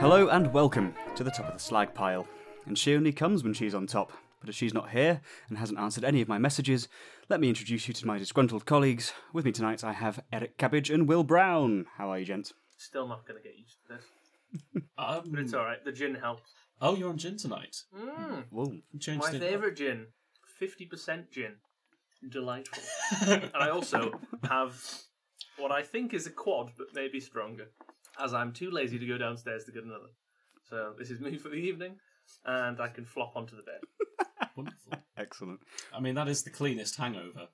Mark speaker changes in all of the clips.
Speaker 1: Hello and welcome to the top of the slag pile. And she only comes when she's on top. But if she's not here and hasn't answered any of my messages, let me introduce you to my disgruntled colleagues. With me tonight, I have Eric Cabbage and Will Brown. How are you, gents?
Speaker 2: Still not going to get used to this,
Speaker 3: Um,
Speaker 2: but it's all right. The gin helps.
Speaker 3: oh, you're on gin tonight.
Speaker 2: Mm,
Speaker 1: Whoa.
Speaker 3: You changed
Speaker 2: my
Speaker 3: it.
Speaker 2: favourite gin, fifty percent gin, delightful. and I also have what I think is a quad, but maybe stronger, as I'm too lazy to go downstairs to get another. So this is me for the evening, and I can flop onto the bed.
Speaker 3: Wonderful.
Speaker 1: Excellent.
Speaker 3: I mean, that is the cleanest hangover.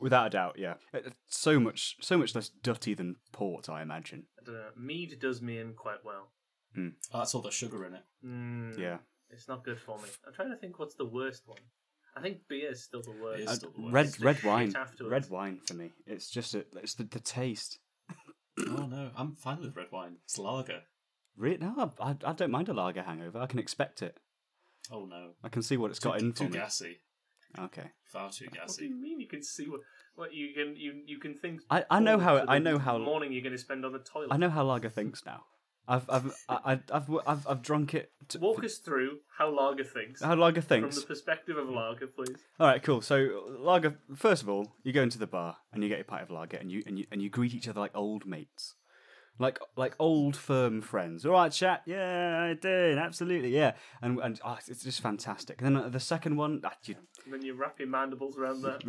Speaker 1: Without a doubt, yeah. Uh, uh, So much, so much less dutty than port, I imagine.
Speaker 2: I don't know, uh, mead does me in quite well.
Speaker 3: Oh, that's all the sugar in it.
Speaker 2: Mm,
Speaker 1: Yeah.
Speaker 2: it's not good for me. I'm trying to think what's the worst one. I think beer is still the worst.
Speaker 3: It is. It's the worst.
Speaker 1: Uh, Red,
Speaker 2: It's the
Speaker 1: red
Speaker 2: shit
Speaker 1: wine.
Speaker 2: afterwards.
Speaker 1: Red wine for me. It's just a, it's the, the taste.
Speaker 3: Oh no, I'm fine with red wine. It's lager.
Speaker 1: Re- no, I, I don't mind a lager hangover. I can expect it.
Speaker 3: Oh no,
Speaker 1: I can see what it's got
Speaker 3: too,
Speaker 1: in for
Speaker 3: too
Speaker 1: me.
Speaker 3: gassy.
Speaker 1: Okay.
Speaker 3: Far too
Speaker 2: What do
Speaker 3: gassy.
Speaker 2: you mean you can see what, what you can you you can think?
Speaker 1: I- I know how-
Speaker 2: forward to
Speaker 1: I
Speaker 2: the
Speaker 1: know how-
Speaker 2: morning you're going to spend on the toilet.
Speaker 1: I know how lager thinks now. I've I've I, I- I've I've I've drunk it. To,
Speaker 2: Walk us through how lager thinks
Speaker 1: how lager
Speaker 2: from
Speaker 1: thinks.
Speaker 2: the perspective of lager, please.
Speaker 1: All right, cool. So lager. First of all, you go into the bar and you get a pint of lager and you and you and you greet each other like old mates, like like old firm friends. All right, chat. Yeah, I did. Absolutely. Yeah. And and oh, it's just fantastic. And then uh, the second one, ah, you
Speaker 2: And then you wrap your mandibles around that,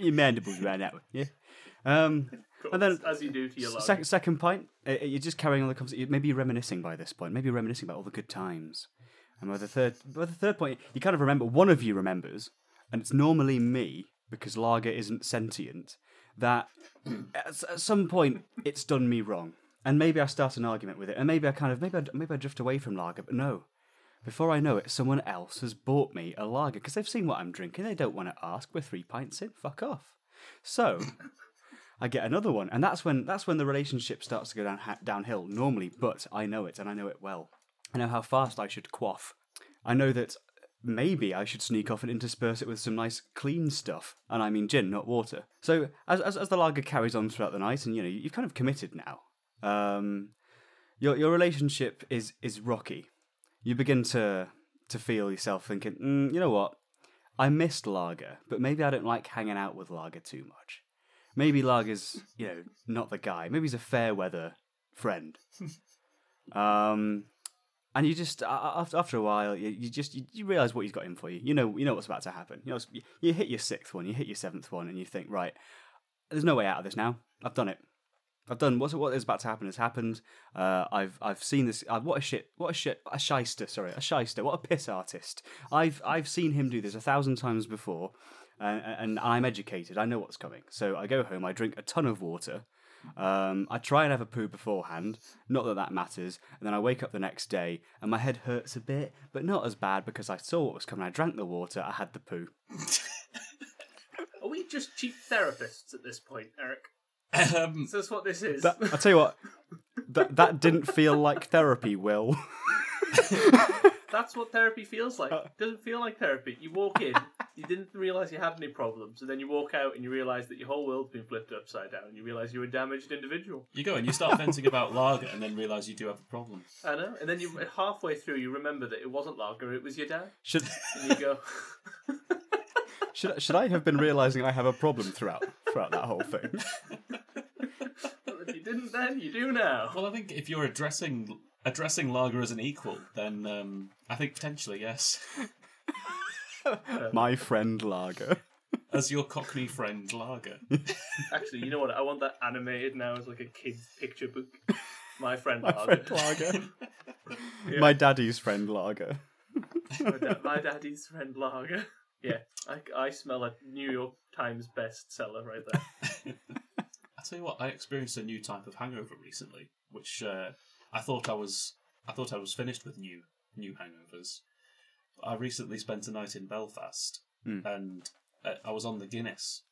Speaker 1: your mandibles around that one. Yeah. Um.
Speaker 2: of
Speaker 1: And then
Speaker 2: course, as you do to your lager.
Speaker 1: Second, second pint, uh, you're just carrying on the conversation. Maybe you're reminiscing by this point. Maybe you're reminiscing about all the good times. And by the third, by the third point, you kind of remember. One of you remembers, and it's normally me because lager isn't sentient. That at, s- at some point it's done me wrong, and maybe I start an argument with it, and maybe I kind of maybe I, maybe I drift away from lager. But no, before I know it, someone else has bought me a lager because they've seen what I'm drinking. They don't want to ask. We're three pints in. Fuck off. So. I get another one, and that's when that's when the relationship starts to go down ha- downhill normally. But I know it, and I know it well. I know how fast I should quaff. I know that maybe I should sneak off and intersperse it with some nice clean stuff, and I mean gin, not water. So as as, as the lager carries on throughout the night, and you know you've kind of committed now. Um, your your relationship is is rocky. You begin to to feel yourself thinking, mm, you know what? I missed lager, but maybe I don't like hanging out with lager too much maybe Lager's, you know, not the guy. Maybe he's a fair weather friend. um, and you just a- a- after after a while, you, you just you, you realize what he's got in for you. You know, you know what's about to happen. You know, it's- you- you hit your sixth one, you hit your seventh one, and you think, right, there's no way out of this now. I've done it. I've done what's what is about to happen has happened. Uh, I've I've seen this. Uh, what a shit! What a shit! A shyster, sorry, a shyster. What a piss artist. I've I've seen him do this a thousand times before, and, and I'm educated. I know what's coming. So I go home. I drink a ton of water. Um, I try and have a poo beforehand. Not that that matters. And then I wake up the next day, and my head hurts a bit, but not as bad because I saw what was coming. I drank the water. I had the poo.
Speaker 2: Are we just cheap therapists at this point, Eric?
Speaker 3: Um,
Speaker 2: So that's what this is.
Speaker 1: That, I tell you what. That, that didn't feel like therapy, Will.
Speaker 2: That's what therapy feels like.
Speaker 1: Uh.
Speaker 2: It doesn't feel like therapy. You walk in, you didn't realise you had any problems, and then you walk out and you realise that your whole world's been flipped upside down, and you realise you're a damaged individual.
Speaker 3: you go and you start venting about lager, and then realise you do have a problem.
Speaker 2: I know. And then you halfway through, you remember that it wasn't lager, it was your dad.
Speaker 1: Should
Speaker 2: And you go,
Speaker 1: should should I have been realizing I have a problem throughout throughout that whole thing?
Speaker 2: if you didn't then, you do now.
Speaker 3: Well, I think if you're addressing addressing lager as an equal, then um, I think potentially yes,
Speaker 1: My friend Lager.
Speaker 3: as your Cockney friend lager.
Speaker 2: Actually, you know what? I want that animated now as like a kid's picture book. My friend
Speaker 1: My
Speaker 2: lager.
Speaker 1: friend Lager. My daddy's friend Lager.
Speaker 2: My, da- my daddy's friend lager. Yeah, I, I smell a New York Times bestseller right there.
Speaker 3: I tell you what, I experienced a new type of hangover recently, which uh, I thought I was I thought I was finished with new new hangovers. I recently spent a night in Belfast,
Speaker 1: Hmm.
Speaker 3: and uh, I was on the Guinness,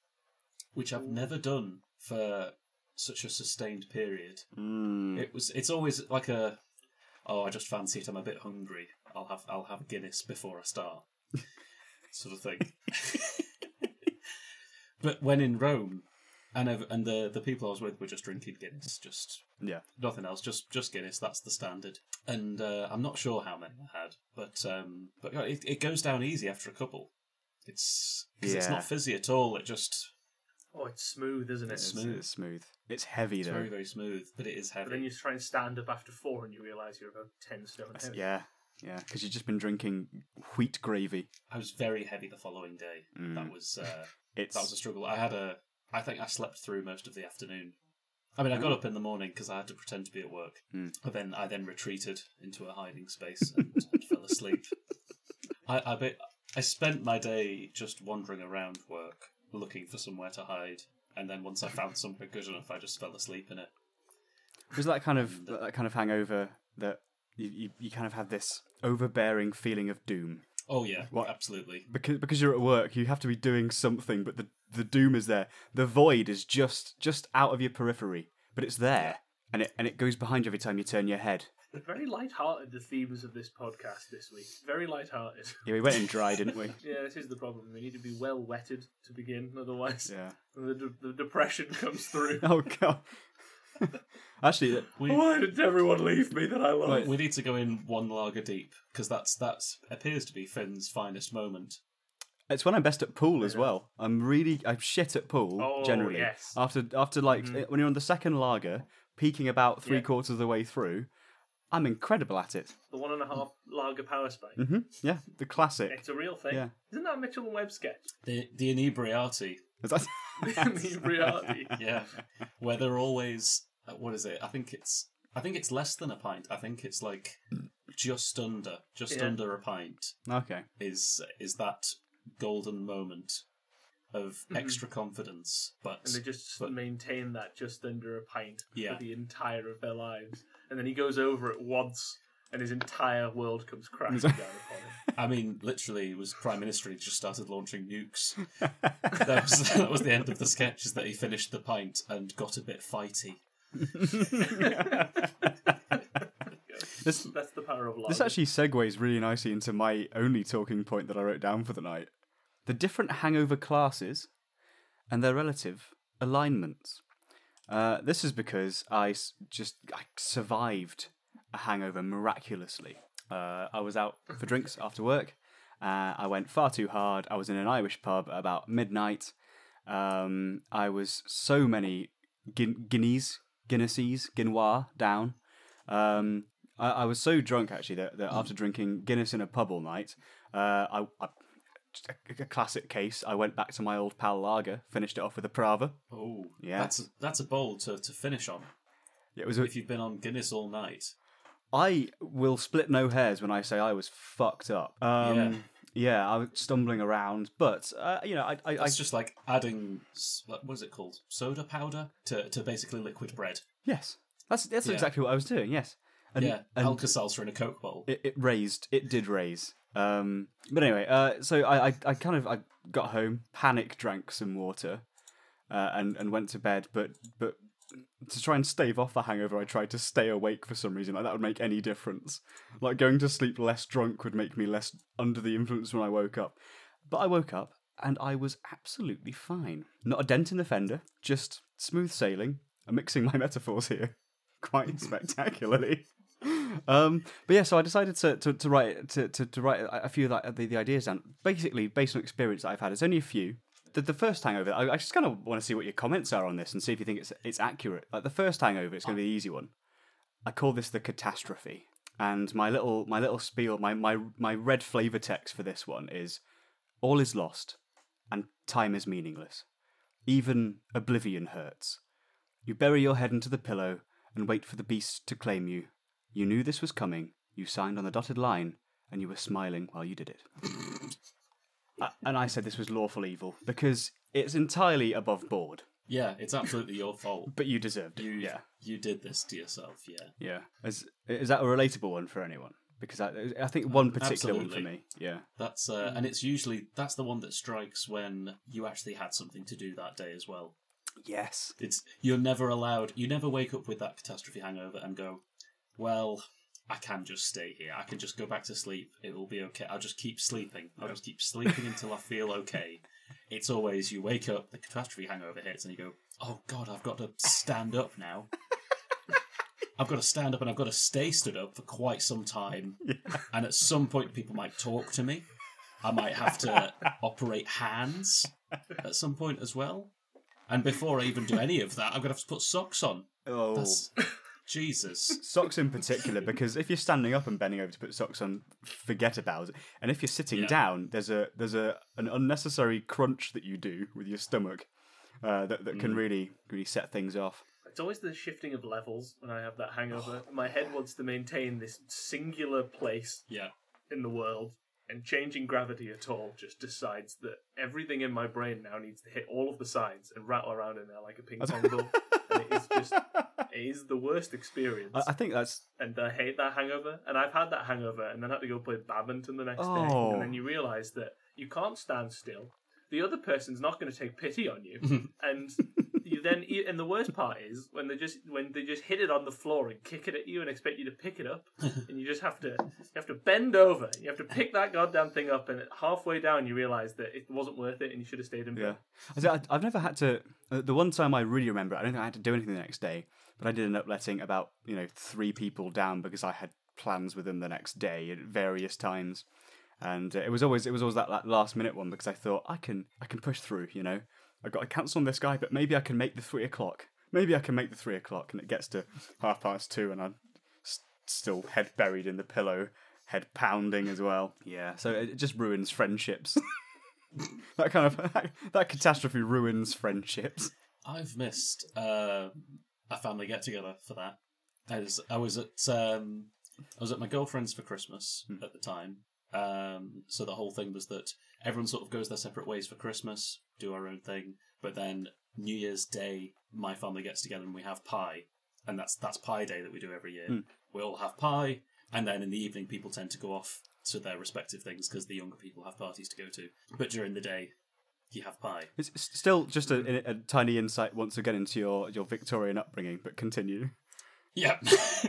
Speaker 3: which I've never done for such a sustained period.
Speaker 1: Mm.
Speaker 3: It was it's always like a oh I just fancy it. I'm a bit hungry. I'll have I'll have Guinness before I start, sort of thing. But when in Rome, and ev- and the the people I was with were just drinking Guinness, just
Speaker 1: Yeah.
Speaker 3: nothing else, just just Guinness. That's the standard. And uh, I'm not sure how many I had, but um, but yeah, it, it goes down easy after a couple. It's 'cause it's
Speaker 1: Yeah.
Speaker 3: not fizzy at all. It just
Speaker 2: Oh, it's smooth, isn't it?
Speaker 1: It's,
Speaker 3: smooth.
Speaker 1: it's smooth. It's heavy
Speaker 3: it's
Speaker 1: though.
Speaker 3: very very smooth, but it is
Speaker 2: But then
Speaker 3: heavy.
Speaker 2: you try and stand up after four, and you realise you're about ten stone.
Speaker 1: That's-
Speaker 2: heavy.
Speaker 1: yeah, yeah, because you've just been drinking wheat gravy.
Speaker 3: I was very heavy the following day.
Speaker 1: Mm.
Speaker 3: That was uh,
Speaker 1: It's
Speaker 3: that was a struggle. I had a I think I slept through most of the afternoon. I mean, I got up in the morning because I had to pretend to be at work.
Speaker 1: Mm.
Speaker 3: But then I then retreated into a hiding space and, and fell asleep. I I, be, I spent my day just wandering around work looking for somewhere to hide, and then once I found somewhere good enough, I just fell asleep in it.
Speaker 1: was that kind of
Speaker 3: Mm.
Speaker 1: that kind of hangover that you, you, you kind of had this overbearing feeling of doom
Speaker 3: Oh yeah,
Speaker 1: What?
Speaker 3: absolutely.
Speaker 1: because because you're at work you have to be doing something but the the doom is there the void is just just out of your periphery but it's there and it and it goes behind you every time you turn your head
Speaker 2: Very light-hearted. The themes of this podcast this week. Very light-hearted.
Speaker 1: yeah we went in dry didn't we
Speaker 2: Yeah, this is the problem. They need to be well wetted to begin, otherwise
Speaker 1: yeah
Speaker 2: the, de- the depression comes through.
Speaker 1: oh god actually
Speaker 3: We
Speaker 2: Why did everyone leave me that I love?
Speaker 1: Right.
Speaker 3: we need to go in one lager deep because that's that's appears to be Finn's finest moment.
Speaker 1: It's when I'm best at pool as well. I'm really I'm shit at pool
Speaker 2: Oh,
Speaker 1: generally.
Speaker 2: yes. Mm-hmm.
Speaker 1: After after like when you're on the second lager, peaking about three
Speaker 2: Yeah.
Speaker 1: quarters of the way through, I'm incredible at it.
Speaker 2: The one and a half lager power spike.
Speaker 1: hmm Yeah, the classic.
Speaker 2: It's a real thing.
Speaker 1: Yeah.
Speaker 2: Isn't that a Mitchell and Webb sketch?
Speaker 3: The the inebriati
Speaker 1: Is that-
Speaker 2: In reality.
Speaker 3: yeah, where they're always uh, what is it? I think it's I think it's less than a pint. I think it's like just under just
Speaker 2: Yeah.
Speaker 3: under a pint
Speaker 1: okay.
Speaker 3: is is that golden moment of extra confidence. But
Speaker 2: Mm-hmm. And they just
Speaker 3: But-
Speaker 2: maintain that just under a pint
Speaker 3: Yeah.
Speaker 2: for the entire of their lives. And then he goes over it once, and his entire world comes crashing down upon him.
Speaker 3: I mean, literally, it was prime minister. He just started launching nukes. that, was, that was the end of the sketch. Is that he finished the pint and got a bit fighty.
Speaker 1: This
Speaker 2: That's the power of love.
Speaker 1: this actually segues really nicely into my only talking point that I wrote down for the night. The different hangover classes and their relative alignments. Uh, this is because I s- just I survived a hangover miraculously. Uh, I was out for drinks after work. Uh, I went far too hard. I was in an Irish pub at about midnight. Um, I was so many guin- guineas, Guinnesses, Guinois down. Um, I, I was so drunk actually that, that after drinking Guinness in a pub all night, uh, I, I just a, a classic case. I went back to my old pal lager, finished it off with a Prava.
Speaker 3: Oh,
Speaker 1: Yeah.
Speaker 3: That's that's a bowl to, to finish on.
Speaker 1: It was. A,
Speaker 3: If you've been on Guinness all night,
Speaker 1: I will split no hairs when I say I was fucked up. Um, yeah.
Speaker 3: Yeah.
Speaker 1: I was stumbling around, but uh, you know, I, I, I
Speaker 3: That's just like adding s- what was it called soda powder to, to basically liquid bread.
Speaker 1: yes, that's that's
Speaker 3: Yeah.
Speaker 1: exactly what I was doing. Yes, and,
Speaker 3: yeah,
Speaker 1: and
Speaker 3: Alka Seltzer in a Coke bottle.
Speaker 1: it, it raised it did raise um but anyway uh so I, I i kind of i got home panic drank some water uh, and and went to bed but but to try and stave off the hangover i tried to stay awake for some reason like that would make any difference like going to sleep less drunk would make me less under the influence when i woke up but i woke up and i was absolutely fine not a dent in the fender just smooth sailing i'm mixing my metaphors here quite spectacularly um, but yeah, so I decided to, to, to write to, to, to write a a few of the, the, the ideas down, basically based on experience that I've had. It's only a few. The, the first hangover, I, I just kind of want to see what your comments are on this and see if you think it's it's accurate. Like the first hangover, it's going to be the easy one. I call this the catastrophe, and my little my little spiel, my my my red flavor text for this one is: all is lost, and time is meaningless. Even oblivion hurts. You bury your head into the pillow and wait for the beast to claim you. You knew this was coming, you signed on the dotted line, and you were smiling while you did it. A- and I said this was lawful evil because it's entirely above board,
Speaker 3: Yeah, it's absolutely your fault.
Speaker 1: but you deserved it.
Speaker 3: You
Speaker 1: Yeah.
Speaker 3: you did this to yourself. Yeah,
Speaker 1: Yeah. Is, is that a relatable one for anyone? Because I, I think one particular one for
Speaker 3: absolutely.
Speaker 1: me. Yeah.
Speaker 3: that's uh,
Speaker 1: Mm.
Speaker 3: and it's usually that's the one that strikes when you actually had something to do that day as well.
Speaker 1: Yes.
Speaker 3: It's you're never allowed. You never wake up with that catastrophe hangover and go, well. I can just stay here. I can just go back to sleep. It will be okay. I'll just keep sleeping. I'll just keep sleeping until I feel okay. It's always you wake up, the catastrophe hangover hits, and you go, "Oh God, I've got to stand up now. I've got to stand up, and I've got to stay stood up for quite some time. And at some point, people might talk to me. I might have to operate hands at some point as well. And before I even do any of that, I'm gonna have to put socks on.
Speaker 1: Oh,
Speaker 3: That's Jesus.
Speaker 1: socks in particular, because if you're standing up and bending over to put socks on, forget about it. And if you're sitting
Speaker 3: Yeah.
Speaker 1: down, there's a there's a an unnecessary crunch that you do with your stomach uh, that that can really really set things off.
Speaker 2: It's always the shifting of levels when I have that hangover. My head wants to maintain this singular place
Speaker 3: Yeah.
Speaker 2: in the world, and changing gravity at all just decides that everything in my brain now needs to hit all of the sides and rattle around in there like a ping pong ball. and it is just, it is the worst experience.
Speaker 1: I, I think that's
Speaker 2: and I hate that hangover. And I've had that hangover, and then had to go play badminton the next day.
Speaker 1: Oh.
Speaker 2: And then you realise that you can't stand still. The other person's not going to take pity on you, and you then. e, And the worst part is when they just when they just hit it on the floor and kick it at you and expect you to pick it up, and you just have to you have to bend over. You have to pick that goddamn thing up, and halfway down you realise that it wasn't worth it, and you should have stayed in bed.
Speaker 1: Yeah. I said, I- I've never had to. uh, The one time I really remember, I don't think I had to do anything the next day, but I did end up letting about you know three people down because I had plans with them the next day at various times, and uh, it was always it was always that, that last minute one because I thought I can I can push through. You know, I've got to cancel on this guy, but maybe I can make the three o'clock. Maybe I can make the three o'clock, and it gets to half past two, and I'm s- still head buried in the pillow, head pounding as well. Yeah, so it it just ruins friendships. That kind of that, catastrophe ruins friendships.
Speaker 3: I've missed uh, a family get together for that. As I was at um, I was at my girlfriend's for Christmas at the time. Um, so the whole thing was that everyone sort of goes their separate ways for Christmas, do our own thing, but then New Year's Day, my family gets together and we have pie, and that's that's pie day that we do every year. We all have pie, and then in the evening, people tend to go off to their respective things because the younger people have parties to go to. But during the day, you have pie.
Speaker 1: It's s- still just a, a, a tiny insight once again into your, your Victorian upbringing, but continue.
Speaker 3: Yeah.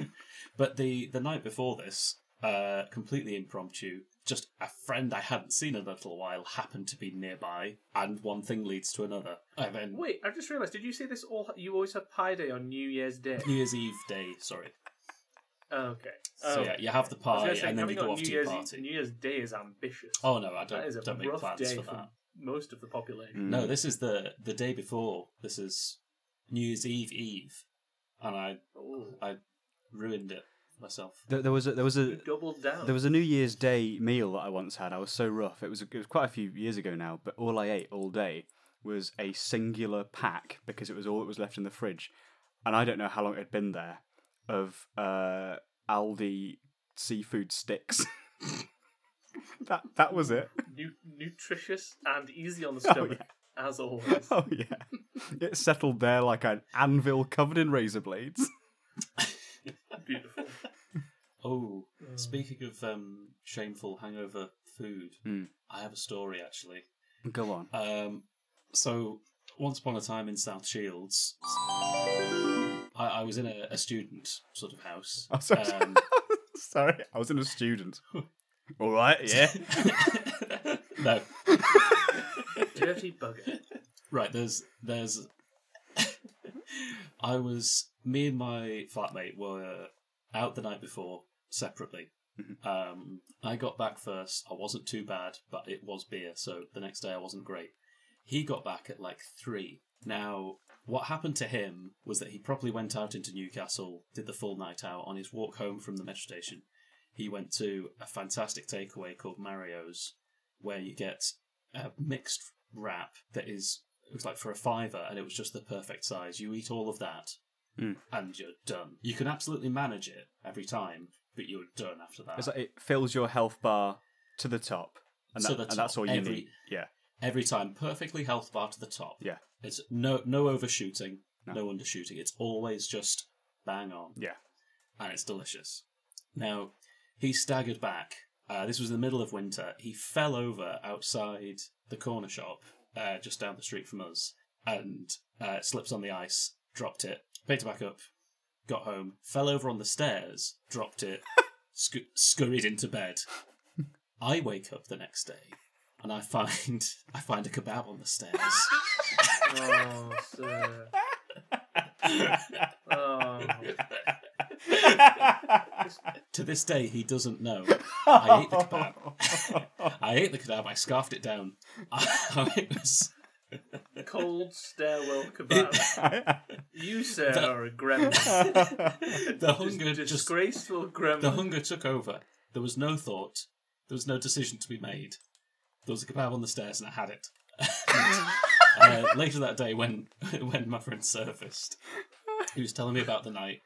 Speaker 3: but the the night before this, uh, completely impromptu, just a friend I hadn't seen in a little while happened to be nearby, and one thing leads to another. And then
Speaker 2: Wait, I've just realised. Did you say this all? You always have pie day on New Year's Day.
Speaker 3: New Year's Eve day, sorry.
Speaker 2: Okay.
Speaker 3: So
Speaker 2: Oh.
Speaker 3: yeah, you have the
Speaker 2: I was
Speaker 3: pie
Speaker 2: gonna say,
Speaker 3: and then you
Speaker 2: having
Speaker 3: go
Speaker 2: got
Speaker 3: off
Speaker 2: New
Speaker 3: to your
Speaker 2: Year's,
Speaker 3: party.
Speaker 2: New Year's Day is ambitious.
Speaker 3: Oh no, I
Speaker 2: that
Speaker 3: don't
Speaker 2: is a
Speaker 3: don't make
Speaker 2: rough
Speaker 3: plans
Speaker 2: day
Speaker 3: for
Speaker 2: for,
Speaker 3: that. Mm.
Speaker 2: most of the population.
Speaker 3: No, this is the the day before. This is New Year's Eve Eve, and I
Speaker 2: Ooh.
Speaker 3: I ruined it myself.
Speaker 1: There, there was a, there was a
Speaker 2: Oh, You doubled down.
Speaker 1: there was a New Year's Day meal that I once had. I was so rough. It was it was quite a few years ago now, but all I ate all day was a singular pack because it was all that was left in the fridge, and I don't know how long it had been there of uh, Aldi seafood sticks. that that was it.
Speaker 2: Nu- nutritious and easy on the stomach, as always.
Speaker 1: Oh yeah, it settled there like an anvil covered in razor blades.
Speaker 2: Beautiful.
Speaker 3: Oh,
Speaker 2: Mm.
Speaker 3: speaking of um, shameful hangover food, I have a story actually.
Speaker 1: Go on.
Speaker 3: Um, so, once upon a time in South Shields, I, I was in a, a student sort of house.
Speaker 1: Oh, sorry.
Speaker 3: Um,
Speaker 1: Sorry, I was in a student. All right, yeah.
Speaker 3: no,
Speaker 2: Dirty bugger.
Speaker 3: right. There's there's. I was me and my flatmate were out the night before separately. Um, I got back first. I wasn't too bad, but it was beer, so the next day I wasn't great. He got back at like three. Now, what happened to him was that he probably went out into Newcastle, did the full night out on his walk home from the metro station. He went to a fantastic takeaway called Mario's, where you get a mixed wrap that is it was like for a fiver, and it was just the perfect size. You eat all of that, and you're done. You can absolutely manage it every time, but you're done after that.
Speaker 1: It's like it fills your health bar to the top, and,
Speaker 3: To
Speaker 1: that-
Speaker 3: the
Speaker 1: and that's
Speaker 3: top,
Speaker 1: all you
Speaker 3: every-
Speaker 1: need. Yeah,
Speaker 3: every time, perfectly health bar to the top.
Speaker 1: yeah,
Speaker 3: It's no no overshooting, no, undershooting. It's always just bang on,
Speaker 1: yeah.
Speaker 3: and it's delicious. Now, he staggered back. Uh, this was in the middle of winter. He fell over outside the corner shop uh, just down the street from us and uh, slipped on the ice, dropped it, picked it back up, got home, fell over on the stairs, dropped it, scu- scurried into bed. I wake up the next day and I find I find a kebab on the stairs.
Speaker 2: Oh, sir. Oh.
Speaker 3: to this day, he doesn't know. I ate the kebab. I ate the kebab. I scarfed it down. it was
Speaker 2: Cold stairwell kebab. You, sir,
Speaker 3: That-
Speaker 2: are a gremlin.
Speaker 3: the hunger just
Speaker 2: Disgraceful gremlin.
Speaker 3: the hunger took over. There was no thought. There was no decision to be made. There was a kebab on the stairs, and I had it. And, uh, later that day, when when my friend surfaced, he was telling me about the night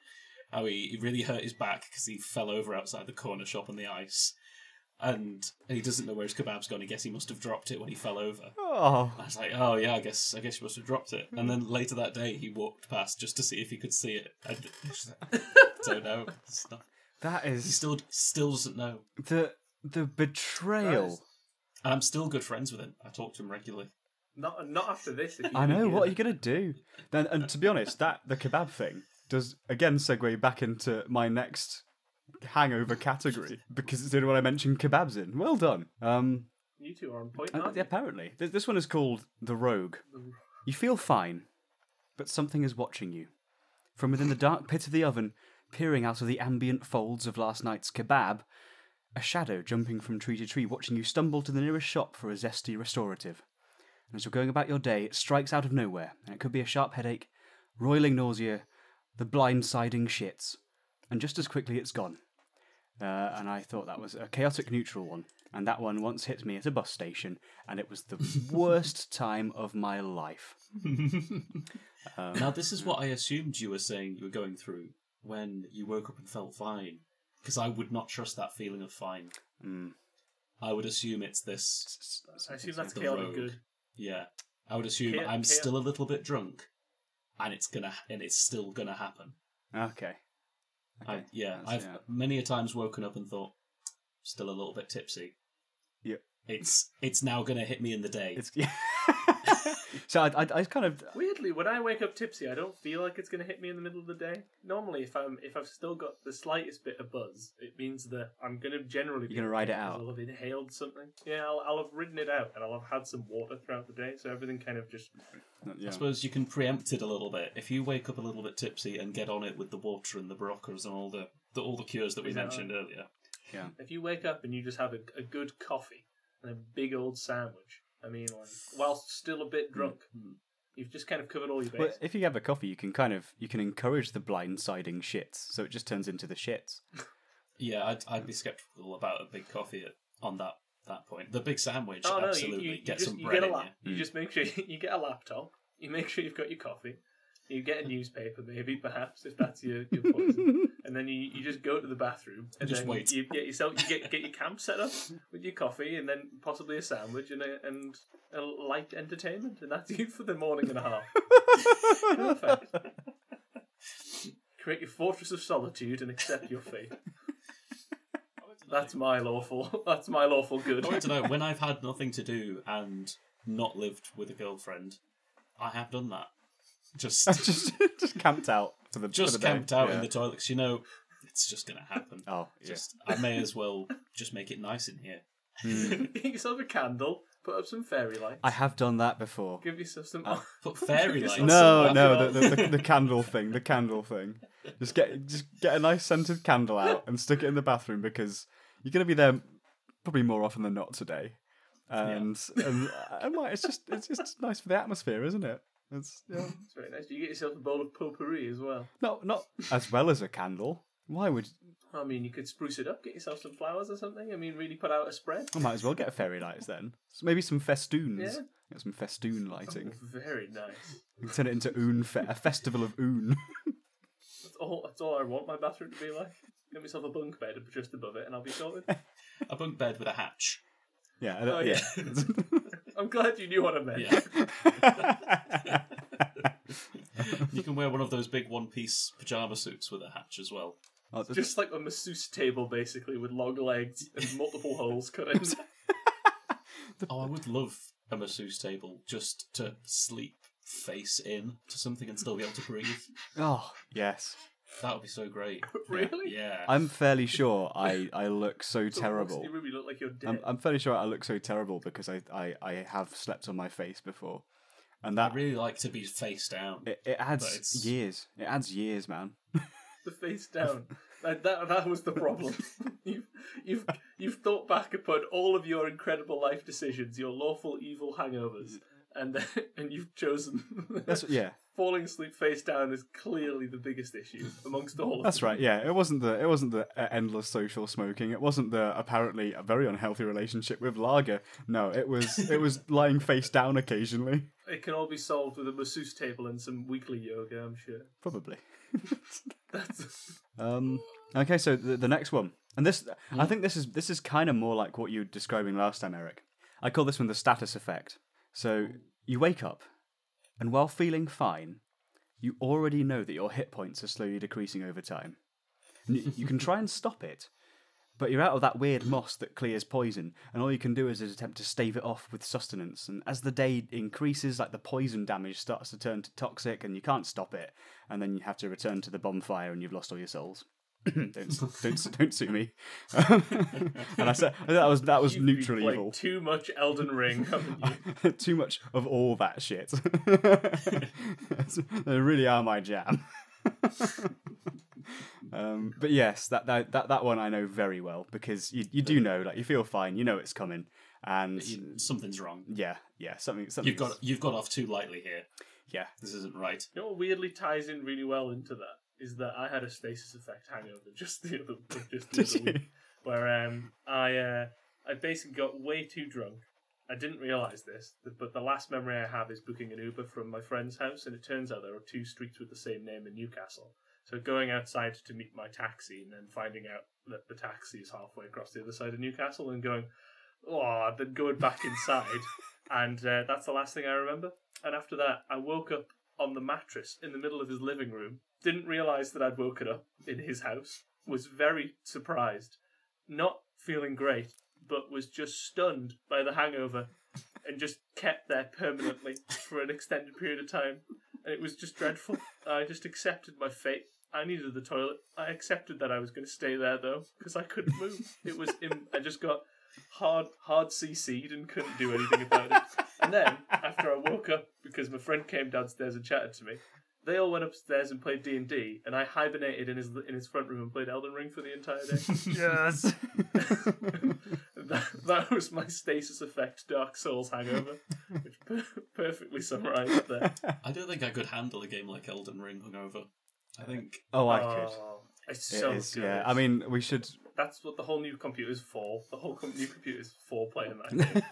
Speaker 3: how he, he really hurt his back because he fell over outside the corner shop on the ice, and he doesn't know where his kebab's gone. He guess he must have dropped it when he fell over.
Speaker 1: Oh,
Speaker 3: I was like, oh yeah, I guess I guess you must have dropped it.
Speaker 2: Hmm.
Speaker 3: And then later that day, he walked past just to see if he could see it. I d- don't know. It's not-
Speaker 1: that
Speaker 3: he
Speaker 1: is
Speaker 3: still still doesn't know.
Speaker 1: the the betrayal.
Speaker 3: And I'm still good friends with him. I talk to him regularly.
Speaker 2: Not, not after this. if you-
Speaker 1: I know. What are you gonna do? Then, and to be honest, that the kebab thing does again segue back into my next hangover category because it's the only one I mentioned kebabs in. Well done. Um,
Speaker 2: You two are on point,
Speaker 1: uh,
Speaker 2: aren't you?
Speaker 1: apparently Th- this one is called the Rogue. You feel fine, but something is watching you from within the dark pit of the oven, peering out of the ambient folds of last night's kebab. A shadow jumping from tree to tree, watching you stumble to the nearest shop for a zesty restorative. And as you're going about your day, it strikes out of nowhere, and it could be a sharp headache, roiling nausea, the blindsiding shits, and just as quickly it's gone. Uh, and I thought that was a chaotic neutral one, and that one once hit me at a bus station, and it was the worst time of my life. Um,
Speaker 3: Now this is what I assumed you were saying you were going through when you woke up and felt fine, because I would not trust that feeling of fine.
Speaker 1: hmm.
Speaker 3: I would assume it's this.
Speaker 2: I assume that's
Speaker 3: the
Speaker 2: chaotic
Speaker 3: rogue.
Speaker 2: good.
Speaker 3: Yeah, I would assume
Speaker 2: Chaos-
Speaker 3: I'm
Speaker 2: chaos-
Speaker 3: still a little bit drunk, and it's gonna and it's still gonna happen.
Speaker 1: Okay.
Speaker 3: I, yeah,
Speaker 1: that's-
Speaker 3: I've
Speaker 1: yeah.
Speaker 3: many a times woken up and thought, still a little bit tipsy.
Speaker 1: Yep.
Speaker 3: It's it's now gonna hit me in the day.
Speaker 1: It's so I, I, I kind of
Speaker 2: Weirdly, when I wake up tipsy, I don't feel like it's going to hit me in the middle of the day. Normally, if I'm if I've still got the slightest bit of buzz, it means that I'm going to generally be
Speaker 1: You're gonna ride it
Speaker 2: because
Speaker 1: out.
Speaker 2: I'll have inhaled something. Yeah, I'll, I'll have ridden it out, and I'll have had some water throughout the day, so everything kind of just
Speaker 1: yeah.
Speaker 3: I suppose you can preempt it a little bit. If you wake up a little bit tipsy and get on it with the water and the brocas and all the, the all the cures that we
Speaker 2: Yeah.
Speaker 3: mentioned earlier.
Speaker 2: If you wake up and you just have a, a good coffee and a big old sandwich, I mean, like, whilst still a bit drunk,
Speaker 1: Mm-hmm.
Speaker 2: you've just kind of covered all your
Speaker 1: Well,
Speaker 2: bases.
Speaker 1: if you have a coffee, you can kind of you can encourage the blindsiding shits, so it just turns into the shits.
Speaker 3: Yeah, I'd, I'd be skeptical about a big coffee at, on that that point. The big sandwich,
Speaker 2: oh no, you,
Speaker 3: absolutely.
Speaker 2: you, you
Speaker 3: get
Speaker 2: just
Speaker 3: some
Speaker 2: you
Speaker 3: bread
Speaker 2: get a
Speaker 3: in
Speaker 2: lap.
Speaker 3: you.
Speaker 2: You just make sure you get a laptop. You make sure you've got your coffee. You get a newspaper, maybe perhaps if that's your, your poison, and then you, you just go to the bathroom and
Speaker 3: Just
Speaker 2: then
Speaker 3: wait.
Speaker 2: You get yourself you get get your camp set up with your coffee and then possibly a sandwich and a, and a light entertainment, and that's you for the morning and a half. Perfect. Create your fortress of solitude and accept your fate. That's my lawful. That's my lawful good.
Speaker 3: I want to know when I've had nothing to do and not lived with a girlfriend, I have done that. Just
Speaker 1: just just camped out for the for
Speaker 3: just
Speaker 1: the day.
Speaker 3: camped out
Speaker 1: Yeah.
Speaker 3: in the toilets. You know, it's just gonna happen.
Speaker 1: Oh, yeah.
Speaker 3: Just I may as well just make it nice in here.
Speaker 2: Get yourself a candle. Put up some fairy lights.
Speaker 1: I have done that before.
Speaker 2: Give yourself some.
Speaker 3: Put fairy lights.
Speaker 1: No,
Speaker 3: on.
Speaker 1: no, the, the, the, the candle thing, the candle thing. Just get just get a nice scented candle out and stick it in the bathroom because you're gonna be there probably more often than not today. And, and, and like, it's just it's just nice for the atmosphere, isn't it? It's yeah.
Speaker 2: It's very nice. You get yourself a bowl of potpourri as well.
Speaker 1: not not as well as a candle. Why would
Speaker 2: I mean, you could spruce it up. Get yourself some flowers or something. I mean, really put out a spread.
Speaker 1: I might as well get fairy lights then? So maybe some festoons.
Speaker 2: Yeah.
Speaker 1: Get some festoon lighting.
Speaker 2: Very nice.
Speaker 1: We can turn it into oon fe- a festival of oon.
Speaker 2: That's all. That's all I want my bathroom to be like. Get myself a bunk bed just above it, and I'll be sorted.
Speaker 3: a bunk bed with a hatch.
Speaker 1: yeah.
Speaker 2: Oh, yeah. I'm glad you knew what I meant.
Speaker 3: Yeah,
Speaker 1: yeah.
Speaker 3: you can wear one of those big one-piece pajama suits with a hatch as well.
Speaker 1: Oh, the-
Speaker 2: Just like a masseuse table, basically, with long legs and multiple holes cut in.
Speaker 3: Oh, I would love a masseuse table just to sleep face in to something and still be able to breathe.
Speaker 1: oh yes.
Speaker 3: That would be so great.
Speaker 2: really?
Speaker 3: Yeah.
Speaker 1: I'm fairly sure I, I look so
Speaker 2: The looks
Speaker 1: terrible.
Speaker 2: in your room, you look like you're dead.
Speaker 1: I'm, I'm fairly sure I look so terrible because I, I, I have slept on my face before. And
Speaker 3: I
Speaker 1: that
Speaker 3: really like to be face down.
Speaker 1: it, it
Speaker 3: But
Speaker 1: adds
Speaker 3: it's-
Speaker 1: years. It adds years, man.
Speaker 2: the face down. Like that, that was the problem. you've, you've, you've thought back upon all of your incredible life decisions, your lawful evil hangovers, and then, and you've chosen
Speaker 1: That's yeah.
Speaker 2: falling asleep face down is clearly the biggest issue amongst all of
Speaker 1: That's
Speaker 2: them.
Speaker 1: right. Yeah, it wasn't the it wasn't the uh, endless social smoking. It wasn't the apparently a very unhealthy relationship with lager. No, it was it was lying face down occasionally.
Speaker 2: It can all be solved with a masseuse table and some weekly yoga, I'm sure.
Speaker 1: Probably.
Speaker 2: That's
Speaker 1: Um, okay, so the, the next one, and this I think this is this is kind of more like what you were describing last time, Eric. I call this one the status effect. So you wake up, and while feeling fine, you already know that your hit points are slowly decreasing over time. And you, you can try and stop it, but you're out of that weird moss that clears poison, and all you can do is, is attempt to stave it off with sustenance. And as the day increases, like the poison damage starts to turn to toxic, and you can't stop it, and then you have to return to the bonfire, and you've lost all your souls. don't, don't don't sue me. and I said that was that was
Speaker 2: you've been
Speaker 1: neutral
Speaker 2: playing
Speaker 1: evil.
Speaker 2: Too much Elden Ring, haven't you?
Speaker 1: Too much of all that shit. they really are my jam. um, but yes, that, that that that one I know very well because you you do know, like you feel fine, you know it's coming, and
Speaker 3: You- something's wrong.
Speaker 1: yeah, yeah, something something.
Speaker 3: You've got you've got off too lightly here.
Speaker 1: yeah.
Speaker 3: This isn't right.
Speaker 2: You know what weirdly ties in really well into that is that I had a stasis effect hangover just the other just the other
Speaker 1: Did
Speaker 2: week,
Speaker 1: you?
Speaker 2: where um I uh, I basically got way too drunk. I didn't realise this, th- but the last memory I have is booking an Uber from my friend's house, and it turns out there are two streets with the same name in Newcastle. So going outside to meet my taxi, and then finding out that the taxi is halfway across the other side of Newcastle, and going, oh, then going back inside, and uh, that's the last thing I remember. And after that, I woke up on the mattress in the middle of his living room. Didn't realise that I'd woken up in his house. Was very surprised, not feeling great, but was just stunned by the hangover, and just kept there permanently for an extended period of time. And it was just dreadful. I just accepted my fate. I needed the toilet. I accepted that I was going to stay there though, because I couldn't move. It was. Im- I just got hard hard CC'd and couldn't do anything about it. And then after I woke up because my friend came downstairs and chatted to me, they all went upstairs and played D and D, and I hibernated in his in his front room and played Elden Ring for the entire day.
Speaker 1: Yes.
Speaker 2: that, that was my stasis effect Dark Souls hangover, which per- perfectly summarised there.
Speaker 3: I don't think I could handle a game like Elden Ring hungover. I think
Speaker 1: oh, I could.
Speaker 2: It's
Speaker 1: It
Speaker 2: so
Speaker 1: is,
Speaker 2: good.
Speaker 1: yeah. I mean, we should.
Speaker 2: that's what the whole new computer is for. The whole com- new computer is for playing that game.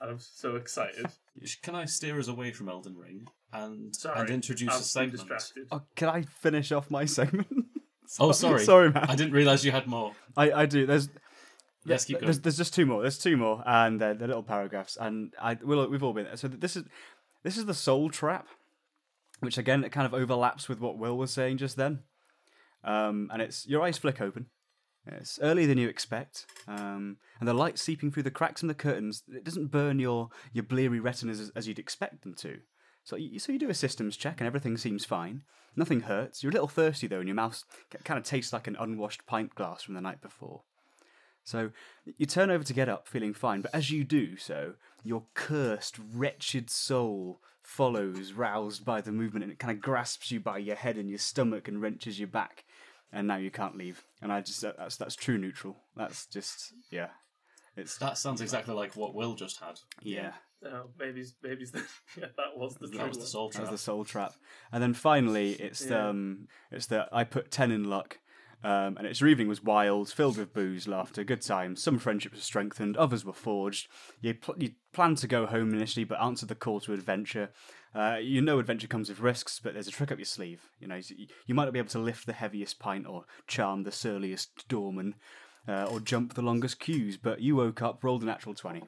Speaker 2: and I'm so excited.
Speaker 3: Sh- can I steer us away from Elden Ring and
Speaker 2: Sorry,
Speaker 3: and introduce
Speaker 2: I'm
Speaker 3: a
Speaker 2: too
Speaker 3: segment?
Speaker 2: distracted.
Speaker 1: Oh, can I finish off my segment?
Speaker 3: Oh, sorry,
Speaker 1: sorry, man.
Speaker 3: I didn't realize you had more.
Speaker 1: I, I do. There's
Speaker 3: Yes, keep
Speaker 1: there's,
Speaker 3: going.
Speaker 1: there's just two more. There's two more, and uh, they're little paragraphs. And I we'll, we've all been there. So th- this is this is the soul trap, which again it kind of overlaps with what Will was saying just then. Um, and it's your eyes flick open. It's earlier than you expect, um, and the light seeping through the cracks in the curtains it doesn't burn your your bleary retinas as, as you'd expect them to. So you, so you do a systems check, and everything seems fine. Nothing hurts. You're a little thirsty though, and your mouth kind of tastes like an unwashed pint glass from the night before. So you turn over to get up, feeling fine, but as you do so, your cursed, wretched soul follows, roused by the movement, and it kind of grasps you by your head and your stomach and wrenches you back. And now you can't leave. And I just that- that's that's true neutral. That's just yeah, it's
Speaker 3: That sounds exactly like what Will just had.
Speaker 1: yeah.
Speaker 2: Oh, baby's baby's the, yeah, that was the
Speaker 3: That was
Speaker 2: true
Speaker 3: the soul
Speaker 1: That was
Speaker 3: trap.
Speaker 1: the soul trap. And then finally, it's the,
Speaker 2: Yeah.
Speaker 1: um, it's the I put ten in luck. Um, and its evening was wild, filled with booze, laughter, good times. Some friendships were strengthened, others were forged. You, pl- you planned to go home initially, but answered the call to adventure. Uh, you know adventure comes with risks, but there's a trick up your sleeve. You know, you, you might not be able to lift the heaviest pint or charm the surliest doorman uh, or jump the longest queues, but you woke up, rolled a natural 20.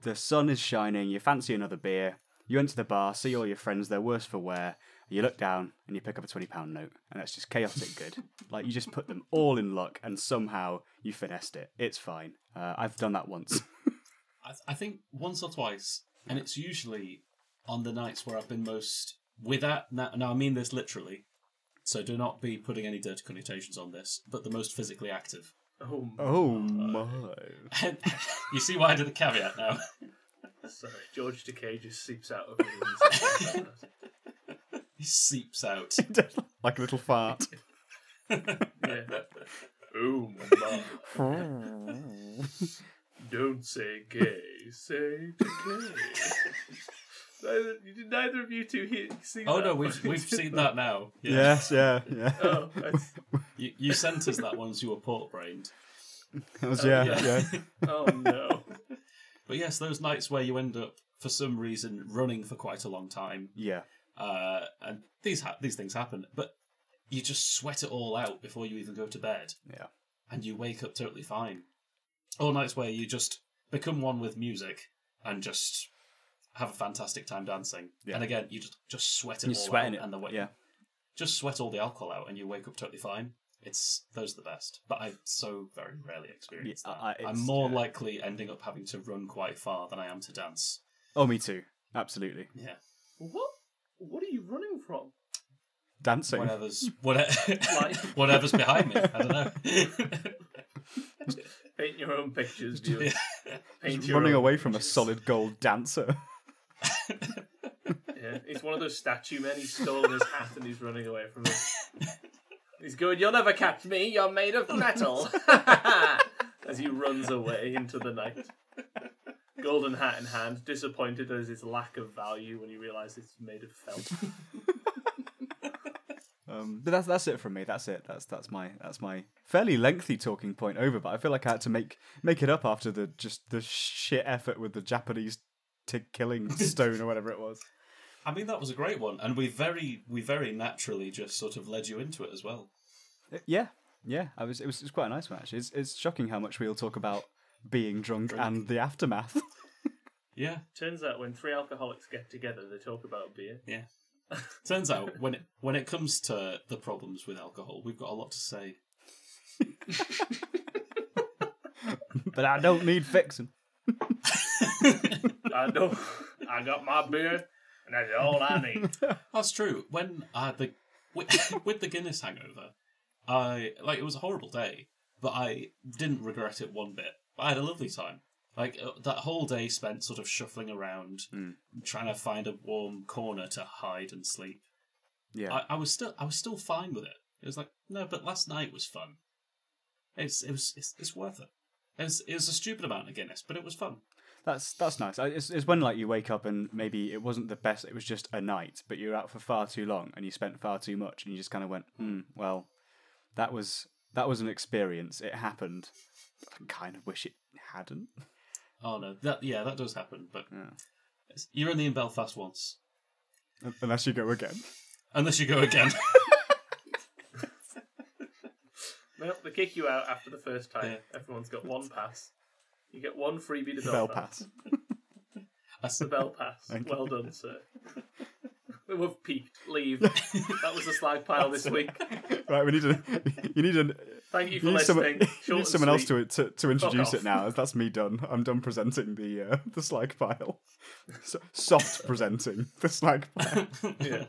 Speaker 1: The sun is shining, you fancy another beer, you enter the bar, see all your friends, they're worse for wear, you look down and you pick up a £20 note, and that's just chaotic good. like, you just put them all in luck, and somehow you finessed it. It's fine. Uh, I've done that once.
Speaker 3: I, th- I think once or twice, and it's usually on the nights where I've been most without. Now, now I mean this literally. So do not be putting any dirty connotations on this, but the most physically active.
Speaker 2: Oh,
Speaker 1: Oh my!
Speaker 3: you see why I did the caveat now?
Speaker 1: Oh.
Speaker 2: sorry. George Decay just seeps out of me. when he says that.
Speaker 3: he seeps out.
Speaker 1: like a little fart.
Speaker 2: yeah. Oh my! Don't say gay. Say decay. neither, you did neither of you two hear, see
Speaker 3: Oh
Speaker 2: that
Speaker 3: no,
Speaker 2: one.
Speaker 3: we've we've seen that now.
Speaker 1: Yes, yeah, yeah.
Speaker 2: Oh, that's-
Speaker 3: You, you sent us that once you were port brained.
Speaker 1: That was, yeah, yeah.
Speaker 2: yeah. oh no.
Speaker 3: But yes, those nights where you end up for some reason running for quite a long time,
Speaker 1: Yeah.
Speaker 3: uh, and these ha- these things happen, but you just sweat it all out before you even go to bed.
Speaker 1: Yeah.
Speaker 3: and you wake up totally fine. Or nights where you just become one with music and just have a fantastic time dancing.
Speaker 1: Yeah.
Speaker 3: And again, you just just sweat it
Speaker 1: You're
Speaker 3: all
Speaker 1: sweating
Speaker 3: out
Speaker 1: it.
Speaker 3: and the wa-
Speaker 1: Yeah.
Speaker 3: just sweat all the alcohol out and you wake up totally fine. It's those are the best, but I so very rarely experience
Speaker 1: Yeah,
Speaker 3: that.
Speaker 1: I-
Speaker 3: I,
Speaker 1: it's-
Speaker 3: am more
Speaker 1: yeah.
Speaker 3: likely ending up having to run quite far than I am to dance.
Speaker 1: Oh, me too. Absolutely.
Speaker 3: Yeah,
Speaker 2: What? What are you running from?
Speaker 1: Dancing.
Speaker 3: whatever's whatever,
Speaker 2: Like-
Speaker 3: whatever's behind me. I don't know.
Speaker 2: Paint your own pictures, dude.
Speaker 3: Yeah.
Speaker 2: Paint
Speaker 1: Just
Speaker 2: your
Speaker 1: running
Speaker 2: own
Speaker 1: away from a
Speaker 2: pictures.
Speaker 1: solid gold dancer.
Speaker 2: Yeah, he's one of those statue men. He's stolen his hat and he's running away from it. He's going, "You'll never catch me. You're made of metal." as he runs away into the night, golden hat in hand, disappointed at his lack of value when he realises it's made of felt.
Speaker 1: Um, but that's that's it from me. That's it. That's that's my that's my fairly lengthy talking point over. But I feel like I had to make make it up after the just the shit effort with the Japanese tick killing stone or whatever it was.
Speaker 3: I mean, that was a great one, and we very, we very naturally just sort of led you into it as well.
Speaker 1: Uh, Yeah, yeah. I was it was, it was quite a nice one actually. It's, it's shocking how much we'll talk about being drunk, and the aftermath.
Speaker 3: Yeah,
Speaker 2: Turns out when three alcoholics get together, they talk about beer.
Speaker 3: yeah. Turns out when it, when it comes to the problems with alcohol, we've got a lot to say.
Speaker 1: but I don't need fixing.
Speaker 2: I know. I got my beer, and that's all I need.
Speaker 3: That's true. When uh, the with, with the Guinness hangover, I like it was a horrible day, but I didn't regret it one bit. I had a lovely time. Like uh, that whole day spent sort of shuffling around, trying to find a warm corner to hide and sleep.
Speaker 1: Yeah,
Speaker 3: I, I was still I was still fine with it. It was like no, but last night was fun. It's it was it's, it's worth it. It was, it was a stupid amount of Guinness, but it was fun.
Speaker 1: that's that's nice. I, it's, it's when like you wake up and maybe it wasn't the best. It was just a night, but you were out for far too long and you spent far too much, and you just kind of went, hmm, well, that was that was an experience. It happened. I kind of wish it hadn't.
Speaker 3: Oh no, that yeah, that does happen. But it's- you're only in Belfast once,
Speaker 1: Unless you go again.
Speaker 3: unless you go again.
Speaker 2: Well, they kick you out after the first time.
Speaker 3: Yeah.
Speaker 2: Everyone's got one pass. You get one freebie to
Speaker 1: Bell
Speaker 2: Belfast.
Speaker 1: pass.
Speaker 3: That's
Speaker 2: The bell pass.
Speaker 1: Thank
Speaker 2: well done, sir. We've peaked. Leave. that was the slag pile this week.
Speaker 1: Right, we need a. You need an.
Speaker 2: Thank you for
Speaker 1: You need someone,
Speaker 2: listening.
Speaker 1: you
Speaker 2: Short
Speaker 1: need
Speaker 2: and
Speaker 1: someone else
Speaker 2: sweet.
Speaker 1: to, to to introduce
Speaker 2: off.
Speaker 1: it now. That's me done. I'm done presenting the uh, the slag pile. So, soft presenting the slag pile.
Speaker 2: Yeah.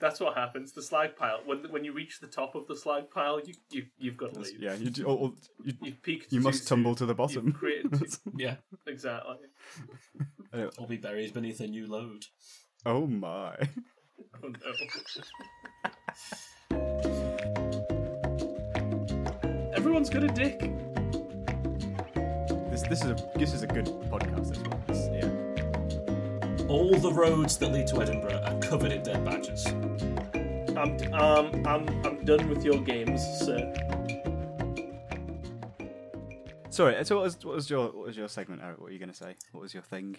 Speaker 2: That's what happens. The slag pile. When when you reach the top of the slag pile, you you you've got to leave.
Speaker 1: yeah, you do, or, or, you,
Speaker 2: You've peaked.
Speaker 1: you
Speaker 2: too
Speaker 1: must
Speaker 2: soon.
Speaker 1: tumble to the
Speaker 2: You've
Speaker 1: bottom.
Speaker 2: created too...
Speaker 3: yeah,
Speaker 2: exactly.
Speaker 3: I'll be buried beneath a new load.
Speaker 1: oh my!
Speaker 2: Oh no. Everyone's got a dick.
Speaker 1: This this is a this is a good podcast. This one. This, yeah.
Speaker 3: All the roads that lead to Edinburgh are covered in dead badgers.
Speaker 2: I'm um I'm I'm done with your games, sir.
Speaker 1: Sorry. So what was, what was your what was your segment, Eric? What were you going to say? What was your thing?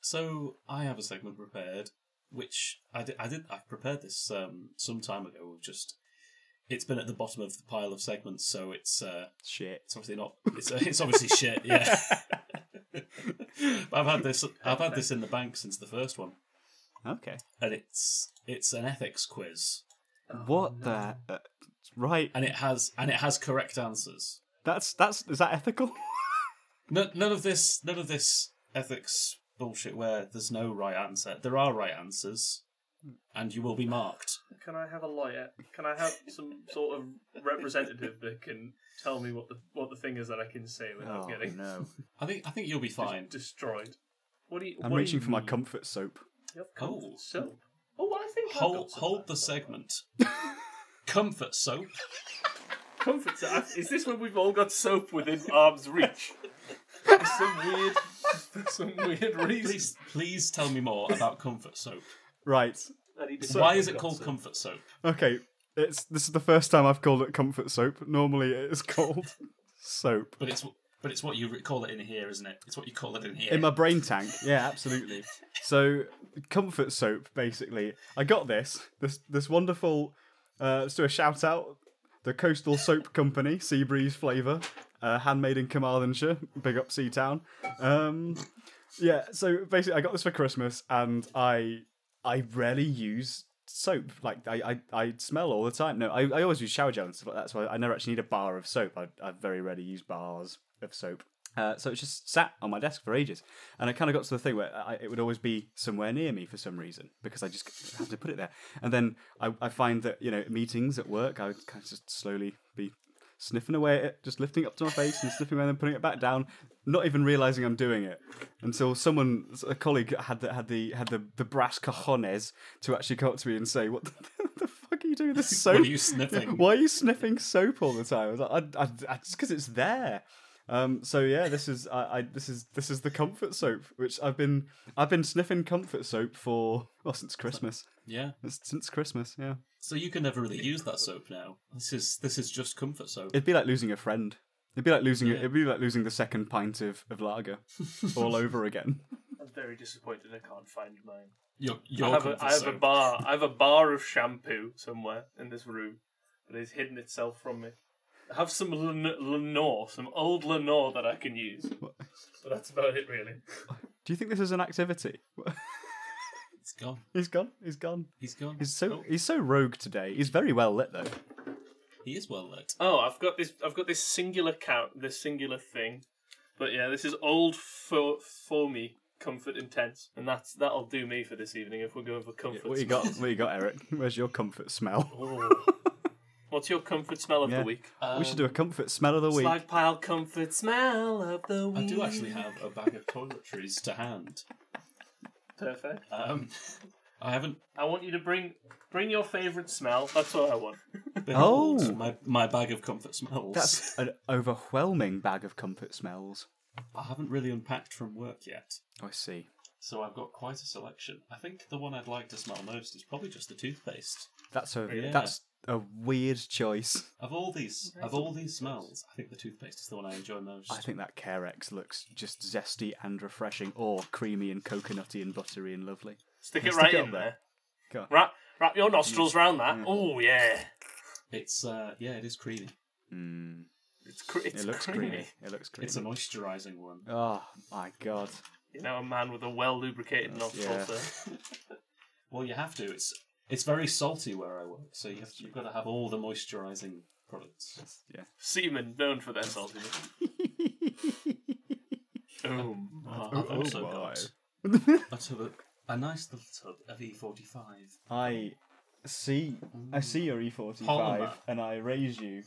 Speaker 3: So I have a segment prepared, which I did. I did. I prepared this um, some time ago. We've just it's been at the bottom of the pile of segments, so it's uh,
Speaker 1: Shit.
Speaker 3: it's obviously not. It's, uh, it's obviously shit. Yeah. But I've had this. I've had this in the bank since the first one,
Speaker 1: Okay.
Speaker 3: and it's it's an ethics quiz,
Speaker 1: what the? Uh, right.
Speaker 3: and it has and it has correct answers.
Speaker 1: That's that's is that ethical?
Speaker 3: No, none of this. None of this ethics bullshit where there's no right answer. There are right answers, and you will be marked.
Speaker 2: Can I have a lawyer? Can I have some sort of representative that can tell me what the what the thing is that I can say without
Speaker 1: Oh,
Speaker 2: getting
Speaker 1: no.
Speaker 3: I think I think you'll be
Speaker 2: just
Speaker 3: fine.
Speaker 2: destroyed? What do you?
Speaker 1: I'm
Speaker 2: what do
Speaker 1: reaching
Speaker 2: you
Speaker 1: for my
Speaker 2: mean?
Speaker 1: comfort soap.
Speaker 2: Yep,
Speaker 3: Oh.
Speaker 2: comfort soap. Oh, I think I've got
Speaker 3: Hold
Speaker 2: some
Speaker 3: hold
Speaker 2: of
Speaker 3: the
Speaker 2: that.
Speaker 3: segment. Comfort soap.
Speaker 2: Comfort soap. Is this when we've all got soap within arm's reach? For some weird, for some weird reason.
Speaker 3: Please please tell me more about comfort soap.
Speaker 1: Right.
Speaker 3: Why is it called comfort soap?
Speaker 1: Okay. It's this is the first time I've called it comfort soap. Normally it is called soap.
Speaker 3: But it's but it's what you re- call it in here, isn't it? It's what you call it in here.
Speaker 1: In my brain tank. Yeah, absolutely. so comfort soap, basically. I got this. This this wonderful uh let's do a shout out. The Coastal Soap Company, Seabreeze Flavour, uh, handmade in Carmarthenshire, big up Sea Town. Um, yeah, so basically I got this for Christmas and I I rarely use soap. Like I, I, I smell all the time. No, I, I always use shower gel and stuff like that, so I, I never actually need a bar of soap. I, I very rarely use bars of soap. Uh, so it's just sat on my desk for ages, and I kind of got to the thing where I, it would always be somewhere near me for some reason because I just have to put it there. And then I, I find that you know at meetings at work, I would kind of just slowly be sniffing away at it, just lifting it up to my face and sniffing away and then putting it back down, not even realizing I'm doing it until someone, a colleague, had the, had the had the, the brass cojones to actually come up to me and say, "What the, the fuck are you doing with this soap?
Speaker 3: What are you sniffing?
Speaker 1: Why are you sniffing soap all the time?" I was like, I, I, I, "Just because it's there." Um, so yeah, this is I, I this is this is the comfort soap which I've been I've been sniffing comfort soap for well since Christmas
Speaker 3: Yeah.
Speaker 1: It's since Christmas yeah
Speaker 3: So you can never really use that soap now. This is this is just comfort soap.
Speaker 1: It'd be like losing a friend. It'd be like losing.
Speaker 3: Yeah.
Speaker 1: It'd be like losing the second pint of, of lager all over again.
Speaker 2: I'm very disappointed. I can't find mine.
Speaker 3: Your,
Speaker 2: I
Speaker 3: your
Speaker 2: have, a,
Speaker 3: comfort
Speaker 2: I have a
Speaker 3: soap.
Speaker 2: bar. I have a bar of shampoo somewhere in this room that has hidden itself from me. I have some Len- Lenore, some old Lenore that I can use. But that's about it, really.
Speaker 1: Do you think this is an activity?
Speaker 3: It's gone.
Speaker 1: he's gone. He's gone.
Speaker 3: He's gone.
Speaker 1: He's so
Speaker 3: Oh,
Speaker 1: he's so rogue today. He's very well lit though.
Speaker 3: he is well lit.
Speaker 2: Oh, I've got this. I've got this singular count. This singular thing. But yeah, this is old fo- foamy comfort intense, and that's that'll do me for this evening if we're going for comfort.
Speaker 1: What you got? What you got, Eric? Where's your comfort smell?
Speaker 2: What's your comfort smell of
Speaker 1: Yeah.
Speaker 2: the week?
Speaker 1: we should do
Speaker 3: Um,
Speaker 1: a comfort smell of the week.
Speaker 2: Slag pile comfort smell of the
Speaker 3: I
Speaker 2: week.
Speaker 3: do actually have a bag of toiletries to hand.
Speaker 2: perfect.
Speaker 3: Um, I haven't.
Speaker 2: I want you to bring bring your favourite smell. That's all I want.
Speaker 3: Behold
Speaker 1: Oh.
Speaker 3: my my bag of comfort smells.
Speaker 1: That's an overwhelming bag of comfort smells.
Speaker 3: I haven't really unpacked from work yet,
Speaker 1: I see.
Speaker 3: so I've got quite a selection. I think the one I'd like to smell most is probably just the toothpaste.
Speaker 1: That's a
Speaker 3: Yeah.
Speaker 1: that's a weird choice.
Speaker 3: Of all these, of all these smells, I think the toothpaste is the one I enjoy most.
Speaker 1: I think that Carex looks just zesty and refreshing, or creamy and coconutty and buttery and lovely.
Speaker 2: Stick
Speaker 1: Yeah,
Speaker 2: it
Speaker 1: stick
Speaker 2: right
Speaker 1: it up
Speaker 2: in
Speaker 1: there.
Speaker 2: there.
Speaker 1: Go on.
Speaker 2: Wrap wrap your nostrils round that. Oh yeah,
Speaker 3: It's uh, yeah, it is creamy.
Speaker 1: Mm,
Speaker 2: it's cre- it's
Speaker 1: it looks
Speaker 2: creamy.
Speaker 1: creamy. It looks creamy.
Speaker 3: It's a moisturising one.
Speaker 1: Oh my god!
Speaker 2: You know, a man with a well lubricated nostril.
Speaker 1: yeah.
Speaker 2: sir.
Speaker 3: Well, you have to. It's it's very salty where I work, so you have to, you've got to have all the moisturising products.
Speaker 1: Yeah.
Speaker 2: Seamen known for their saltiness. oh
Speaker 3: Uh,
Speaker 2: my.
Speaker 3: I've
Speaker 1: oh
Speaker 3: also
Speaker 1: my.
Speaker 3: got a tub, of, a nice little tub of E E45.
Speaker 1: I see. I see your E forty five,
Speaker 3: Polymer.
Speaker 1: and I raise you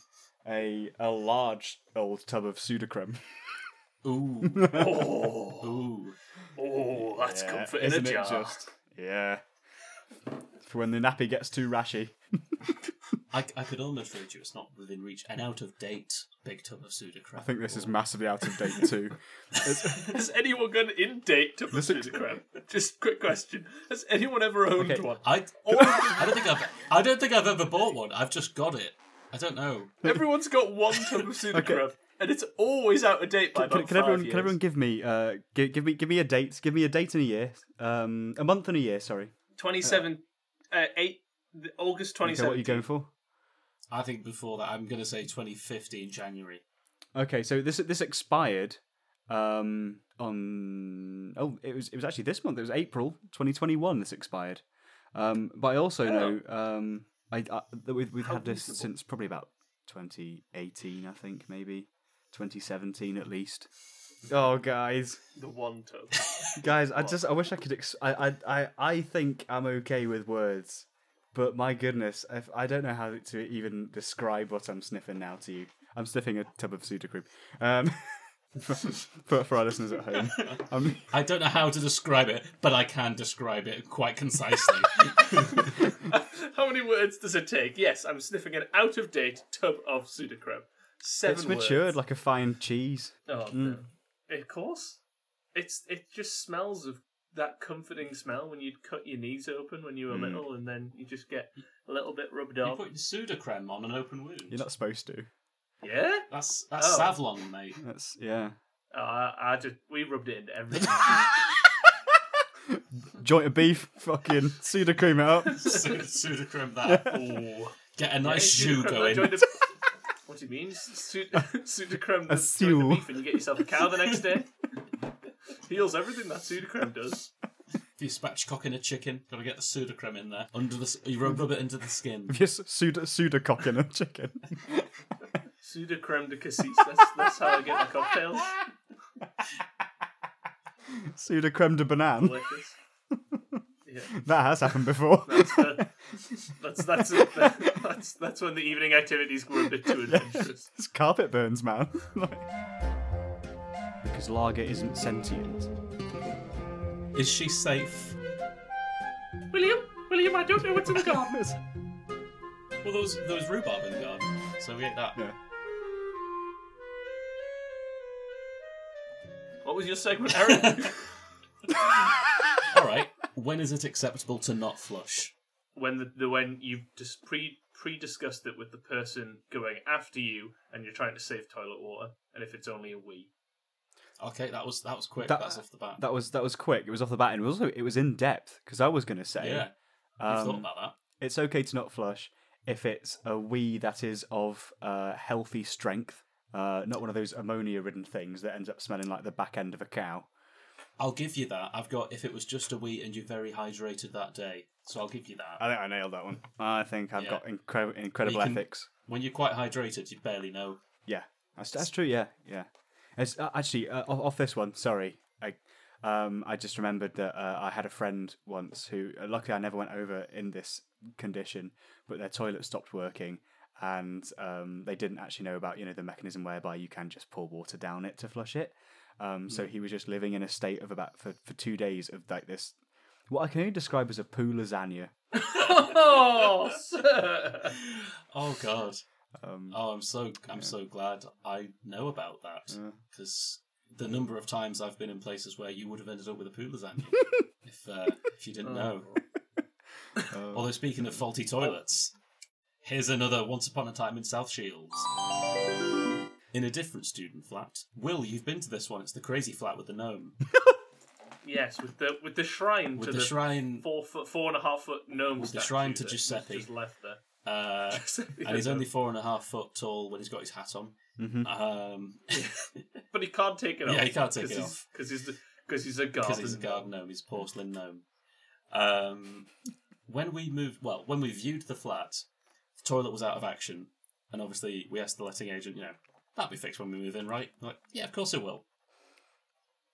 Speaker 1: a a large old tub of pseudocreme.
Speaker 3: Ooh,
Speaker 2: Oh,
Speaker 3: ooh.
Speaker 2: oh, that's
Speaker 1: Yeah,
Speaker 2: comfort in a
Speaker 1: isn't it
Speaker 2: jar.
Speaker 1: just? Yeah. For when the nappy gets too rashy.
Speaker 3: I, I could almost read you. It's not within reach. An out of date big tub of pseudocrem.
Speaker 1: I think this is massively out of date too. It's-
Speaker 2: Has anyone got an in-date to
Speaker 1: Listen-
Speaker 2: Instagram? Just quick question: Has anyone ever owned
Speaker 1: Okay.
Speaker 2: one?
Speaker 3: I, oh, I don't think I've I don't think I've ever bought one. I've just got it. I don't know.
Speaker 2: Everyone's got one tub of pseudocreme, and it's always out of date by
Speaker 1: can, can
Speaker 2: about five
Speaker 1: everyone
Speaker 2: years.
Speaker 1: can everyone give me uh give, give me give me a date give me a date and a year um a month and a year sorry
Speaker 2: 27, uh, 8, th- August
Speaker 1: okay what are
Speaker 2: 27.
Speaker 1: you going for
Speaker 3: I think before that, I'm going to say 2015 January.
Speaker 1: okay so this this expired um on oh it was it was actually this month it was April 2021 this expired um but I also know um I, I that we've we've had this since probably about 2018 I think maybe 2017 at least Oh, guys,
Speaker 2: The one tub.
Speaker 1: guys, I
Speaker 2: What?
Speaker 1: just I wish I could. Ex- I, I I I think I'm okay with words, but my goodness, if, I don't know how to even describe what I'm sniffing now to you. I'm sniffing a tub of pseudocreep. Um, for, for our listeners at home, I'm,
Speaker 3: I don't know how to describe it, but I can describe it quite concisely.
Speaker 2: How many words does it take? Yes, I'm sniffing an out of date tub of pseudocreme. Seven
Speaker 1: it's Mm. matured
Speaker 2: words.
Speaker 1: like a fine cheese.
Speaker 2: Oh, no. Of course. It's it just smells of that comforting smell when you'd cut your knees open when you
Speaker 1: Mm.
Speaker 2: were little, and then you just get a little bit rubbed
Speaker 3: You're
Speaker 2: off.
Speaker 3: putting pseudocreme on an open wound.
Speaker 1: You're not supposed to.
Speaker 2: Yeah.
Speaker 3: That's that's
Speaker 2: Oh.
Speaker 3: Savlon, mate.
Speaker 1: That's yeah.
Speaker 2: Oh, I, I just we rubbed it into everything.
Speaker 1: Joint of beef, fucking pseudocream it up.
Speaker 3: Pseu- pseudocreme that.
Speaker 2: Ooh.
Speaker 3: Get a nice
Speaker 2: Yeah, pseudocreme
Speaker 3: shoe
Speaker 2: that
Speaker 3: going.
Speaker 2: joined the- what do you mean? Pseudocreme that joined
Speaker 1: sew.
Speaker 2: the beef and you get yourself a cow the next day. Heals everything that pseudocreme does.
Speaker 3: If you spatchcock in a chicken, gotta get the pseudocreme in there. Under the s- you rub, rub it into the skin.
Speaker 1: Yes, pseudo pseudocock in a chicken.
Speaker 2: Pseudocreme de cassis. That's, that's how I get my cocktails.
Speaker 1: Pseudocreme de banane.
Speaker 2: Delicious. Yeah.
Speaker 1: That has happened before.
Speaker 2: That's the, that's that's it. that's that's when the evening activities were a bit too adventurous.
Speaker 1: It's carpet burns, man. because lager isn't sentient.
Speaker 3: Is she safe?
Speaker 2: William, William, I don't know what's in the garden.
Speaker 3: Well, there was, there was rhubarb in the garden, so we ate that.
Speaker 1: Yeah.
Speaker 2: What was your segment, Aaron?
Speaker 3: All right. When is it acceptable to not flush?
Speaker 2: when the, the when you've just pre pre discussed it with the person going after you, and you're trying to save toilet water, and if it's only a wee.
Speaker 3: Okay, that was that was quick.
Speaker 1: That-
Speaker 3: That's off the bat.
Speaker 1: That was that was quick. It was off the bat, and it was also it was in depth. Because I was going to say,
Speaker 3: yeah,
Speaker 1: um,
Speaker 3: you thought about that.
Speaker 1: it's okay to not flush if it's a wee that is of uh, healthy strength, uh, not one of those ammonia-ridden things that ends up smelling like the back end of a cow.
Speaker 3: I'll give you that. I've got if it was just a wee and you're very hydrated that day, so I'll give you that.
Speaker 1: I think I nailed that one. I think I've
Speaker 3: Yeah.
Speaker 1: got incre- incredible
Speaker 3: can-
Speaker 1: ethics.
Speaker 3: When you're quite hydrated, you barely know.
Speaker 1: Yeah, that's, that's true. Yeah, yeah. It's, uh, actually, uh, off, off this one. Sorry, I, um, I just remembered that uh, I had a friend once who, uh, luckily, I never went over in this condition, but their toilet stopped working, and um, they didn't actually know about you know the mechanism whereby you can just pour water down it to flush it. Um, so he was just living in a state of about for, for two days of like this, what I can only describe as a poo lasagna.
Speaker 2: Oh, sir.
Speaker 3: Oh God.
Speaker 1: Um,
Speaker 3: Oh, I'm so I'm so glad I know about that because the number of times I've been in places where you would have ended up with a poo lasagna if uh, if you didn't
Speaker 2: Oh.
Speaker 3: know.
Speaker 1: uh,
Speaker 3: Although speaking of faulty toilets, here's another Once Upon a Time in South Shields. In a different student flat, Will, you've been to this one. It's the crazy flat with the gnome,
Speaker 2: Yes, with the with the shrine
Speaker 3: with
Speaker 2: to
Speaker 3: the, shrine,
Speaker 2: four foot, four and a half foot gnome.
Speaker 3: With the
Speaker 2: statue
Speaker 3: shrine to
Speaker 2: that
Speaker 3: Giuseppe.
Speaker 2: Just left there.
Speaker 3: uh, and he's
Speaker 2: Yeah,
Speaker 3: only four and a half foot tall when he's got his hat on.
Speaker 1: mm-hmm.
Speaker 3: Um,
Speaker 2: But he can't take it off.
Speaker 3: Yeah, he can't take it off.
Speaker 2: Because he's because he's a garden.
Speaker 3: because he's a garden gnome, he's a porcelain gnome. Um, when we moved, well, when we viewed the flat, the toilet was out of action, and obviously we asked the letting agent, you know, that'll be fixed when we move in, right? They're like, yeah, of course it will.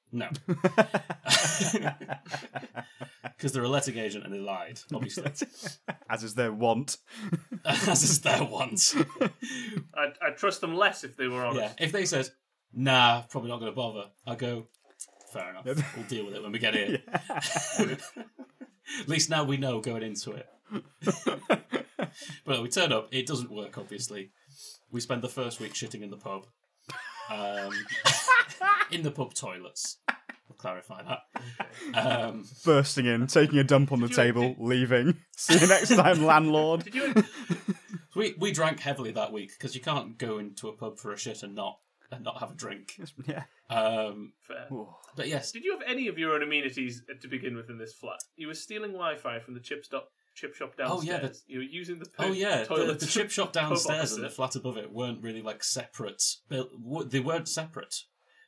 Speaker 3: No, because they're a letting agent and they lied, obviously,
Speaker 1: as is their want.
Speaker 3: as is their once.
Speaker 2: I I trust them less if they were honest.
Speaker 3: Yeah, if they said, nah, probably not going to bother, I go, fair enough, we'll deal with it when we get in. At least now we know going into it. but we turn up, it doesn't work, obviously. We spend the first week shitting in the pub. Um, in the pub toilets. We'll clarify that. Um,
Speaker 1: bursting in, taking a dump on the table, leaving. See you next time, landlord.
Speaker 2: Did you
Speaker 3: we, we drank heavily that week because you can't go into a pub for a shit and not and not have a drink.
Speaker 1: Yeah.
Speaker 3: Um,
Speaker 2: fair?
Speaker 3: but yes,
Speaker 2: Did you have any of your own amenities to begin with in this flat? You were stealing Wi-Fi from the chip stop, chip shop
Speaker 3: Oh,
Speaker 2: downstairs.
Speaker 3: yeah,
Speaker 2: You were using the poo-
Speaker 3: Oh yeah, the,
Speaker 2: toilet
Speaker 3: the chip shop downstairs and the
Speaker 2: opposite.
Speaker 3: flat above it weren't really like separate. built- w- They weren't separate.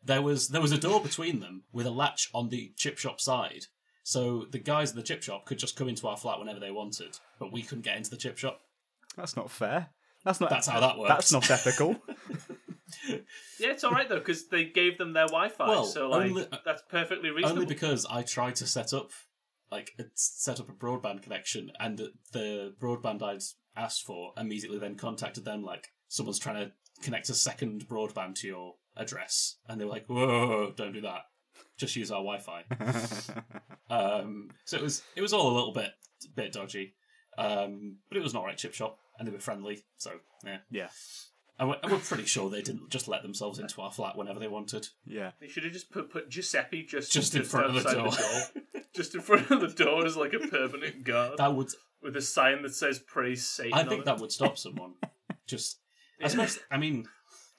Speaker 3: There was there was a door between them with a latch on the chip shop side, so the guys at the chip shop could just come into our flat whenever they wanted, but we couldn't get into the chip shop.
Speaker 1: That's not fair. That's not.
Speaker 3: That's how that works.
Speaker 1: That's not ethical.
Speaker 2: Yeah, it's all right though because they gave them their Wi-Fi,
Speaker 3: Well,
Speaker 2: so like
Speaker 3: only-
Speaker 2: that's perfectly reasonable.
Speaker 3: Only because I tried to set up, like, a- set up a broadband connection, and the broadband I'd asked for immediately then contacted them, like, someone's trying to connect a second broadband to your address, and they were like, "Whoa, don't do that. Just use our Wi-Fi." um, so it was it was all a little bit bit dodgy, um, but it was an alright chip shop, and they were friendly, so yeah.
Speaker 1: yeah,
Speaker 3: And we're, and we're pretty sure they didn't just let themselves into our flat whenever they wanted.
Speaker 1: yeah.
Speaker 2: They should have just put, put Giuseppe just
Speaker 3: Just in front of the
Speaker 2: outside
Speaker 3: door.
Speaker 2: door. just in front of the door as like a permanent guard
Speaker 3: That would
Speaker 2: with a sign that says "Praise Satan."
Speaker 3: I
Speaker 2: on
Speaker 3: think
Speaker 2: it.
Speaker 3: that would stop someone. just, as much, I mean,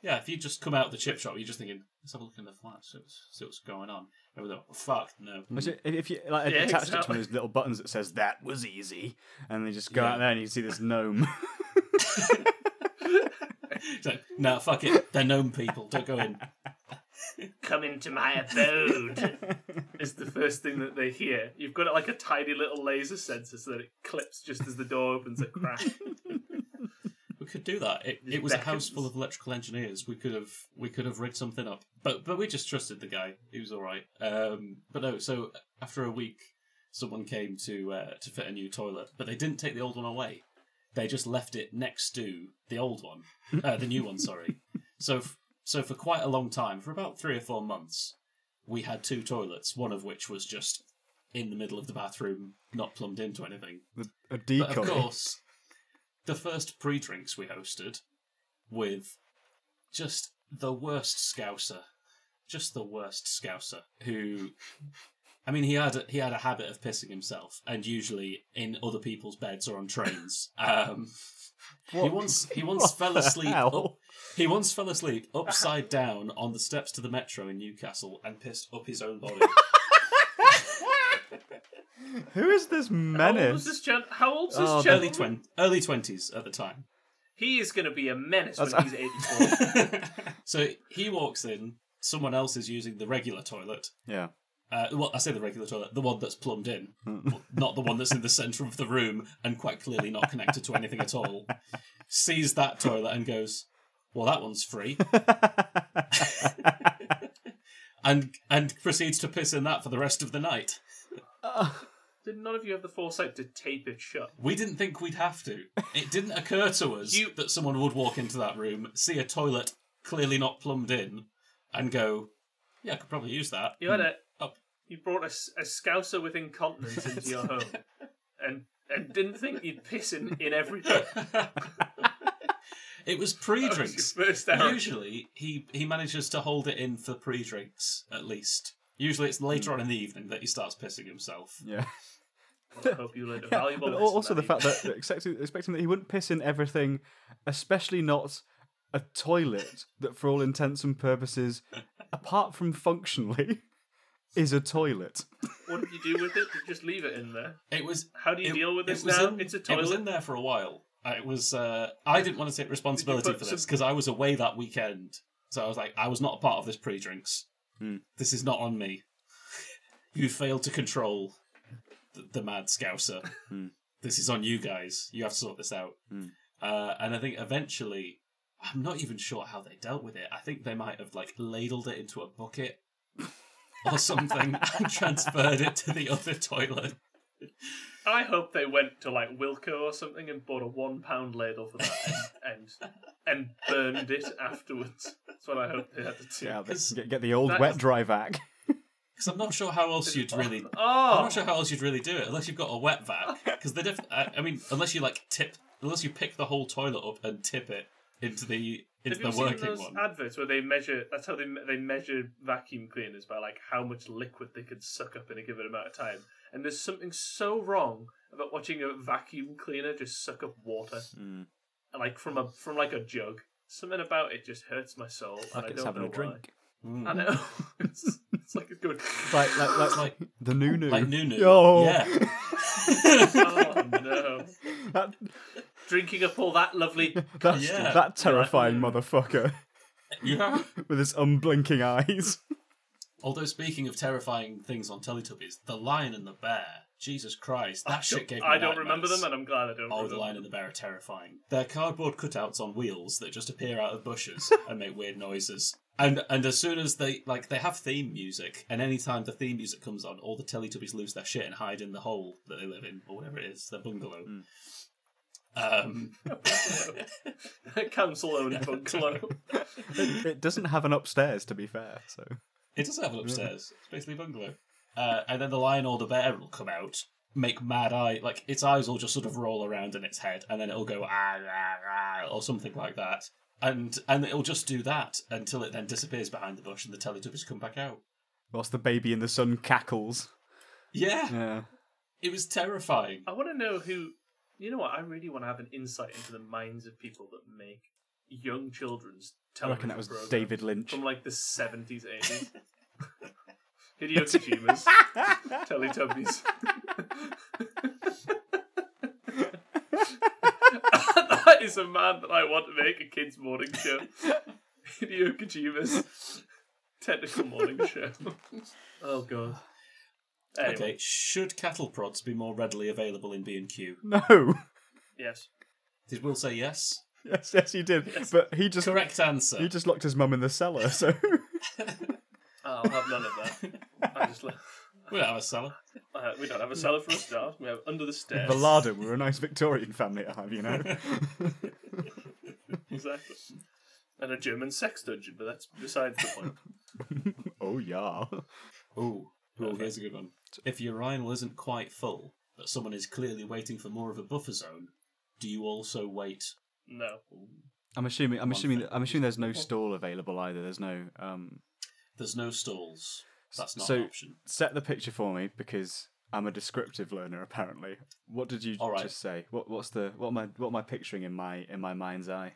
Speaker 3: yeah, if you just come out of the chip shop, you're just thinking, let's have a look in the flat, see what's, see what's going on. And we're like, "Oh, fuck, no.
Speaker 1: Actually, if, if you like
Speaker 2: Yeah,
Speaker 1: attached it to
Speaker 2: exactly.
Speaker 1: one of those little buttons that says "That was easy," and they just go
Speaker 3: Yeah.
Speaker 1: out there and you see this gnome.
Speaker 3: It's like, no, fuck it, they're known people, don't go in.
Speaker 2: come into my abode is the first thing that they hear. You've got like a tiny little laser sensor so that it clips just as the door opens a crack.
Speaker 3: We could do that. It,
Speaker 2: Just
Speaker 3: it was a
Speaker 2: beckons.
Speaker 3: house full of electrical engineers. We could have we could have rigged something up, but but we just trusted the guy. He was all right. Um, but no, so after a week, someone came to uh, to fit a new toilet, but they didn't take the old one away. They just left it next to the old one, uh, the new one. Sorry. So f- so for quite a long time, for about three or four months, we had two toilets. One of which was just in the middle of the bathroom, not plumbed into anything.
Speaker 1: a
Speaker 3: But
Speaker 1: decoy.
Speaker 3: of course, the first pre drinks we hosted with just the worst scouser, just the worst scouser who. I mean, he had a, he had a habit of pissing himself, and usually in other people's beds or on trains. Um, he
Speaker 1: What-
Speaker 3: once he once
Speaker 1: what
Speaker 3: fell
Speaker 1: the
Speaker 3: asleep.
Speaker 1: hell?
Speaker 3: Up, he once fell asleep upside down on the steps to the metro in Newcastle and pissed up his own body.
Speaker 1: Who is this
Speaker 2: How old was
Speaker 1: menace?
Speaker 2: this gent? How old's this
Speaker 1: Oh,
Speaker 3: early
Speaker 2: gentleman?
Speaker 3: twen- early twenties at the time.
Speaker 2: He is going to be a menace when
Speaker 1: That's-
Speaker 2: he's 84.
Speaker 3: so he walks in. Someone else is using the regular toilet.
Speaker 1: Yeah.
Speaker 3: Uh, well, I say the regular toilet, the one that's plumbed in, Well, not the one that's in the centre of the room and quite clearly not connected to anything at all. Sees that toilet and goes, "Well, that one's free," and and proceeds to piss in that for the rest of the night.
Speaker 2: Did none of you have the foresight to tape it shut?
Speaker 3: We didn't think we'd have to. It didn't occur to us
Speaker 2: You-
Speaker 3: that someone would walk into that room, see a toilet clearly not plumbed in, and go, "Yeah, I could probably use that."
Speaker 2: You had a
Speaker 3: Oh.
Speaker 2: you brought a, s- a scouser with incontinence into your home, and and didn't think you'd piss in, in everything.
Speaker 3: It was
Speaker 2: Drinks.
Speaker 3: pre-drinks.
Speaker 2: First error.
Speaker 3: Usually, he he manages to hold it in for pre-drinks at least. Usually, it's later on in the evening that he starts pissing himself.
Speaker 1: Yeah.
Speaker 2: Well, I hope you learned a valuable
Speaker 1: But al-
Speaker 2: lesson
Speaker 1: also the
Speaker 2: that
Speaker 1: fact that that expecting, expecting that he wouldn't piss in everything, especially not a toilet that, for all intents and purposes, apart from functionally, is a toilet.
Speaker 2: evening. What did you do with it? Did you just leave it in there?
Speaker 3: It was.
Speaker 2: How do you
Speaker 3: it-
Speaker 2: deal with
Speaker 3: it
Speaker 2: this
Speaker 3: was
Speaker 2: now?
Speaker 3: in-
Speaker 2: it's a
Speaker 3: It was
Speaker 2: toilet.
Speaker 3: in there for a while. Uh, It was. Uh, I didn't want to take responsibility
Speaker 2: put
Speaker 3: for this
Speaker 2: some-
Speaker 3: because I was away that weekend. So I was like, I was not a part of this pre-drinks.
Speaker 1: Hmm.
Speaker 3: This is not on me. You failed to control the, the mad scouser.
Speaker 1: Hmm.
Speaker 3: This is on you guys. You have to sort this out.
Speaker 1: Hmm.
Speaker 3: Uh, and I think eventually, I'm not even sure how they dealt with it. I think they might have like ladled it into a bucket or something and transferred it to the other toilet.
Speaker 2: I hope they went to like Wilco or something and bought a one pound ladle for that and and burned it afterwards. That's what I hope they had to do.
Speaker 1: Yeah, they-
Speaker 3: Because
Speaker 1: get, get the old
Speaker 2: that-
Speaker 1: wet dry vac.
Speaker 3: Because I'm not sure how else you'd really. I'm
Speaker 2: Oh,
Speaker 3: not sure how else you'd really do it unless you've got a wet vac. Because they def- I, I mean, unless you like tip, unless you pick the whole toilet up and tip it into the
Speaker 2: have
Speaker 3: into
Speaker 2: you
Speaker 3: the
Speaker 2: seen
Speaker 3: working
Speaker 2: those
Speaker 3: one.
Speaker 2: adverts where they measure? That's how they me- they measure vacuum cleaners by like how much liquid they can suck up in a given amount of time. And there's something so wrong about watching a vacuum cleaner just suck up water, like from a from like a jug. Something about it just hurts my soul. and I
Speaker 1: Like it's
Speaker 2: don't
Speaker 1: having
Speaker 2: know
Speaker 1: a drink.
Speaker 2: Why. I know. it's, it's like it's going.
Speaker 1: It's Like, like, like,
Speaker 3: It's like
Speaker 1: the new new.
Speaker 3: like Nunu.
Speaker 1: Oh.
Speaker 3: Yeah.
Speaker 2: oh no.
Speaker 1: That,
Speaker 2: drinking up all that lovely.
Speaker 1: that's-
Speaker 3: Yeah.
Speaker 1: that terrifying motherfucker
Speaker 3: you have.
Speaker 1: with his unblinking eyes.
Speaker 3: Although speaking of terrifying things on Teletubbies, the lion and the bear Jesus Christ, that
Speaker 2: I
Speaker 3: shit
Speaker 2: don't-
Speaker 3: gave me
Speaker 2: I don't remember
Speaker 3: nightmares.
Speaker 2: them, and I'm glad I don't. remember
Speaker 3: Oh, the
Speaker 2: them.
Speaker 3: Lion and the Bear are terrifying. They're cardboard cutouts on wheels that just appear out of bushes and make weird noises. And and as soon as they like they have theme music, and any time the theme music comes on, all the Teletubbies lose their shit and hide in the hole that they live in or whatever it is, their bungalow. Um,
Speaker 2: Council owned bungalow.
Speaker 1: It, it doesn't have an upstairs, to be fair. So
Speaker 3: it does have an upstairs. It's basically a bungalow. Uh, and then the lion or the bear will come out, make mad eye like its eyes will just sort of roll around in its head, and then it'll go ah, ah, ah or something like that. And and it'll just do that until it then disappears behind the bush and the Teletubbies come back out.
Speaker 1: whilst the baby in the sun cackles,
Speaker 3: Yeah,
Speaker 1: yeah,
Speaker 3: it was terrifying.
Speaker 2: I want to know who. You know what? I really want to have an insight into the minds of people that make young children's
Speaker 1: I reckon
Speaker 2: television
Speaker 1: that was
Speaker 2: programs
Speaker 1: David Lynch.
Speaker 2: from like the seventies, eighties. Video consumers, Teletubbies. that is a man that I want to make a kids' morning show. Hideo Kojima's technical morning show. Oh god. Anyway,
Speaker 3: Okay, should cattle prods be more readily available in B and Q?
Speaker 1: No,
Speaker 2: yes.
Speaker 3: Did Will say yes?
Speaker 1: yes, yes, he did, but he just
Speaker 3: Correct answer.
Speaker 1: he just locked his mum in the cellar. So
Speaker 2: I'll have none of that. I just left.
Speaker 3: We don't have a cellar.
Speaker 2: Uh, we don't have a cellar for a start. We have under the stairs.
Speaker 1: the larder were a nice Victorian family to have, you know.
Speaker 2: Exactly. And a German sex dungeon, but that's besides the point.
Speaker 1: oh yeah.
Speaker 3: Ooh, ooh,
Speaker 2: Perfect.
Speaker 3: here's a good one. If your urinal isn't quite full, but someone is clearly waiting for more of a buffer zone, do you also wait?
Speaker 2: No.
Speaker 1: I'm assuming. I'm
Speaker 3: One
Speaker 1: assuming.
Speaker 3: thing.
Speaker 1: that- I'm assuming there's no stall available either. There's no. Um,
Speaker 3: There's no stalls. That's not
Speaker 1: So-
Speaker 3: an option.
Speaker 1: set the picture for me because I'm a descriptive learner. Apparently, what did you
Speaker 3: All right.
Speaker 1: just say? What What's the what am I what am I picturing in my in my mind's eye?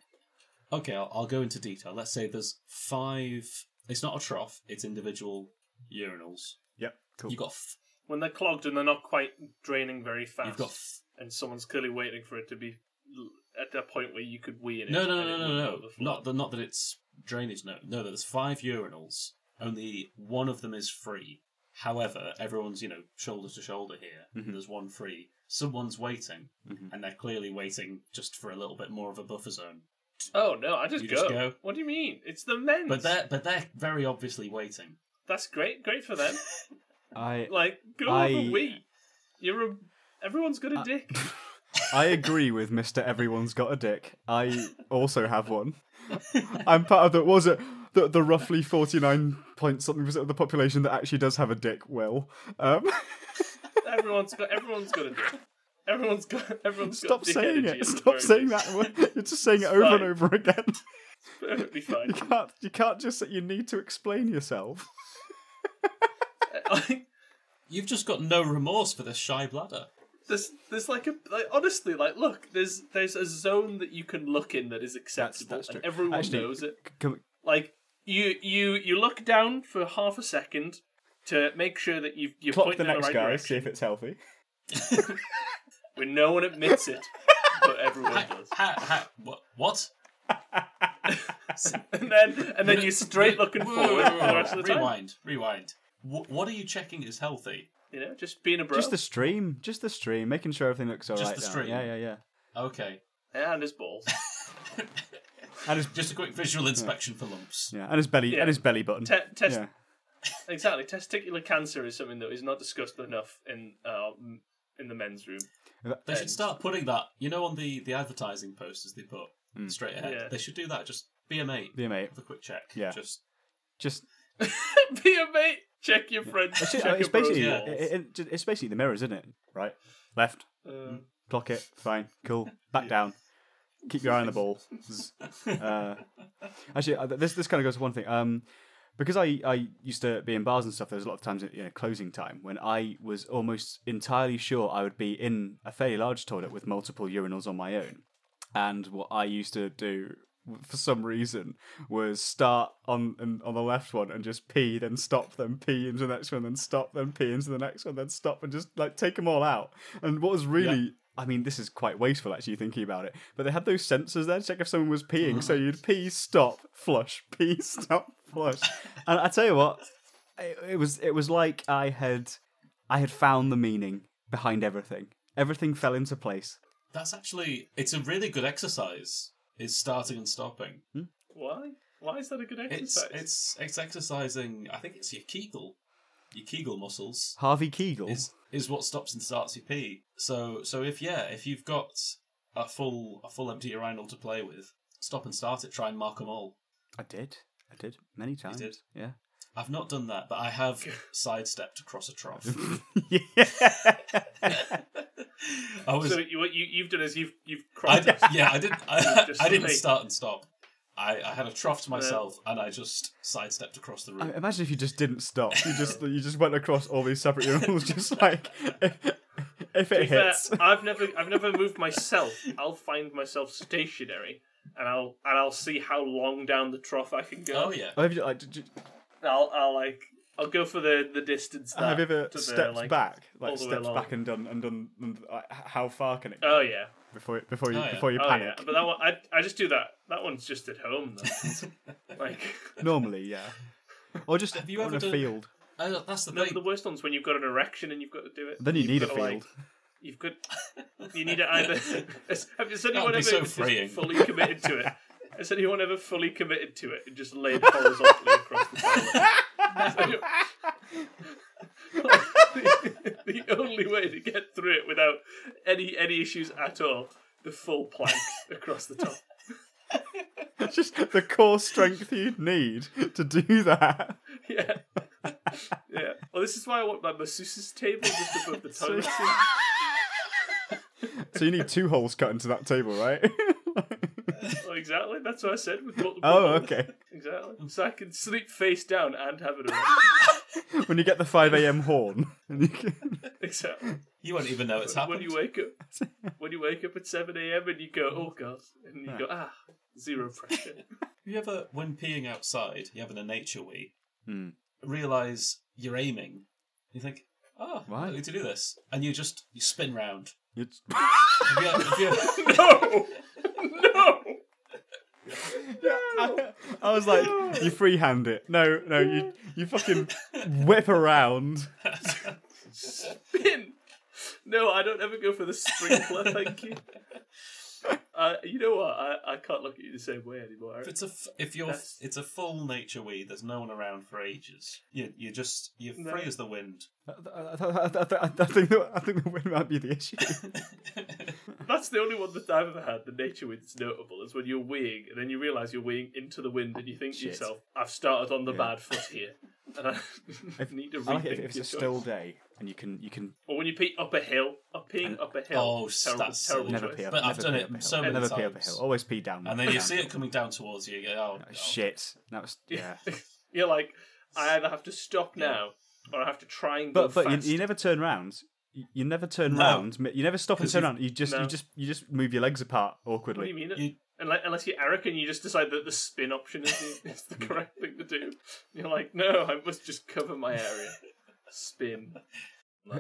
Speaker 3: Okay, I'll, I'll go into detail. Let's say there's five. It's not a trough. It's individual urinals.
Speaker 1: Yep, cool.
Speaker 3: You've got f-
Speaker 2: When they're clogged and they're not quite draining very fast,
Speaker 3: you've got f-
Speaker 2: and someone's clearly waiting for it to be l- at a point where you could wee in it.
Speaker 3: No,
Speaker 2: and
Speaker 3: no, no,
Speaker 2: it
Speaker 3: no,
Speaker 2: wouldn't
Speaker 3: no, no.
Speaker 2: overflow.
Speaker 3: Not, the, not that it's drainage. No, no. There's five urinals. Only one of them is free. However, everyone's you know shoulder to shoulder here.
Speaker 1: Mhm.
Speaker 3: There's one free. Someone's waiting,
Speaker 1: Mhm.
Speaker 3: and they're clearly waiting just for a little bit more of a buffer zone.
Speaker 2: Oh no! I just
Speaker 3: You
Speaker 2: go.
Speaker 3: just go.
Speaker 2: What do you mean? It's the men's.
Speaker 3: But they're but they're very obviously waiting.
Speaker 2: that's great. Great for them.
Speaker 1: I
Speaker 2: like go
Speaker 1: I-
Speaker 2: have a wee. You're a. Everyone's
Speaker 3: Uh,
Speaker 2: got a dick.
Speaker 1: I agree with Mister. Everyone's got a dick. I also have one. I'm part of the what was it the, the roughly forty nine point something percent of the population that actually does have a dick. Will um,
Speaker 2: everyone's got. Everyone's got a dick. Everyone's got. Everyone's
Speaker 1: stop
Speaker 2: got dick
Speaker 1: saying
Speaker 2: energy at
Speaker 1: it.
Speaker 2: the
Speaker 1: Stop
Speaker 2: very
Speaker 1: saying
Speaker 2: least.
Speaker 1: that. word. You're just saying it over and
Speaker 2: fine.
Speaker 1: over again.
Speaker 2: Perfectly fine.
Speaker 1: You can't. You can't just. You need to explain yourself.
Speaker 2: like,
Speaker 3: You've just got no remorse for this shy bladder.
Speaker 2: there's there's like a like, honestly like look there's there's a zone that you can look in that is acceptable
Speaker 1: that's
Speaker 2: and
Speaker 1: true.
Speaker 2: everyone
Speaker 1: Actually,
Speaker 2: knows it.
Speaker 1: Come-
Speaker 2: Like you you you look down for half a second to make sure that you you're
Speaker 1: clock the
Speaker 2: pointing in
Speaker 1: next
Speaker 2: the right
Speaker 1: guy. See
Speaker 2: direction
Speaker 1: if it's healthy.
Speaker 2: when no one admits it, but everyone does.
Speaker 3: Ha, ha, what? what?
Speaker 2: And then and then you're straight looking
Speaker 3: Whoa, whoa,
Speaker 2: forward
Speaker 3: whoa,
Speaker 2: for
Speaker 3: whoa,
Speaker 2: the rest of the time.
Speaker 3: Rewind, rewind. Wh- what are you checking is healthy?
Speaker 2: You know, just being a bro.
Speaker 1: Just the stream, just the stream, making sure everything looks alright.
Speaker 3: Just the
Speaker 1: now.
Speaker 3: stream.
Speaker 1: Yeah, yeah, yeah.
Speaker 3: Okay.
Speaker 2: yeah, and his balls.
Speaker 1: And his
Speaker 3: Just a quick visual inspection for lumps.
Speaker 1: Hmm. yeah, and his belly,
Speaker 2: Yeah.
Speaker 1: and his belly button.
Speaker 2: Te- test
Speaker 1: yeah.
Speaker 2: exactly. Testicular cancer is something that is not discussed enough in uh, m- in the men's room.
Speaker 3: They should
Speaker 2: And-
Speaker 3: start putting that, you know, on the, the advertising posters they put
Speaker 1: Mm.
Speaker 3: straight ahead.
Speaker 2: Yeah.
Speaker 3: They should do that. Just be a mate.
Speaker 1: Yeah, mate.
Speaker 3: Have a quick check.
Speaker 1: Yeah.
Speaker 3: Just
Speaker 1: Just
Speaker 2: Be a mate. Check your friends.
Speaker 1: it's,
Speaker 2: check
Speaker 1: just- uh, it's
Speaker 2: your bro's
Speaker 1: basically
Speaker 2: balls.
Speaker 1: it- it- it- it's basically the mirrors, isn't it? Right, left,
Speaker 2: Uh,
Speaker 1: clock it, fine, cool, back down. Keep your eye on the ball. Zzz. uh, actually, uh, this this kind of goes to one thing. Um, because I, I used to be in bars and stuff, there was a lot of times at you know, closing time when I was almost entirely sure I would be in a fairly large toilet with multiple urinals on my own. And what I used to do for some reason was start on on- on the left one and just pee, then stop, then pee into the next one, then stop, then pee into the next one, then stop, and just like take them all out. And what was really I mean, this is quite wasteful actually thinking about it. But they had those sensors there to check if someone was peeing, so you'd pee, stop, flush, pee, stop, flush. And I tell you what, it, it was it was like I had I had found the meaning behind everything. Everything fell into place.
Speaker 3: That's actually it's a really good exercise. Is starting and stopping.
Speaker 2: Why? Why is that a good
Speaker 3: It's
Speaker 2: exercise?
Speaker 3: it's it's exercising. I think it's your Kegel, your Kegel muscles
Speaker 1: Harvey
Speaker 2: Oh.
Speaker 1: Kegel.
Speaker 3: is is what stops and starts your pee. So so if yeah, if you've got a full a full empty urinal to play with, stop and start it. Try and mark them all.
Speaker 1: I did. I did many times.
Speaker 3: did.
Speaker 1: Yeah.
Speaker 3: I've not done that, but I have sidestepped across a trough. I was
Speaker 2: So you, what you, you've done is you've you've
Speaker 3: I
Speaker 2: crossed.
Speaker 3: d- yeah, I didn't. I,
Speaker 2: Just
Speaker 3: I didn't
Speaker 2: like-
Speaker 3: start and stop. I, I had a trough to myself, and I just sidestepped across the
Speaker 1: I
Speaker 3: room.
Speaker 1: imagine if you just didn't stop. You just you just went across all these separate urinals, just like if
Speaker 2: To
Speaker 1: it
Speaker 2: be fair,
Speaker 1: hits.
Speaker 2: I've never I've never moved myself. I'll find myself stationary, and I'll and I'll see how long down the trough I can go.
Speaker 3: Oh yeah,
Speaker 1: Or have you, like, did you-
Speaker 2: I'll I'll like I'll go for the the distance. That,
Speaker 1: have you ever
Speaker 2: to the,
Speaker 1: stepped
Speaker 2: like-
Speaker 1: back,
Speaker 2: all
Speaker 1: like
Speaker 2: the way
Speaker 1: stepped
Speaker 2: along.
Speaker 1: back and done and done? And, like, h- how far can it go
Speaker 2: Oh yeah.
Speaker 1: before before you
Speaker 3: Oh, yeah.
Speaker 1: before you
Speaker 2: Oh
Speaker 1: panic?
Speaker 2: yeah. But that one I I just do that. That one's just at home though. like
Speaker 1: Normally, yeah. Or just
Speaker 3: Have you
Speaker 1: on
Speaker 3: ever
Speaker 1: a
Speaker 3: done-
Speaker 1: field.
Speaker 3: Uh, that's the
Speaker 2: no,
Speaker 3: thing.
Speaker 2: the worst one's when you've got an erection and you've got to do it.
Speaker 1: Then you
Speaker 2: You've
Speaker 1: need a
Speaker 2: gotta, like,
Speaker 1: field.
Speaker 2: You've got. You need to either. Has has anyone
Speaker 3: be
Speaker 2: ever
Speaker 3: so
Speaker 2: just
Speaker 3: freeing.
Speaker 2: fully committed to it? Has anyone ever fully committed to it and just laid horizontally across the toilet? the, the only way to get through it without any any issues at all, the full plank across the top.
Speaker 1: just the core strength you'd need to do that.
Speaker 2: Yeah. Yeah. Well, this is why I want my masseuse's table just above the toilet seat.
Speaker 1: So you need two holes cut into that table, right?
Speaker 2: Well, exactly. That's what I said. With multiple
Speaker 1: oh,
Speaker 2: holes.
Speaker 1: okay.
Speaker 2: Exactly. So I can sleep face down and have it around.
Speaker 1: When you get the five a.m. horn, and you can...
Speaker 2: exactly.
Speaker 3: You won't even know it's happened.
Speaker 2: When you wake up, when you wake up at seven a.m. and you go, oh god, and you go, ah, zero pressure.
Speaker 3: You ever, when peeing outside, you having a nature wee,
Speaker 1: Hmm.
Speaker 3: realize you're aiming. You think, oh, I
Speaker 1: Why?
Speaker 3: don't need to do this, and you just you spin round.
Speaker 1: It's-
Speaker 3: Have you, have you ever-
Speaker 2: no, no.
Speaker 1: I, I was like, you freehand it. No, no, you you fucking whip around.
Speaker 2: Spin. No, I don't ever go for the sprinkler. Thank you. Uh, you know what? I, I can't look at you the same way anymore.
Speaker 3: if it's a f- if you're
Speaker 2: That's-
Speaker 3: it's a full nature wee, there's no one around for ages. You you just you're free
Speaker 2: No.
Speaker 3: as the wind.
Speaker 1: I, I, I, I, I think the, I think the wind might be the issue.
Speaker 2: That's the only one that I've ever had. The nature wind is notable is when you're weighing and then you realise you're weighing into the wind and you think to
Speaker 1: Shit.
Speaker 2: yourself, I've started on the
Speaker 1: Yeah.
Speaker 2: bad foot here. And I need to
Speaker 1: I like it if, if
Speaker 2: rethink
Speaker 1: it's
Speaker 2: your
Speaker 1: a still day and you can you can
Speaker 2: Or when you pee up a hill, up peeing
Speaker 1: And-
Speaker 2: up a hill.
Speaker 3: Oh,
Speaker 2: is terrible,
Speaker 3: that's
Speaker 2: terrible
Speaker 3: silly.
Speaker 1: never
Speaker 2: choice.
Speaker 1: pee up.
Speaker 3: But I've
Speaker 1: never
Speaker 3: done
Speaker 1: pee
Speaker 3: it
Speaker 1: up a hill.
Speaker 3: so many
Speaker 1: Never pee up a
Speaker 3: times.
Speaker 1: hill. Always pee down.
Speaker 3: And then you
Speaker 1: down.
Speaker 3: see it coming down towards you. You go, oh,
Speaker 1: Oh,
Speaker 3: God.
Speaker 1: Hmm. Shit, that was yeah.
Speaker 2: You're like, I either have to stop now or I have to try and go
Speaker 1: But but
Speaker 2: fast.
Speaker 1: you, you never turn round. You, you never turn
Speaker 3: No.
Speaker 1: round. You never stop and
Speaker 3: 'Cause
Speaker 1: turn
Speaker 3: you-
Speaker 1: round. You just
Speaker 2: no.
Speaker 1: you just you just move your legs apart
Speaker 2: what do
Speaker 1: awkwardly.
Speaker 2: you mean?
Speaker 3: You-
Speaker 2: Unless, unless you're Eric and you just decide that the spin option is the, is the correct thing to do. You're like, no, I must just cover my area. Spin.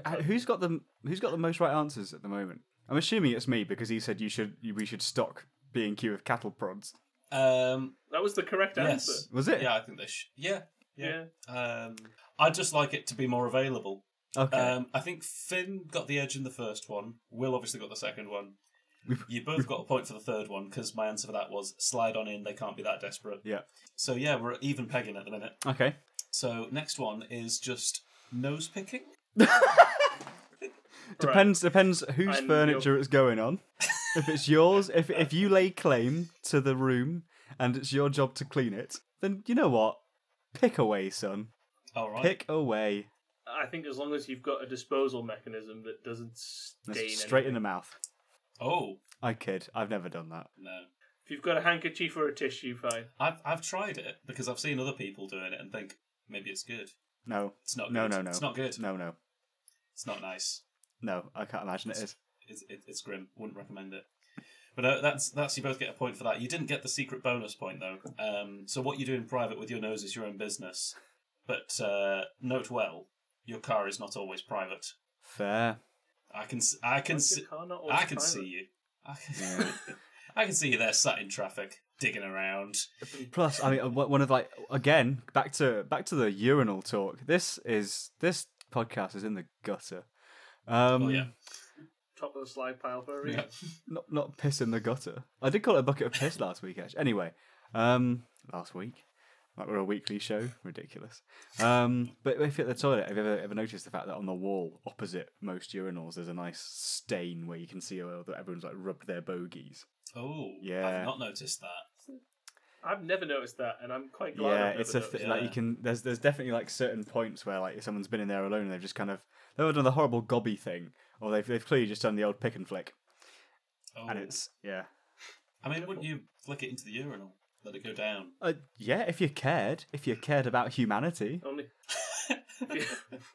Speaker 1: Uh, Who's got the Who's got the most right answers at the moment? I'm assuming it's me because he said you should you, we should stock B and Q with cattle prods.
Speaker 3: Um,
Speaker 2: That was the correct
Speaker 3: yes.
Speaker 2: answer.
Speaker 1: Was it?
Speaker 3: Yeah, I think they should. Yeah.
Speaker 2: Yeah.
Speaker 3: Um, I'd just like it to be more available.
Speaker 1: Okay.
Speaker 2: Uh,
Speaker 3: Um, I think Finn got the edge in the first one. Will obviously got the second one. You both got a point for the third one because my answer for that was slide on in. They can't be that desperate.
Speaker 1: yeah.
Speaker 3: So yeah, we're even pegging at the minute.
Speaker 1: Okay.
Speaker 3: So next one is just nose picking.
Speaker 1: Depends depends whose
Speaker 2: I'm-
Speaker 1: furniture it's going on. if it's yours, if if you lay claim to the room and it's your job to clean it, then you know what? Pick away, son.
Speaker 3: All right.
Speaker 1: Pick away.
Speaker 2: I think as long as you've got a disposal mechanism that doesn't
Speaker 1: That's
Speaker 2: stain
Speaker 1: straight
Speaker 2: anything.
Speaker 1: in the mouth.
Speaker 3: Oh
Speaker 1: I kid. I've never done that.
Speaker 3: no.
Speaker 2: If you've got a handkerchief or a tissue, fine.
Speaker 3: I've I've tried it because I've seen other people doing it and think maybe it's good.
Speaker 1: No.
Speaker 3: It's not.
Speaker 1: No,
Speaker 3: good.
Speaker 1: no, no.
Speaker 3: It's not good.
Speaker 1: No, no,
Speaker 3: It's not nice.
Speaker 1: no. I can't imagine it is.
Speaker 3: It's it, it's grim. Wouldn't recommend it. But uh, that's that's you both get a point for that. You didn't get the secret bonus point though. Um, so what you do in private with your nose is your own business. But uh, note well, your car is not always private.
Speaker 1: Fair.
Speaker 3: I can s- I can
Speaker 2: Why is
Speaker 3: see,
Speaker 2: your car not always
Speaker 3: I can
Speaker 2: private?
Speaker 3: see you. I can, I can see you there, sat in traffic, digging around.
Speaker 1: Plus, I mean, uh, one of like again back to back to the urinal talk. This is this podcast is in the gutter. Um,
Speaker 3: oh yeah,
Speaker 2: Top of the slide pile for a reason.
Speaker 3: yeah.
Speaker 1: Not not piss in the gutter. I did call it a bucket of piss last week, actually. Anyway, um, last week, like we're a weekly show, ridiculous. Um, but if you're at the toilet, have you ever ever noticed the fact that on the wall opposite most urinals, there's a nice stain where you can see where that everyone's like rubbed their bogies.
Speaker 3: Oh,
Speaker 1: Yeah.
Speaker 3: I've not noticed that.
Speaker 2: I've never noticed that, and I'm quite glad.
Speaker 1: yeah,
Speaker 2: I've never
Speaker 1: it's a
Speaker 2: noticed
Speaker 1: th-
Speaker 2: that.
Speaker 1: like you
Speaker 3: yeah.
Speaker 1: can. There's there's definitely like certain points where like someone's been in there alone and they've just kind of they've done the horrible gobby thing, or they've they've clearly just done the old pick and flick,
Speaker 3: Oh.
Speaker 1: and it's yeah.
Speaker 3: I mean, wouldn't you flick it into the urinal? Let it go down.
Speaker 1: Uh, yeah, if you cared, if you cared about humanity,
Speaker 2: Only if you- if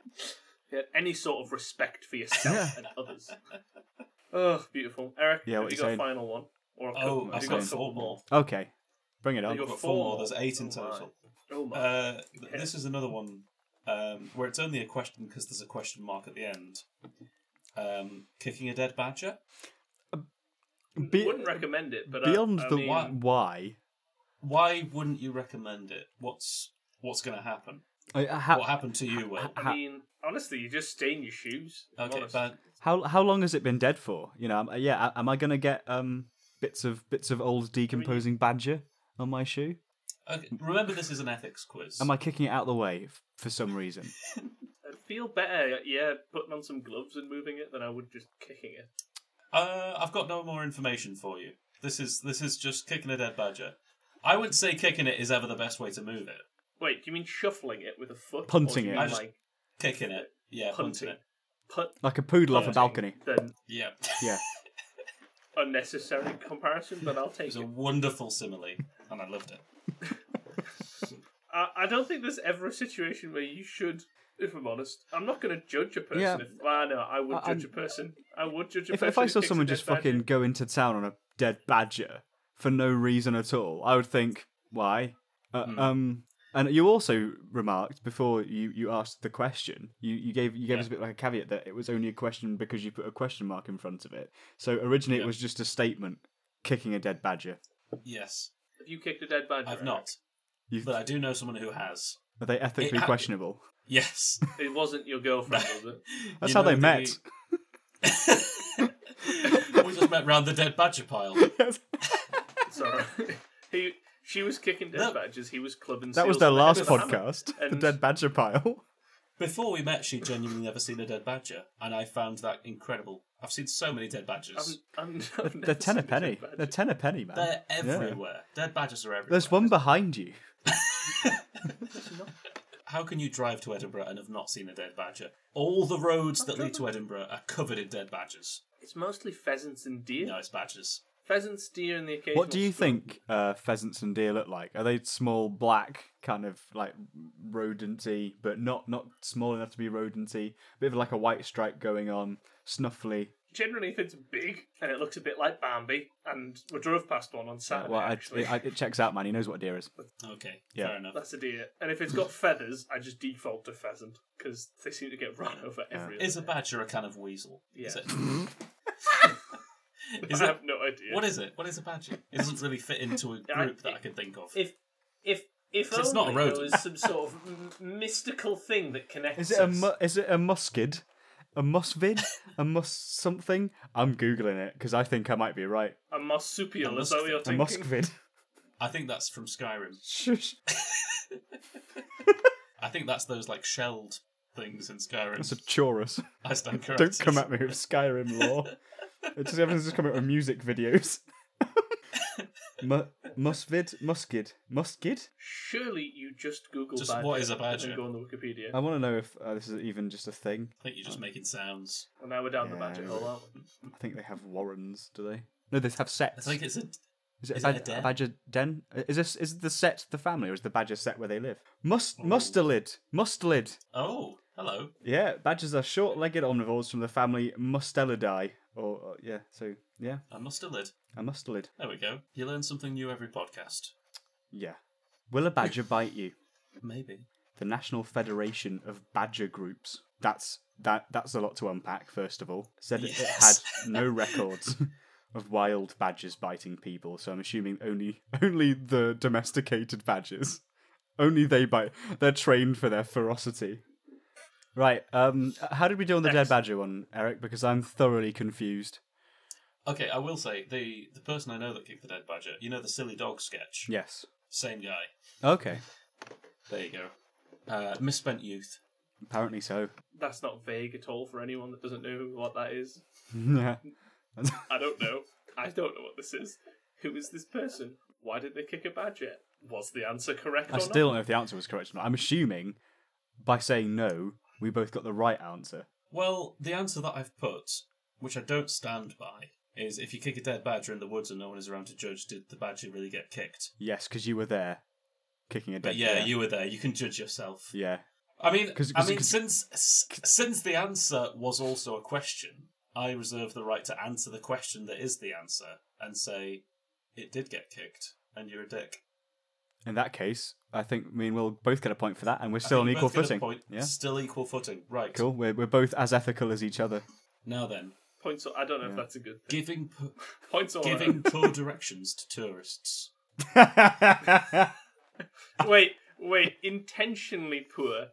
Speaker 2: you had any sort of respect for yourself and others. Oh, beautiful, Eric.
Speaker 1: Yeah,
Speaker 2: have
Speaker 1: what
Speaker 2: you
Speaker 1: you
Speaker 2: got
Speaker 1: saying?
Speaker 2: a final one or a couple?
Speaker 3: Oh,
Speaker 2: have
Speaker 3: I've
Speaker 2: you got
Speaker 3: got
Speaker 2: a couple
Speaker 3: four more.
Speaker 2: more?
Speaker 1: Okay, bring it
Speaker 2: Have
Speaker 1: on.
Speaker 2: you
Speaker 3: I've
Speaker 2: got
Speaker 3: got
Speaker 2: four
Speaker 3: four
Speaker 2: more?
Speaker 3: more. There's eight in
Speaker 2: Oh, my.
Speaker 3: total.
Speaker 2: Oh my!
Speaker 3: Uh,
Speaker 2: Okay.
Speaker 3: this is another one um, where it's only a question because there's a question mark at the end. Um, kicking a dead badger.
Speaker 1: Be-
Speaker 2: Wouldn't recommend it, but uh,
Speaker 1: beyond
Speaker 2: I, I
Speaker 1: the
Speaker 2: mean,
Speaker 1: why, why
Speaker 3: Why wouldn't you recommend it? What's what's going to happen?
Speaker 1: I- I- uh, how,
Speaker 3: what happened to you? Will?
Speaker 2: I
Speaker 1: Ha-
Speaker 2: mean, honestly, you just stain your shoes. if I'm
Speaker 3: okay,
Speaker 2: honest.
Speaker 3: but
Speaker 1: how how long has it been dead for? You know, am- yeah. a- Am I gonna get um bits of bits of old decomposing badger on my shoe?
Speaker 3: okay, remember this is an ethics quiz.
Speaker 1: Am I kicking it out the way f- for some reason?
Speaker 2: I'd feel better, yeah, putting on some gloves and moving it than I would just kicking it.
Speaker 3: Uh, I've got no more information for you. This is this is just kicking a dead badger. I wouldn't say kicking it is ever the best way to move it.
Speaker 2: Wait, do you mean shuffling it with a foot?
Speaker 1: Punting
Speaker 2: or do you
Speaker 1: it.
Speaker 2: mean,
Speaker 3: I just-
Speaker 2: like
Speaker 3: Kicking it, yeah,
Speaker 2: punting?
Speaker 3: punting it,
Speaker 2: Put
Speaker 1: Like a poodle off a
Speaker 2: punting,
Speaker 1: balcony.
Speaker 2: Then
Speaker 3: yeah.
Speaker 1: Yeah.
Speaker 2: unnecessary comparison, but I'll
Speaker 3: It
Speaker 2: take
Speaker 3: was a
Speaker 2: it.
Speaker 3: wonderful simile, and I loved it.
Speaker 2: I, I don't think there's ever a situation where you should, if I'm honest, I'm not going to judge a person.
Speaker 1: Yeah.
Speaker 2: If, well, no, I would
Speaker 1: I-
Speaker 2: judge
Speaker 1: I'm-
Speaker 2: a person. I would judge a
Speaker 1: If
Speaker 2: person.
Speaker 1: if I
Speaker 2: who
Speaker 1: saw
Speaker 2: kicks a
Speaker 1: someone
Speaker 2: dead
Speaker 1: just fucking
Speaker 2: badger.
Speaker 1: go into town on a dead badger for no reason at all, I would think why. Uh, Um. And you also remarked before you, you asked the question, you, you gave you gave us a bit like a caveat that it was only a question because you put a question mark in front of it. So originally it
Speaker 3: Yeah.
Speaker 1: was just a statement kicking a dead badger.
Speaker 3: Yes,
Speaker 2: Have you kicked a dead badger?
Speaker 3: I've not,
Speaker 1: You,
Speaker 3: but I do know someone who has.
Speaker 1: are they ethically
Speaker 3: It ha-
Speaker 1: questionable?
Speaker 3: Yes,
Speaker 2: Eric? It wasn't your girlfriend, was it?
Speaker 1: That's
Speaker 3: You
Speaker 1: how
Speaker 3: know
Speaker 1: they
Speaker 3: the-
Speaker 1: met.
Speaker 3: we just met round the dead badger pile.
Speaker 2: Sorry. he, she was kicking dead
Speaker 3: No.
Speaker 2: badgers. He was clubbing.
Speaker 1: that was
Speaker 2: seals
Speaker 1: their
Speaker 2: with the head
Speaker 1: last
Speaker 2: of a hammer.
Speaker 1: podcast, the
Speaker 2: And-
Speaker 1: dead badger pile.
Speaker 3: Before we met, she'd genuinely never seen a dead badger, and I found that incredible. I've seen so many dead badgers.
Speaker 2: I'm, I'm, I've
Speaker 1: They're
Speaker 2: never
Speaker 1: ten a
Speaker 2: seen dead
Speaker 1: penny.
Speaker 2: badger.
Speaker 1: They're ten a penny, man.
Speaker 3: They're
Speaker 1: Yeah.
Speaker 3: everywhere. Dead badgers are everywhere.
Speaker 1: There's one behind you.
Speaker 3: How can you drive to Edinburgh and have not seen a dead badger? All the roads that lead to Edinburgh are covered in dead badgers.
Speaker 2: It's mostly pheasants and deer.
Speaker 3: No, it's badgers.
Speaker 2: Pheasants, deer, and the occasional.
Speaker 1: What do you
Speaker 2: squirrel.
Speaker 1: think uh, pheasants and deer look like? Are they small, black, kind of like rodenty, but not not small enough to be rodenty? Bit of like a white stripe going on, snuffly.
Speaker 2: Generally, if it's big and it looks a bit like Bambi, and we drove past one on Saturday,
Speaker 1: Uh, Well, I,
Speaker 2: actually.
Speaker 1: it, I, it checks out, man. He knows what deer is.
Speaker 3: Okay,
Speaker 1: Yeah.
Speaker 3: fair enough.
Speaker 2: That's a deer. And if it's got feathers, I just default to pheasant because they seem to get run over every.
Speaker 3: Is a badger a kind of weasel? Is
Speaker 2: Yeah.
Speaker 3: it? is
Speaker 2: I
Speaker 3: it?
Speaker 2: have no idea.
Speaker 3: What is it? What is a badger? It doesn't really fit into a
Speaker 2: I-
Speaker 3: group that I can think of.
Speaker 2: if if if
Speaker 3: It's not a
Speaker 2: only there
Speaker 3: rodent.
Speaker 2: was some sort of m- mystical thing that connects.
Speaker 1: Is it a
Speaker 2: us.
Speaker 1: mu- is it a muskid, a musvid, a mus something? I'm googling it because I think I might be right.
Speaker 2: a marsupial?
Speaker 3: A
Speaker 2: is that
Speaker 3: musk-
Speaker 2: what you're
Speaker 1: A
Speaker 2: thinking?
Speaker 1: muskvid.
Speaker 3: I think that's from Skyrim.
Speaker 1: Shush.
Speaker 3: I think that's those like shelled things in Skyrim.
Speaker 1: That's a chorus.
Speaker 3: I stand corrected.
Speaker 1: Don't come at me with Skyrim lore. It just everyone's just coming up with music videos. Mu- musvid, muskid, muskid.
Speaker 2: Surely you just Google
Speaker 3: Just
Speaker 2: badger
Speaker 3: what is a
Speaker 2: and
Speaker 3: badger?
Speaker 2: then go on the Wikipedia,
Speaker 1: I want to know if uh, this is even just a thing.
Speaker 3: I think you're just making sounds.
Speaker 2: and now we're down the
Speaker 1: Yeah.
Speaker 2: badger hole, aren't we?
Speaker 1: I think they have warrens, do they? No, they have
Speaker 3: I
Speaker 1: sets.
Speaker 3: think it's a.
Speaker 1: is it,
Speaker 3: is
Speaker 1: a,
Speaker 3: it a
Speaker 1: bad- a
Speaker 3: den?
Speaker 1: badger den? Uh, Is this is the set the family or is the badger set where they live? Must mustelid, mustelid.
Speaker 3: Oh, hello.
Speaker 1: Yeah, badgers are short-legged omnivores from the family Mustelidae. Or uh, yeah, so yeah,
Speaker 3: I must have lid.
Speaker 1: a mustelid.
Speaker 3: There we go. You learn something new every podcast.
Speaker 1: Yeah. Will a badger bite you?
Speaker 3: Maybe.
Speaker 1: the National Federation of Badger Groups. That's that. That's a lot to unpack. First of all, said it-
Speaker 3: Yes.
Speaker 1: it had no records of wild badgers biting people, so I'm assuming only only the domesticated badgers, only they bite. They're trained for their ferocity. Right. Um, how did we do on the
Speaker 2: Next.
Speaker 1: Dead Badger one, Eric? Because I'm thoroughly confused.
Speaker 3: Okay, I will say the the person I know that kicked the dead badger, you know the silly dog sketch.
Speaker 1: Yes.
Speaker 3: Same guy.
Speaker 1: Okay.
Speaker 3: There you go. Uh, misspent youth.
Speaker 1: Apparently so.
Speaker 2: That's not vague at all for anyone that doesn't know what that is.
Speaker 1: yeah.
Speaker 2: I don't know. I don't know what this is. Who is this person? Why did they kick a badger? Was the answer correct
Speaker 1: I
Speaker 2: or
Speaker 1: still
Speaker 2: not?
Speaker 1: don't know if the answer was correct or not. I'm assuming by saying no, we both got the right answer.
Speaker 3: Well, the answer that I've put, which I don't stand by, is if you kick a dead badger in the woods and no one is around to judge, did the badger really get kicked?
Speaker 1: Yes, because you were there, kicking a dead.
Speaker 3: But yeah,
Speaker 1: bear.
Speaker 3: you were there. You can judge yourself.
Speaker 1: Yeah.
Speaker 3: I mean,
Speaker 1: 'Cause-
Speaker 3: I
Speaker 1: 'cause-
Speaker 3: mean,
Speaker 1: 'cause-
Speaker 3: since s- since the answer was also a question, I reserve the right to answer the question that is the answer and say it did get kicked, and you're a dick.
Speaker 1: In that case, I think me and Will both get a point for that, and we're still
Speaker 3: I
Speaker 1: on
Speaker 3: think
Speaker 1: equal
Speaker 3: both get a
Speaker 1: footing.
Speaker 3: point.
Speaker 1: Yeah.
Speaker 3: Still equal footing. Right.
Speaker 1: Cool. We're we're both as ethical as each other.
Speaker 3: Now then,
Speaker 2: Points. I don't know if that's a good thing.
Speaker 3: giving p-
Speaker 2: Points all
Speaker 3: giving poor directions to tourists.
Speaker 2: right. Wait, wait. Intentionally poor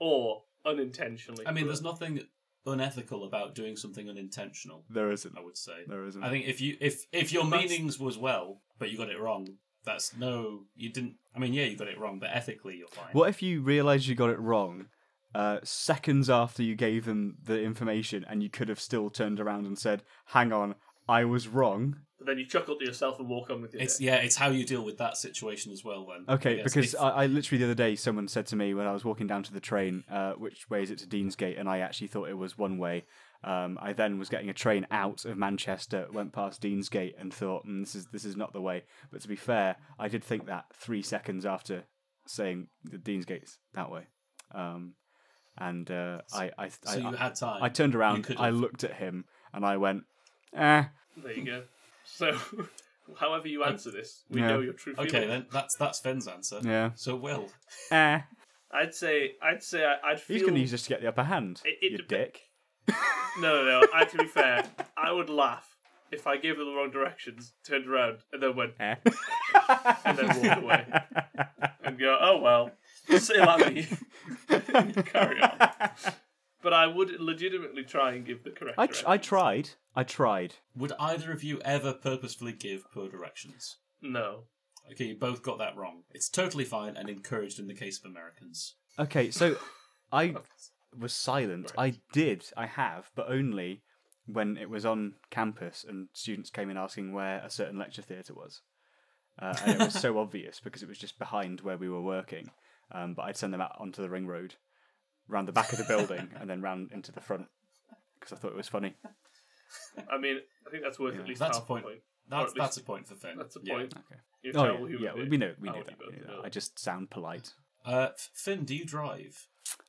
Speaker 2: or unintentionally?
Speaker 3: I mean,
Speaker 2: poor?
Speaker 3: there's nothing unethical about doing something unintentional.
Speaker 1: there isn't.
Speaker 3: I would say.
Speaker 1: There isn't.
Speaker 3: I think if you if if your
Speaker 2: That's-
Speaker 3: meanings was well, but you got it wrong, that's no. You didn't. I mean, yeah, you got it wrong, but ethically, you're fine.
Speaker 1: What if you realised you got it wrong uh, seconds after you gave them the information and you could have still turned around and said, hang on, I was wrong?
Speaker 2: But then you chuckle to yourself and walk on with your
Speaker 3: It's
Speaker 2: day.
Speaker 3: yeah, it's how you deal with that situation as well. Then I
Speaker 1: Okay,
Speaker 3: guess.
Speaker 1: because
Speaker 3: If-
Speaker 1: I, I literally the other day someone said to me when I was walking down to the train, uh, which way is it to Deansgate? And I actually thought it was one way. Um, I then was getting a train out of Manchester, went past Deansgate, and thought, mm, "This is this is not the way." But to be fair, I did think that three seconds after saying the Deansgate's that way, um, and uh, I I,
Speaker 3: so
Speaker 1: I,
Speaker 3: you had time.
Speaker 1: I turned
Speaker 3: You
Speaker 1: around,
Speaker 3: could've.
Speaker 1: I looked at him, and I went, eh.
Speaker 2: There you go. So, however you answer this, we
Speaker 1: Yeah.
Speaker 2: know your true feelings.
Speaker 3: okay, then that's that's Finn's answer.
Speaker 1: Yeah.
Speaker 3: So Will,
Speaker 1: Eh.
Speaker 2: I'd say, I'd say, I- I'd feel.
Speaker 1: He's going to use this to get the upper hand,
Speaker 2: It- it
Speaker 1: you
Speaker 2: dep-
Speaker 1: dick.
Speaker 2: No, no, no. I, to be fair, I would laugh if I gave them the wrong directions, turned around, and then went
Speaker 1: Eh.
Speaker 2: and then walked away and go, "Oh well, say that me." Carry on. But I would legitimately try and give the correct.
Speaker 1: I, tr- I tried. I tried.
Speaker 3: would either of you ever purposefully give poor directions?
Speaker 2: no.
Speaker 3: Okay, you both got that wrong. It's totally fine and encouraged in the case of Americans.
Speaker 1: Okay, so I was silent. I did. I have, but only when it was on campus and students came in asking where a certain lecture theatre was. Uh, and it was so obvious because it was just behind where we were working. Um, but I'd send them out onto the ring road, round the back of the building, and then round into the front because I thought it was funny.
Speaker 2: I mean, I think that's worth at least
Speaker 3: That's
Speaker 2: half
Speaker 3: a point.
Speaker 2: Or at
Speaker 3: That's
Speaker 2: least-
Speaker 3: that's a point for Finn.
Speaker 2: That's a
Speaker 3: Yeah.
Speaker 2: point.
Speaker 1: Okay.
Speaker 2: You're a
Speaker 1: Oh,
Speaker 2: terrible
Speaker 1: yeah,
Speaker 2: human
Speaker 1: yeah
Speaker 2: being.
Speaker 1: we know, we
Speaker 2: I
Speaker 1: knew
Speaker 2: would
Speaker 1: that.
Speaker 2: be
Speaker 1: we knew
Speaker 2: both,
Speaker 1: that.
Speaker 2: no.
Speaker 1: I just sound polite.
Speaker 3: Uh, F- Finn, do you drive?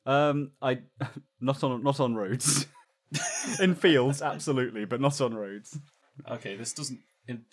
Speaker 1: Um, I not on not on roads, in fields absolutely, but not on roads.
Speaker 3: Okay, this doesn't. In,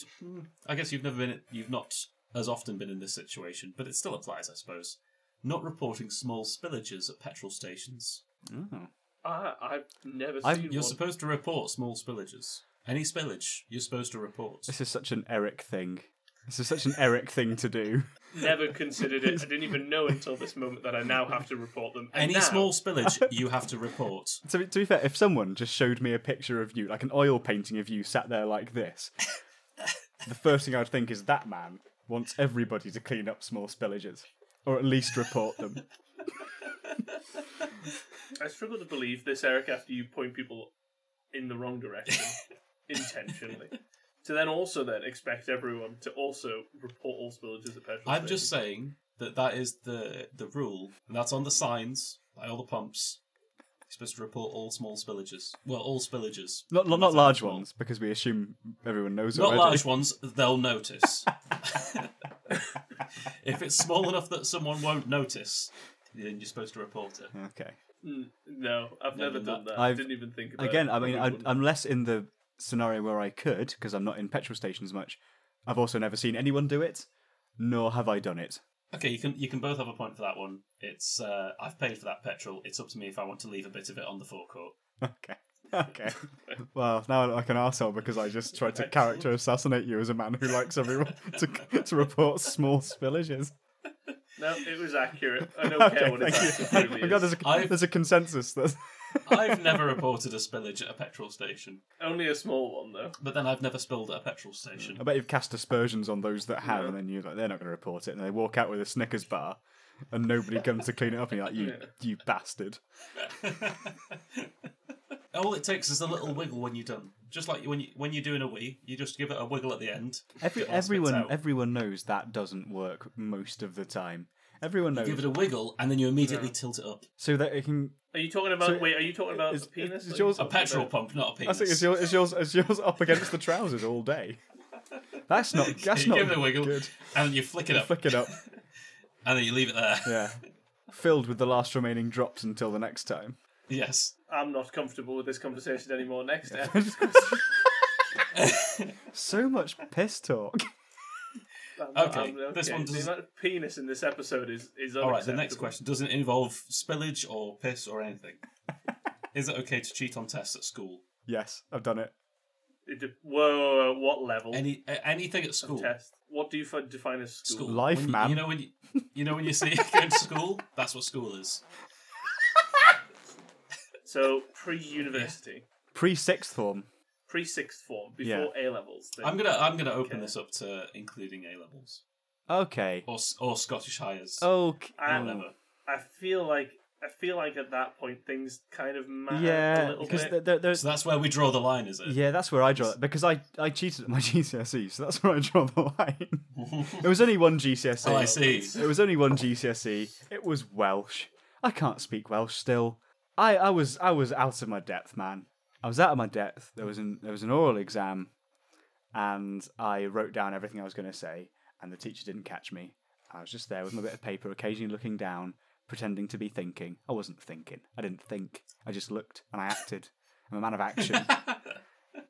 Speaker 3: I guess you've never been. You've not as often been in this situation, but it still applies, I suppose. Not reporting small spillages at petrol stations. Oh.
Speaker 2: I, I've never
Speaker 1: I've-
Speaker 2: seen
Speaker 3: You're
Speaker 2: one.
Speaker 3: supposed to report small spillages. Any spillage, you're supposed to report.
Speaker 1: This is such an Eric thing. This is such an Eric thing to do.
Speaker 2: never considered it. I didn't even know until this moment that I now have to report them. And
Speaker 3: Any
Speaker 2: now,
Speaker 3: small spillage, you have to report.
Speaker 1: To be, to be fair, if someone just showed me a picture of you, like an oil painting of you, sat there like this, the first thing I'd think is that man wants everybody to clean up small spillages, or at least report them.
Speaker 2: I struggle to believe this, Eric, after you point people in the wrong direction intentionally. To then also then expect everyone to also report all spillages at petrol
Speaker 3: I'm just
Speaker 2: stations.
Speaker 3: saying that that is the the rule, and that's on the signs, like all the pumps. You're supposed to report all small spillages. Well, all spillages.
Speaker 1: Not not, not
Speaker 3: No matter
Speaker 1: large
Speaker 3: how small.
Speaker 1: ones, because we assume everyone knows
Speaker 3: Not
Speaker 1: already.
Speaker 3: large ones, they'll notice. if it's small enough that someone won't notice, then you're supposed to report it.
Speaker 1: Okay.
Speaker 2: Mm, no, I've
Speaker 3: Never
Speaker 2: never done
Speaker 3: that.
Speaker 2: that. I
Speaker 1: I've-
Speaker 2: didn't even think about
Speaker 1: again
Speaker 2: it.
Speaker 1: i mean I,
Speaker 2: wouldn't.
Speaker 1: unless in the scenario where i could because i'm not in petrol stations much i've also never seen anyone do it nor have i done it
Speaker 3: Okay, you can you can both have a point for that one. It's uh, I've paid for that petrol. It's up to me if I want to leave a bit of it on the forecourt.
Speaker 1: okay okay well now i look like an asshole because i just tried to character assassinate you as a man who likes everyone to, to report small spillages
Speaker 2: No, it was accurate. I don't care what it's
Speaker 1: thank you.
Speaker 2: actually really
Speaker 1: I'm glad
Speaker 2: is.
Speaker 1: there's a,
Speaker 3: I've-
Speaker 1: there's a consensus. That
Speaker 3: I've never reported a spillage at a petrol station,
Speaker 2: Only a small one though.
Speaker 3: but then I've never spilled at a petrol station.
Speaker 1: I bet you've cast aspersions on those that have,
Speaker 2: Yeah.
Speaker 1: and then you're like, they're not going to report it, and they walk out with a Snickers bar, and nobody comes to clean it up, and you're like, you,
Speaker 2: Yeah.
Speaker 1: you bastard.
Speaker 3: All it takes is a little wiggle when you're done. Just like when you when you're doing a wee, you just give it a wiggle at the end.
Speaker 1: Every,
Speaker 3: It all spits
Speaker 1: everyone,
Speaker 3: out.
Speaker 1: everyone knows that doesn't work most of the time. Everyone knows,
Speaker 3: give it a wiggle, and then you immediately tilt it up.
Speaker 1: so that it can.
Speaker 2: Are you talking about?
Speaker 1: So,
Speaker 2: wait, are you talking about
Speaker 1: is-
Speaker 2: the penis?
Speaker 1: is
Speaker 2: Are you
Speaker 1: yours-
Speaker 3: A
Speaker 2: talking
Speaker 3: petrol
Speaker 2: about-
Speaker 3: pump, not a
Speaker 1: I
Speaker 3: penis.
Speaker 1: think it's yours, it's yours, it's yours up against the trousers all day. That's not. That's
Speaker 3: you
Speaker 1: not
Speaker 3: give it a wiggle,
Speaker 1: good.
Speaker 3: and then you flick it up,
Speaker 1: Flick it up.
Speaker 3: and then you leave it there.
Speaker 1: Yeah, filled with the last remaining drops until the next time.
Speaker 3: Yes.
Speaker 2: I'm not comfortable with this conversation anymore. Next step.
Speaker 1: so much piss talk.
Speaker 2: I'm-
Speaker 3: Okay,
Speaker 2: I'm-
Speaker 3: this one
Speaker 2: The
Speaker 3: doesn't-
Speaker 2: amount of penis in this episode is is
Speaker 3: All right. The next
Speaker 2: unacceptable.
Speaker 3: question doesn't involve spillage or piss or anything. Is it okay to cheat on tests at school?
Speaker 1: Yes, I've done it.
Speaker 2: It de- whoa, whoa, whoa, what level
Speaker 3: Any a- anything at school?
Speaker 2: test? What do you fi- define as school?
Speaker 3: School.
Speaker 1: Life,
Speaker 3: When you,
Speaker 1: man.
Speaker 3: You know when you, you know when you say you're going to school. That's what school is.
Speaker 2: So pre-university,
Speaker 1: Pre sixth form.
Speaker 2: pre-sixth form, before A levels.
Speaker 3: I'm gonna I'm gonna open
Speaker 2: Okay.
Speaker 3: this up to including A levels
Speaker 1: Okay. Oh,
Speaker 3: or s- or Scottish hires.
Speaker 1: Okay.
Speaker 2: I,
Speaker 3: level.
Speaker 2: I feel like I feel like at that point things kind of matter a
Speaker 1: Yeah,
Speaker 2: little
Speaker 1: because
Speaker 2: bit.
Speaker 1: there- there- there's.
Speaker 3: So that's where we draw the line, is it?
Speaker 1: Yeah, that's where I draw it because I, I cheated at my GCSE, E, so that's where I draw the line. it was only one GCSE.
Speaker 3: Oh, I see.
Speaker 1: It E. was only one GCSE. E. It was Welsh. I can't speak Welsh still. I, I was I was out of my depth, man. I was out of my depth. There was an there was an oral exam, and I wrote down everything I was going to say, and the teacher didn't catch me. I was just there with my bit of paper, occasionally looking down, pretending to be thinking. I wasn't thinking. I didn't think. I just looked and I acted. I'm a man of action. and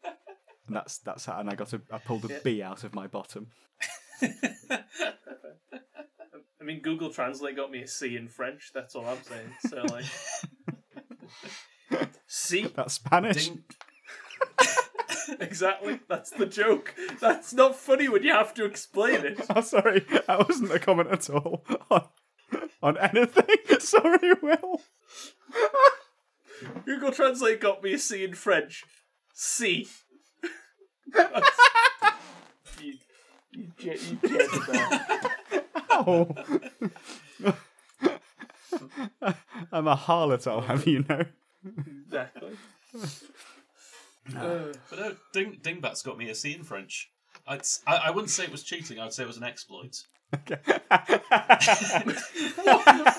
Speaker 1: that's that's how. And I got a I pulled a bee out of my bottom.
Speaker 2: I mean, Google Translate got me a C in French. That's all I'm saying. So like, C
Speaker 1: That's Spanish.
Speaker 3: Ding.
Speaker 2: exactly. That's the joke. That's not funny when you have to explain it.
Speaker 1: Oh, sorry, that wasn't a comment at all on, on anything. Sorry, Will.
Speaker 2: Google Translate got me a C in French. C. you, you, je- you jetted that.
Speaker 1: Ow. I'm a harlot, I'll have you know.
Speaker 2: Exactly. Uh,
Speaker 3: But no, Ding Dingbat's got me a C in French. I'd, s- I, I wouldn't say it was cheating. I'd say it was an exploit.
Speaker 2: what?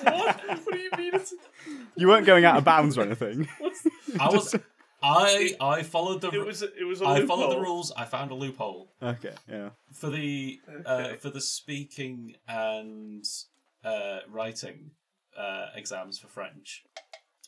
Speaker 2: What do you mean? It's,
Speaker 1: You weren't going out of bounds or anything.
Speaker 2: what's,
Speaker 3: I was I I followed the
Speaker 2: it was. It was. A
Speaker 3: I followed the
Speaker 2: loophole.
Speaker 3: rules. I found a loophole.
Speaker 1: Okay, yeah.
Speaker 3: for the uh,
Speaker 2: Okay.
Speaker 3: for the speaking and uh, writing uh, exams for French,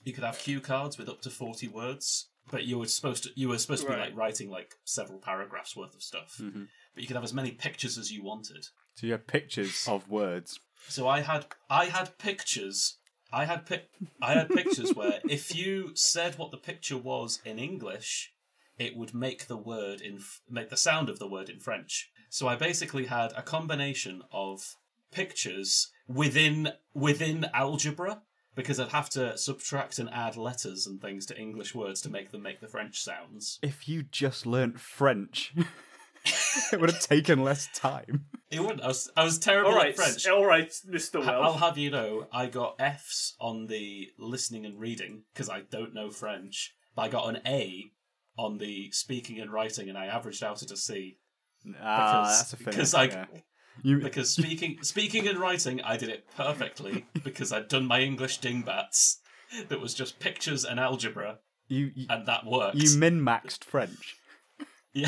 Speaker 3: you could have cue cards with up to forty words, but you were supposed to you were supposed to be
Speaker 2: Right. Mm-hmm.
Speaker 3: like writing like several paragraphs worth of stuff. But you could have as many pictures as you wanted.
Speaker 1: So you have pictures of words.
Speaker 3: So I had I had pictures. I had pic- I had pictures where if you said what the picture was in English, it would make the word in f- make the sound of the word in French. So I basically had a combination of pictures within within algebra because I'd have to subtract and add letters and things to English words to make them make the French sounds.
Speaker 1: If you just learnt French, it would have taken less time.
Speaker 3: It wouldn't. I was, I was terrible
Speaker 2: All right,
Speaker 3: at French.
Speaker 2: all right, Mister
Speaker 3: Ha- I'll
Speaker 2: Wells.
Speaker 3: have you know, I got F's on the listening and reading because I don't know French, but I got an A on the speaking and writing, and I averaged out at a C
Speaker 1: Ah,
Speaker 3: Because-
Speaker 1: that's a finish.
Speaker 3: because I-
Speaker 1: yeah. you,
Speaker 3: because speaking, speaking and writing, I did it perfectly because I'd done my English dingbats that was just pictures and algebra,
Speaker 1: you, you,
Speaker 3: and that worked.
Speaker 1: you min-maxed French.
Speaker 3: yeah.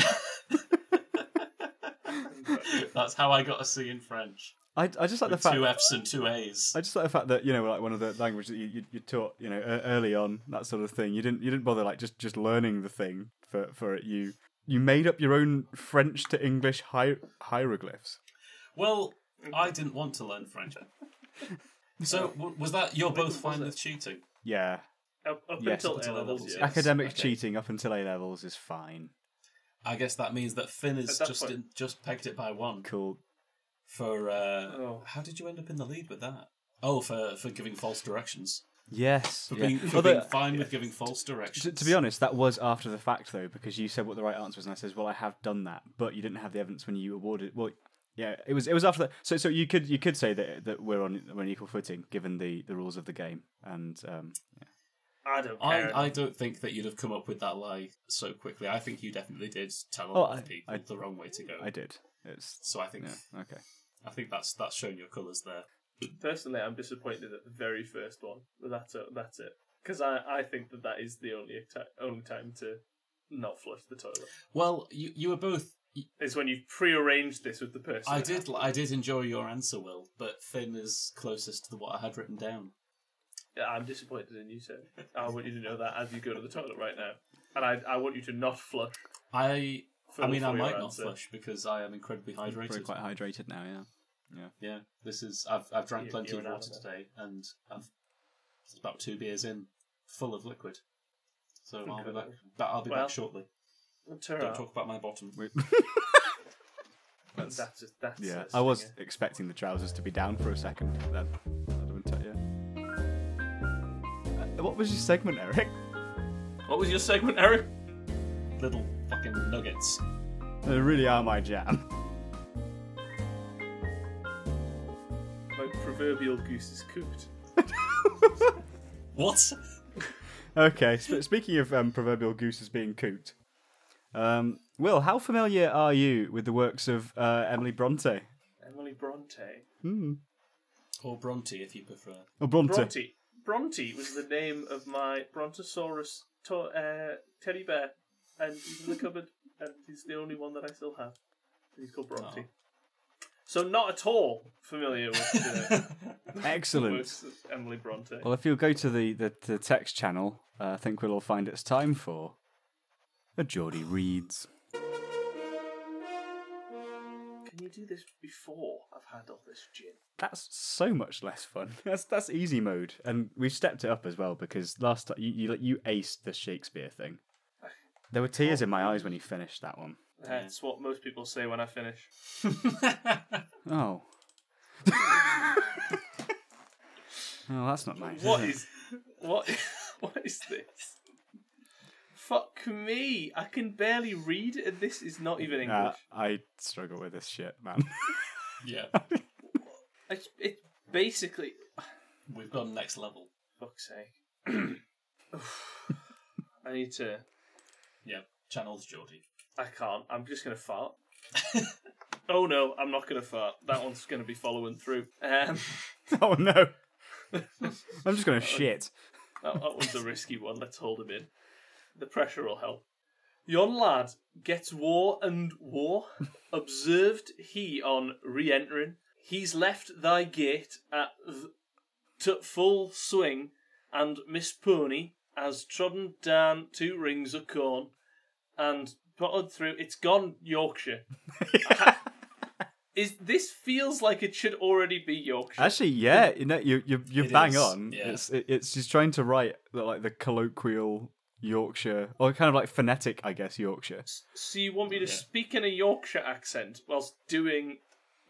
Speaker 3: That's how I got a C in French.
Speaker 1: I, I just like the
Speaker 3: With
Speaker 1: fact
Speaker 3: two F's and two A's.
Speaker 1: I just like the fact that you know, like one of the languages that you, you, you taught, you know, ear- early on that sort of thing. You didn't you didn't bother like just just learning the thing for for it. You you made up your own French to English hier- hieroglyphs.
Speaker 3: Well, I didn't want to learn French. So w- was that you're both fine with cheating?
Speaker 1: Yeah,
Speaker 2: Up, up
Speaker 1: Yes,
Speaker 2: until
Speaker 3: until
Speaker 2: A levels,
Speaker 3: levels,
Speaker 2: yes.
Speaker 3: yeah.
Speaker 1: academic
Speaker 3: okay.
Speaker 1: cheating up until A levels is fine.
Speaker 3: I guess that means that Finn has
Speaker 2: At that
Speaker 3: just
Speaker 2: point-
Speaker 3: in, just pegged it by one.
Speaker 1: Cool.
Speaker 3: for uh,
Speaker 2: Oh.
Speaker 3: how did you end up in the lead with that? Oh, for for giving false directions.
Speaker 1: Yes.
Speaker 3: For
Speaker 1: yeah.
Speaker 3: being, for
Speaker 1: Although,
Speaker 3: being fine with giving false
Speaker 1: to,
Speaker 3: directions.
Speaker 1: to be honest, that was after the fact though, because you said what the right answer was, and I says, "Well, I have done that," but you didn't have the evidence when you awarded. Well, yeah, it was it was after that. So so you could you could say that that we're on we're on equal footing given the the rules of the game, and um,
Speaker 2: I don't care.
Speaker 3: I, I don't think that you'd have come up with that lie so quickly. I think you definitely did tell a
Speaker 1: Oh,
Speaker 3: lot
Speaker 1: I-
Speaker 3: of people
Speaker 1: I-
Speaker 3: the wrong way to go.
Speaker 1: I did. It's
Speaker 3: so I think
Speaker 1: yeah okay.
Speaker 3: I think that's that's shown your colours there.
Speaker 2: Personally, I'm disappointed at the very first one, but that's it. That's it. Because I, I think that that is the only acti- only time to not flush the toilet.
Speaker 3: Well, you you were both.
Speaker 2: It's when you've prearranged this with the person.
Speaker 3: I did I did enjoy your answer, Will, but Finn is closest to what I had written down.
Speaker 2: Yeah, I'm disappointed in you, sir. I want you to know that as you go to the toilet right now, and I I want you to not flush.
Speaker 3: I
Speaker 2: for-
Speaker 3: I mean, I
Speaker 2: for your
Speaker 3: might not
Speaker 2: answer.
Speaker 3: flush because I am incredibly
Speaker 1: Probably
Speaker 3: hydrated.
Speaker 1: quite hydrated now. Yeah.
Speaker 3: Yeah, this is. I've I've drank
Speaker 2: You-
Speaker 3: plenty
Speaker 2: you're
Speaker 3: of
Speaker 2: an
Speaker 3: water
Speaker 2: animal.
Speaker 3: today, and I've it's about two beers in, full of liquid. So I'll be back.
Speaker 2: Incredible.
Speaker 3: But I'll be
Speaker 2: Well,
Speaker 3: back shortly.
Speaker 2: Turn
Speaker 3: Don't
Speaker 2: out.
Speaker 3: talk about my bottom.
Speaker 1: We-
Speaker 2: That's that's, that's
Speaker 1: yeah.
Speaker 2: a
Speaker 1: I was
Speaker 2: stinger.
Speaker 1: expecting the trousers to be down for a second. Then I'd have been t- yeah. Uh, What was your segment, Eric?
Speaker 2: What was your segment, Eric?
Speaker 3: Little fucking nuggets.
Speaker 1: They really are my jam.
Speaker 2: My proverbial goose is cooked.
Speaker 3: What?
Speaker 1: Okay, sp- speaking of um, proverbial gooses being cooped, um, Will, how familiar are you with the works of uh, Emily Bronte?
Speaker 2: Emily Bronte.
Speaker 1: Hmm.
Speaker 3: Or Bronte, if you prefer.
Speaker 1: Oh, Bronte.
Speaker 2: Bronte. Bronte was the name of my Brontosaurus to- uh, teddy bear, and he's in the cupboard, and he's the only one that I still have. He's called Bronte.
Speaker 3: Oh.
Speaker 2: So not at all familiar with uh,
Speaker 1: Excellent.
Speaker 2: works of Emily Bronte.
Speaker 1: Well, if you'll go to the, the, the text channel, uh, I think we'll all find it's time for a Geordie Reads.
Speaker 2: Can you do this before I've had all this gin?
Speaker 1: That's so much less fun. That's that's easy mode, and we've stepped it up as well because last time you you, you aced the Shakespeare thing. There were tears in my eyes when you finished that one.
Speaker 2: That's what most people say when I finish.
Speaker 1: Oh. oh, that's not nice.
Speaker 2: What
Speaker 1: is it?
Speaker 2: is what? What is this? Fuck me! I can barely read, and this is not even
Speaker 1: Uh,
Speaker 2: English.
Speaker 1: I struggle with this shit, man.
Speaker 3: yeah,
Speaker 2: It's, it's basically
Speaker 3: we've gone next level.
Speaker 2: fuck's sake. I need to.
Speaker 3: Yeah, channels Geordie.
Speaker 2: I can't. I'm just gonna fart. oh no, I'm not gonna fart. That one's gonna be following through. Um,
Speaker 1: oh no. I'm just gonna shit.
Speaker 2: that, that one's a risky one. Let's hold him in. The pressure will help. Yon lad gets war and war. Observed he on re-entering. He's left thy gate at th- to full swing, and Miss Pony has trodden down two rings of corn, and potted through. It's gone Yorkshire. Is this feels like it should already be Yorkshire?
Speaker 1: Actually, yeah, you know, you you you
Speaker 3: It
Speaker 1: bang
Speaker 3: is,
Speaker 1: on.
Speaker 3: yeah.
Speaker 1: It's it, it's she's trying to write the, like the colloquial Yorkshire or kind of like phonetic, I guess, Yorkshire.
Speaker 2: So you want me to
Speaker 3: Yeah.
Speaker 2: speak in a Yorkshire accent whilst doing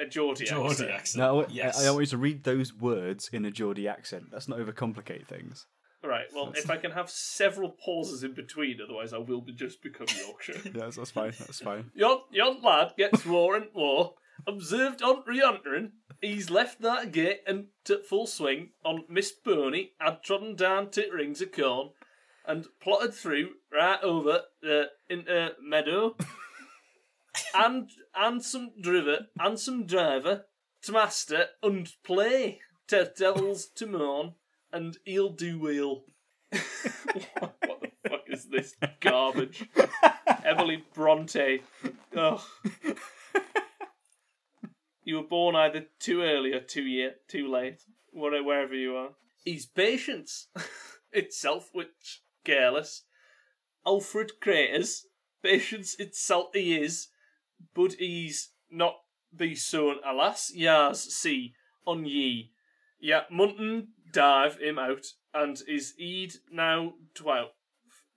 Speaker 2: a Geordie,
Speaker 3: Geordie
Speaker 2: accent?
Speaker 3: accent.
Speaker 1: No, I want- I-
Speaker 3: yes.
Speaker 1: I, always read those words in a Geordie accent. Let's not overcomplicate things.
Speaker 2: Right. Well, if I can have several pauses in between, otherwise I will be just become Yorkshire.
Speaker 1: Yeah, that's, that's fine. That's fine.
Speaker 2: yon, yon lad gets war and war. Observed on re-entering, he's left that gate and t- full swing on Miss Pony had trodden down two rings of corn and plotted through right over uh, into meadow and and some driver and some driver to master and play to devils to mourn and he'll do well. what the fuck is this garbage? Emily Bronte. Ugh. you were born either too early or too year, too late, where- wherever you are. His patience itself, which careless. Alfred Craters, patience itself he is, but he's not be soon, alas, yars see on ye. Yeah, Munton dive him out, and is eed now twelve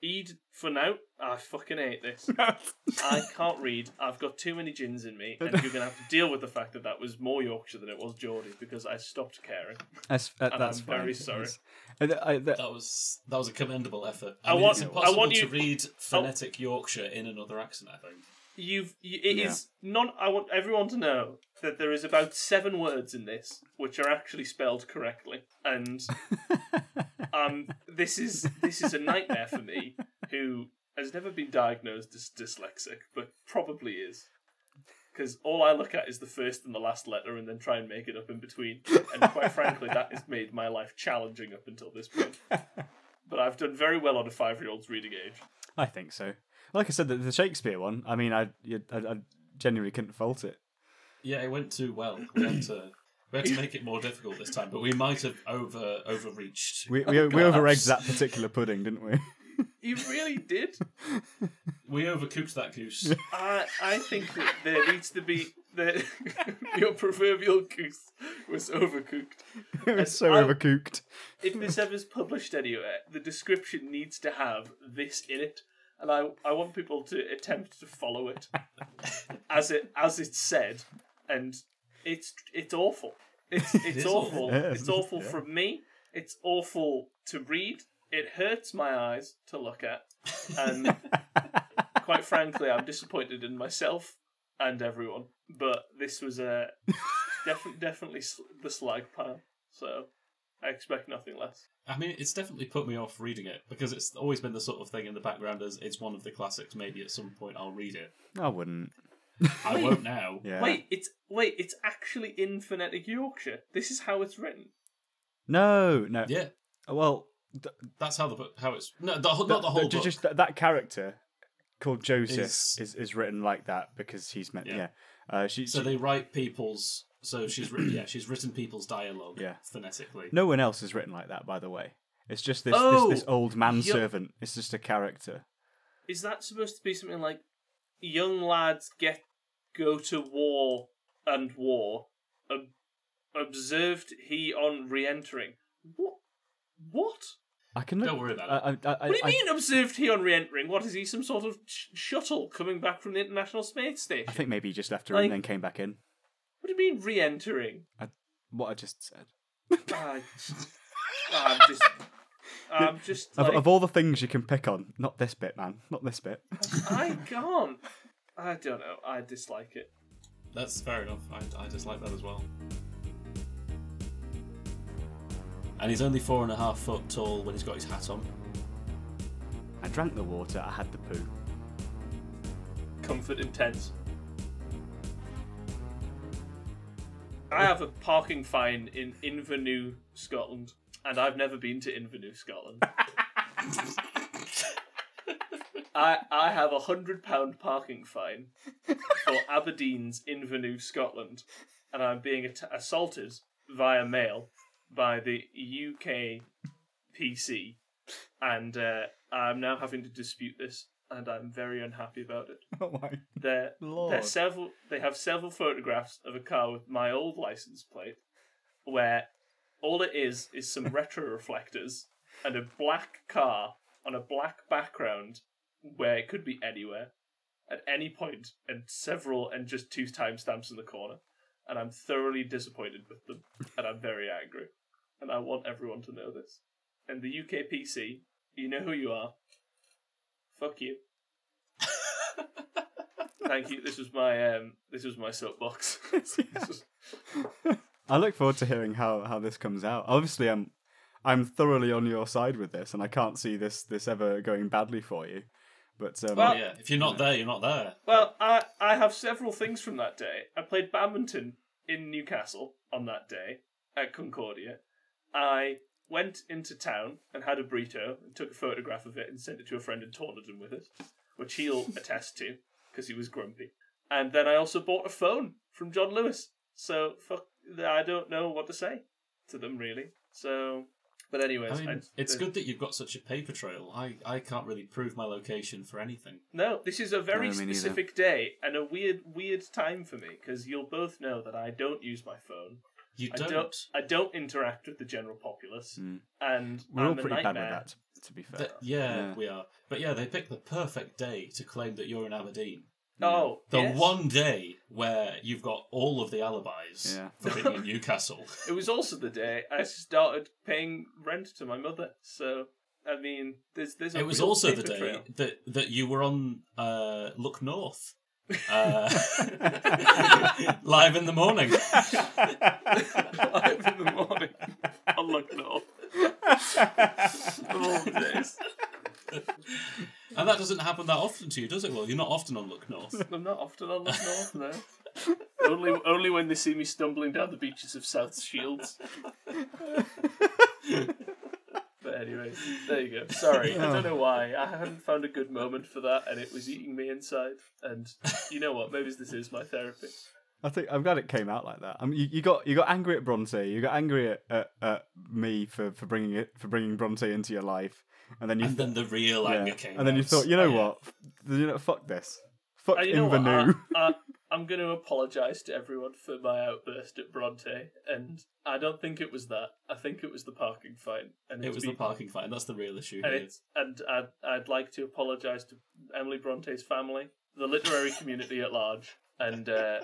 Speaker 2: Eid for now. I fucking hate this. I can't read. I've got too many gins in me, and you're gonna have to deal with the fact that that was more Yorkshire than it was Geordie because I stopped caring.
Speaker 1: That's, uh,
Speaker 2: I'm
Speaker 1: that's
Speaker 2: very
Speaker 1: fine.
Speaker 2: sorry.
Speaker 1: It's- and I- I- that-
Speaker 3: That was that was a commendable effort.
Speaker 2: I
Speaker 3: I, mean,
Speaker 2: want-
Speaker 3: it's
Speaker 1: I
Speaker 3: impossible
Speaker 2: want you-
Speaker 3: to read phonetic Yorkshire in another accent. I think.
Speaker 2: You've y- it is
Speaker 1: Yeah.
Speaker 2: non. I want everyone to know that there is about seven words in this which are actually spelled correctly, and um, this is this is a nightmare for me who has never been diagnosed as dyslexic, but probably is. Because all I look at is the first and the last letter, and then try and make it up in between. And quite frankly, that has made my life challenging up until this point. But I've done very well on a five-year-old's reading age.
Speaker 1: I think so. Like I said, the, the Shakespeare one. I mean, I, you- I I genuinely couldn't fault it.
Speaker 3: Yeah, it went too well. We had to we had to make it more difficult this time, but we might have over overreached.
Speaker 1: We we, we over egged that particular pudding, didn't we?
Speaker 2: You really did.
Speaker 3: We overcooked that goose.
Speaker 2: I I think that there needs to be that your proverbial goose was overcooked.
Speaker 1: it was so
Speaker 2: I-
Speaker 1: overcooked.
Speaker 2: If this ever's published anywhere, the description needs to have this in it, and I I want people to attempt to follow it as it as it's said, and it's it's awful. It's it's
Speaker 3: is
Speaker 2: awful.
Speaker 3: awful.
Speaker 1: Yes.
Speaker 2: It's awful
Speaker 1: Yeah.
Speaker 2: from me. It's awful to read. It hurts my eyes to look at, and quite frankly, I'm disappointed in myself and everyone. But this was a def- definitely sl- the slag pile, so I expect nothing less.
Speaker 3: I mean, it's definitely put me off reading it because it's always been the sort of thing in the background as it's one of the classics. Maybe at some point I'll read it.
Speaker 1: I wouldn't.
Speaker 3: I
Speaker 2: Wait.
Speaker 3: won't now.
Speaker 1: Yeah.
Speaker 2: Wait, it's wait, it's actually in phonetic Yorkshire. This is how it's written.
Speaker 1: No, no.
Speaker 3: Yeah,
Speaker 1: Well, th-
Speaker 3: that's how the book how it's no the, whole not the whole
Speaker 1: ju-
Speaker 3: book.
Speaker 1: Just that, that character called Joseph is,
Speaker 3: Is-
Speaker 1: is, written like that because he's meant. Yeah.
Speaker 3: Yeah.
Speaker 1: Uh, she,
Speaker 3: So
Speaker 1: she-
Speaker 3: they write people's. So she's written. Yeah, she's written people's dialogue.
Speaker 1: Yeah.
Speaker 3: phonetically.
Speaker 1: no one else is written like that, by the way. It's just this
Speaker 2: Oh,
Speaker 1: this, this old manservant. It's just a character.
Speaker 2: Is that supposed to be something like young lads get go to war and war ob- observed he on re-entering? What? What?
Speaker 1: I can look.
Speaker 3: Don't worry about it.
Speaker 1: I, I, I,
Speaker 2: What do you
Speaker 1: I,
Speaker 2: mean observed he on re-entering? What is he, some sort of sh- shuttle coming back from the International
Speaker 1: I
Speaker 2: Space Station?
Speaker 1: think maybe he just left her
Speaker 2: Like-
Speaker 1: and then came back in.
Speaker 2: What do you mean re-entering?
Speaker 1: What I just said.
Speaker 2: Ah, I'm just, I'm just
Speaker 1: Of,
Speaker 2: like,
Speaker 1: of all the things you can pick on, not this bit, man. Not this bit.
Speaker 2: I can't. I don't know. I dislike it.
Speaker 3: That's fair enough. I, I dislike that as well. And he's only four and a half foot tall when he's got his hat on.
Speaker 1: I drank the water. I had the poo.
Speaker 2: Comfort intense. I have a parking fine in Invernew, Scotland, and I've never been to Invernew, Scotland. I I have a hundred pound parking fine for Aberdeen's Invernew, Scotland, and I'm being att- assaulted via mail by the UK PC, and uh, I'm now having to dispute this, and I'm very unhappy about it.
Speaker 1: Oh my
Speaker 2: They're, they're
Speaker 1: lord!
Speaker 2: several. They have several photographs of a car with my old license plate, where all it is is some retro reflectors and a black car on a black background, where it could be anywhere, at any point, and several and just two timestamps in the corner, and I'm thoroughly disappointed with them, and I'm very angry, and I want everyone to know this. And the UK PC, you know who you are. Fuck you. Thank you. This was my um. This was my soapbox. This was-
Speaker 1: I look forward to hearing how, how this comes out. Obviously, I'm I'm thoroughly on your side with this, and I can't see this this ever going badly for you. But um,
Speaker 2: Well-
Speaker 3: Oh, Yeah, if you're not there, you're not there.
Speaker 2: Well, I I have several things from that day. I played badminton in Newcastle on that day at Concordia. I went into town and had a burrito and took a photograph of it and sent it to a friend and taunted him with it, which he'll attest to because he was grumpy. And then I also bought a phone from John Lewis. So fuck, I don't know what to say to them really. So, but anyways,
Speaker 3: I mean,
Speaker 2: I-
Speaker 3: it's
Speaker 2: uh,
Speaker 3: good that you've got such a paper trail. I, I can't really prove my location for anything.
Speaker 2: No, this is a very
Speaker 1: No, me neither.
Speaker 2: specific day and a weird, weird time for me because you'll both know that I don't use my phone.
Speaker 3: You
Speaker 2: I
Speaker 3: don't.
Speaker 2: I don't interact with the general populace,
Speaker 1: Mm.
Speaker 2: and
Speaker 1: we're all
Speaker 2: I'm a
Speaker 1: pretty
Speaker 2: nightmare.
Speaker 1: bad with that. to be fair.
Speaker 3: Th- yeah,
Speaker 1: Yeah.
Speaker 3: we are. But yeah, they picked the perfect day to claim that you're in Aberdeen.
Speaker 2: Oh,
Speaker 3: The
Speaker 2: yes.
Speaker 3: one day where you've got all of the alibis
Speaker 1: Yeah.
Speaker 3: for being in Newcastle.
Speaker 2: It was also the day I started paying rent to my mother. So I mean, there's there's. A
Speaker 3: it was
Speaker 2: real
Speaker 3: also the
Speaker 2: paper
Speaker 3: day
Speaker 2: trail.
Speaker 3: that that you were on uh, Look North. Uh, live in the morning.
Speaker 2: Live in the morning. I look north. All days.
Speaker 3: And that doesn't happen that often to you, does it? Well, you're not often on Look North.
Speaker 2: I'm not often on look north no. only only when they see me stumbling down the beaches of South Shields. But anyway, there you go. Sorry, I don't know why. I haven't found a good moment for that, and it was eating me inside. And you know what? Maybe this is my therapy.
Speaker 1: I think I'm glad it came out like that. I mean, you, you got you got angry at Bronte, you got angry at, at, at me for, for bringing it for bringing Bronte into your life, and then you
Speaker 3: And
Speaker 1: th-
Speaker 3: then the real anger
Speaker 1: yeah.
Speaker 3: came
Speaker 1: and then you
Speaker 3: out. Oh,
Speaker 1: thought, you know
Speaker 3: Yeah.
Speaker 1: what, F- you know, fuck this, fuck
Speaker 2: Uh, you know what?
Speaker 1: Invernew.
Speaker 2: I, I, am going to apologise to everyone for my outburst at Bronte, and I don't think it was that. I think it was the parking fine. And
Speaker 3: It
Speaker 2: it's
Speaker 3: was
Speaker 2: been-
Speaker 3: the parking fine. That's the real issue.
Speaker 2: And,
Speaker 3: here.
Speaker 2: it's, and I'd, I'd like to apologise to Emily Bronte's family, the literary community at large, and uh,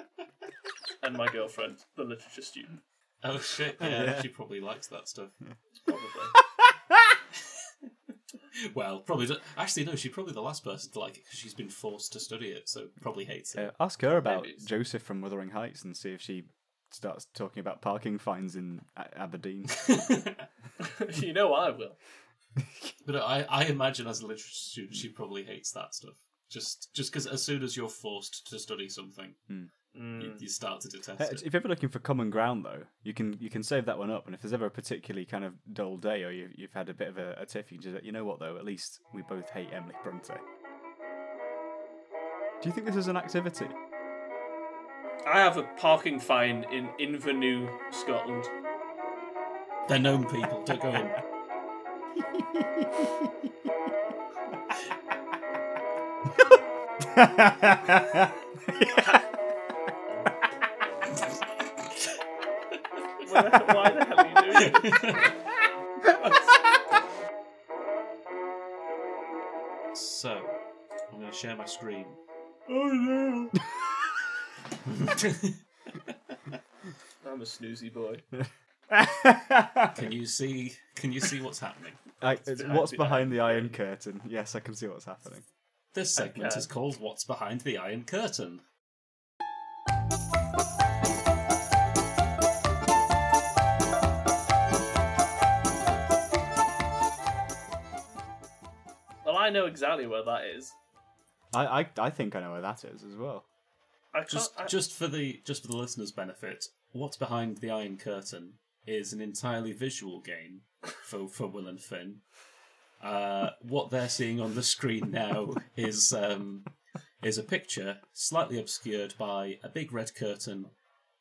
Speaker 2: and my girlfriend, the literature student,
Speaker 3: Oh shit! Yeah,
Speaker 1: Yeah.
Speaker 3: she probably likes that stuff.
Speaker 2: probably.
Speaker 3: Well, probably do- actually no. She's probably the last person to like it because she's been forced to study it, so probably hates it.
Speaker 1: Uh, ask her about
Speaker 2: Maybe it's-
Speaker 1: Joseph from Wuthering Heights and see if she starts talking about parking fines in A- Aberdeen.
Speaker 2: you know I will.
Speaker 3: But I, I imagine as a literature student, she probably hates that stuff. Just just because as soon as you're forced to study something, you,
Speaker 2: Mm.
Speaker 3: you start to detest
Speaker 1: Uh,
Speaker 3: it.
Speaker 1: if you're ever looking for common ground, though, you can you can save that one up. And if there's ever a particularly kind of dull day or you, you've had a bit of a, a tiff, you can just you know what though, at least we both hate Emily Bronte. Do you think this is an activity?
Speaker 2: I have a parking fine in Invernew, Scotland.
Speaker 3: They're known people. Don't go in.
Speaker 2: Why the hell are you doing it?
Speaker 3: so I'm going to share my screen.
Speaker 2: Oh no! I'm a snoozy boy.
Speaker 3: can you see? Can you see what's happening?
Speaker 1: I, what's behind the iron curtain? Yes, I can see what's happening.
Speaker 3: This segment
Speaker 2: Okay.
Speaker 3: is called "What's Behind the Iron Curtain."
Speaker 2: Well, I know exactly where that is.
Speaker 1: I, I, I think I know where that is as well.
Speaker 2: I can't,
Speaker 3: just
Speaker 2: Oh, I-
Speaker 3: just for the just for the listeners' benefit, what's behind the Iron Curtain is an entirely visual game for for Will and Finn. Uh, what they're seeing on the screen now is um, is a picture slightly obscured by a big red curtain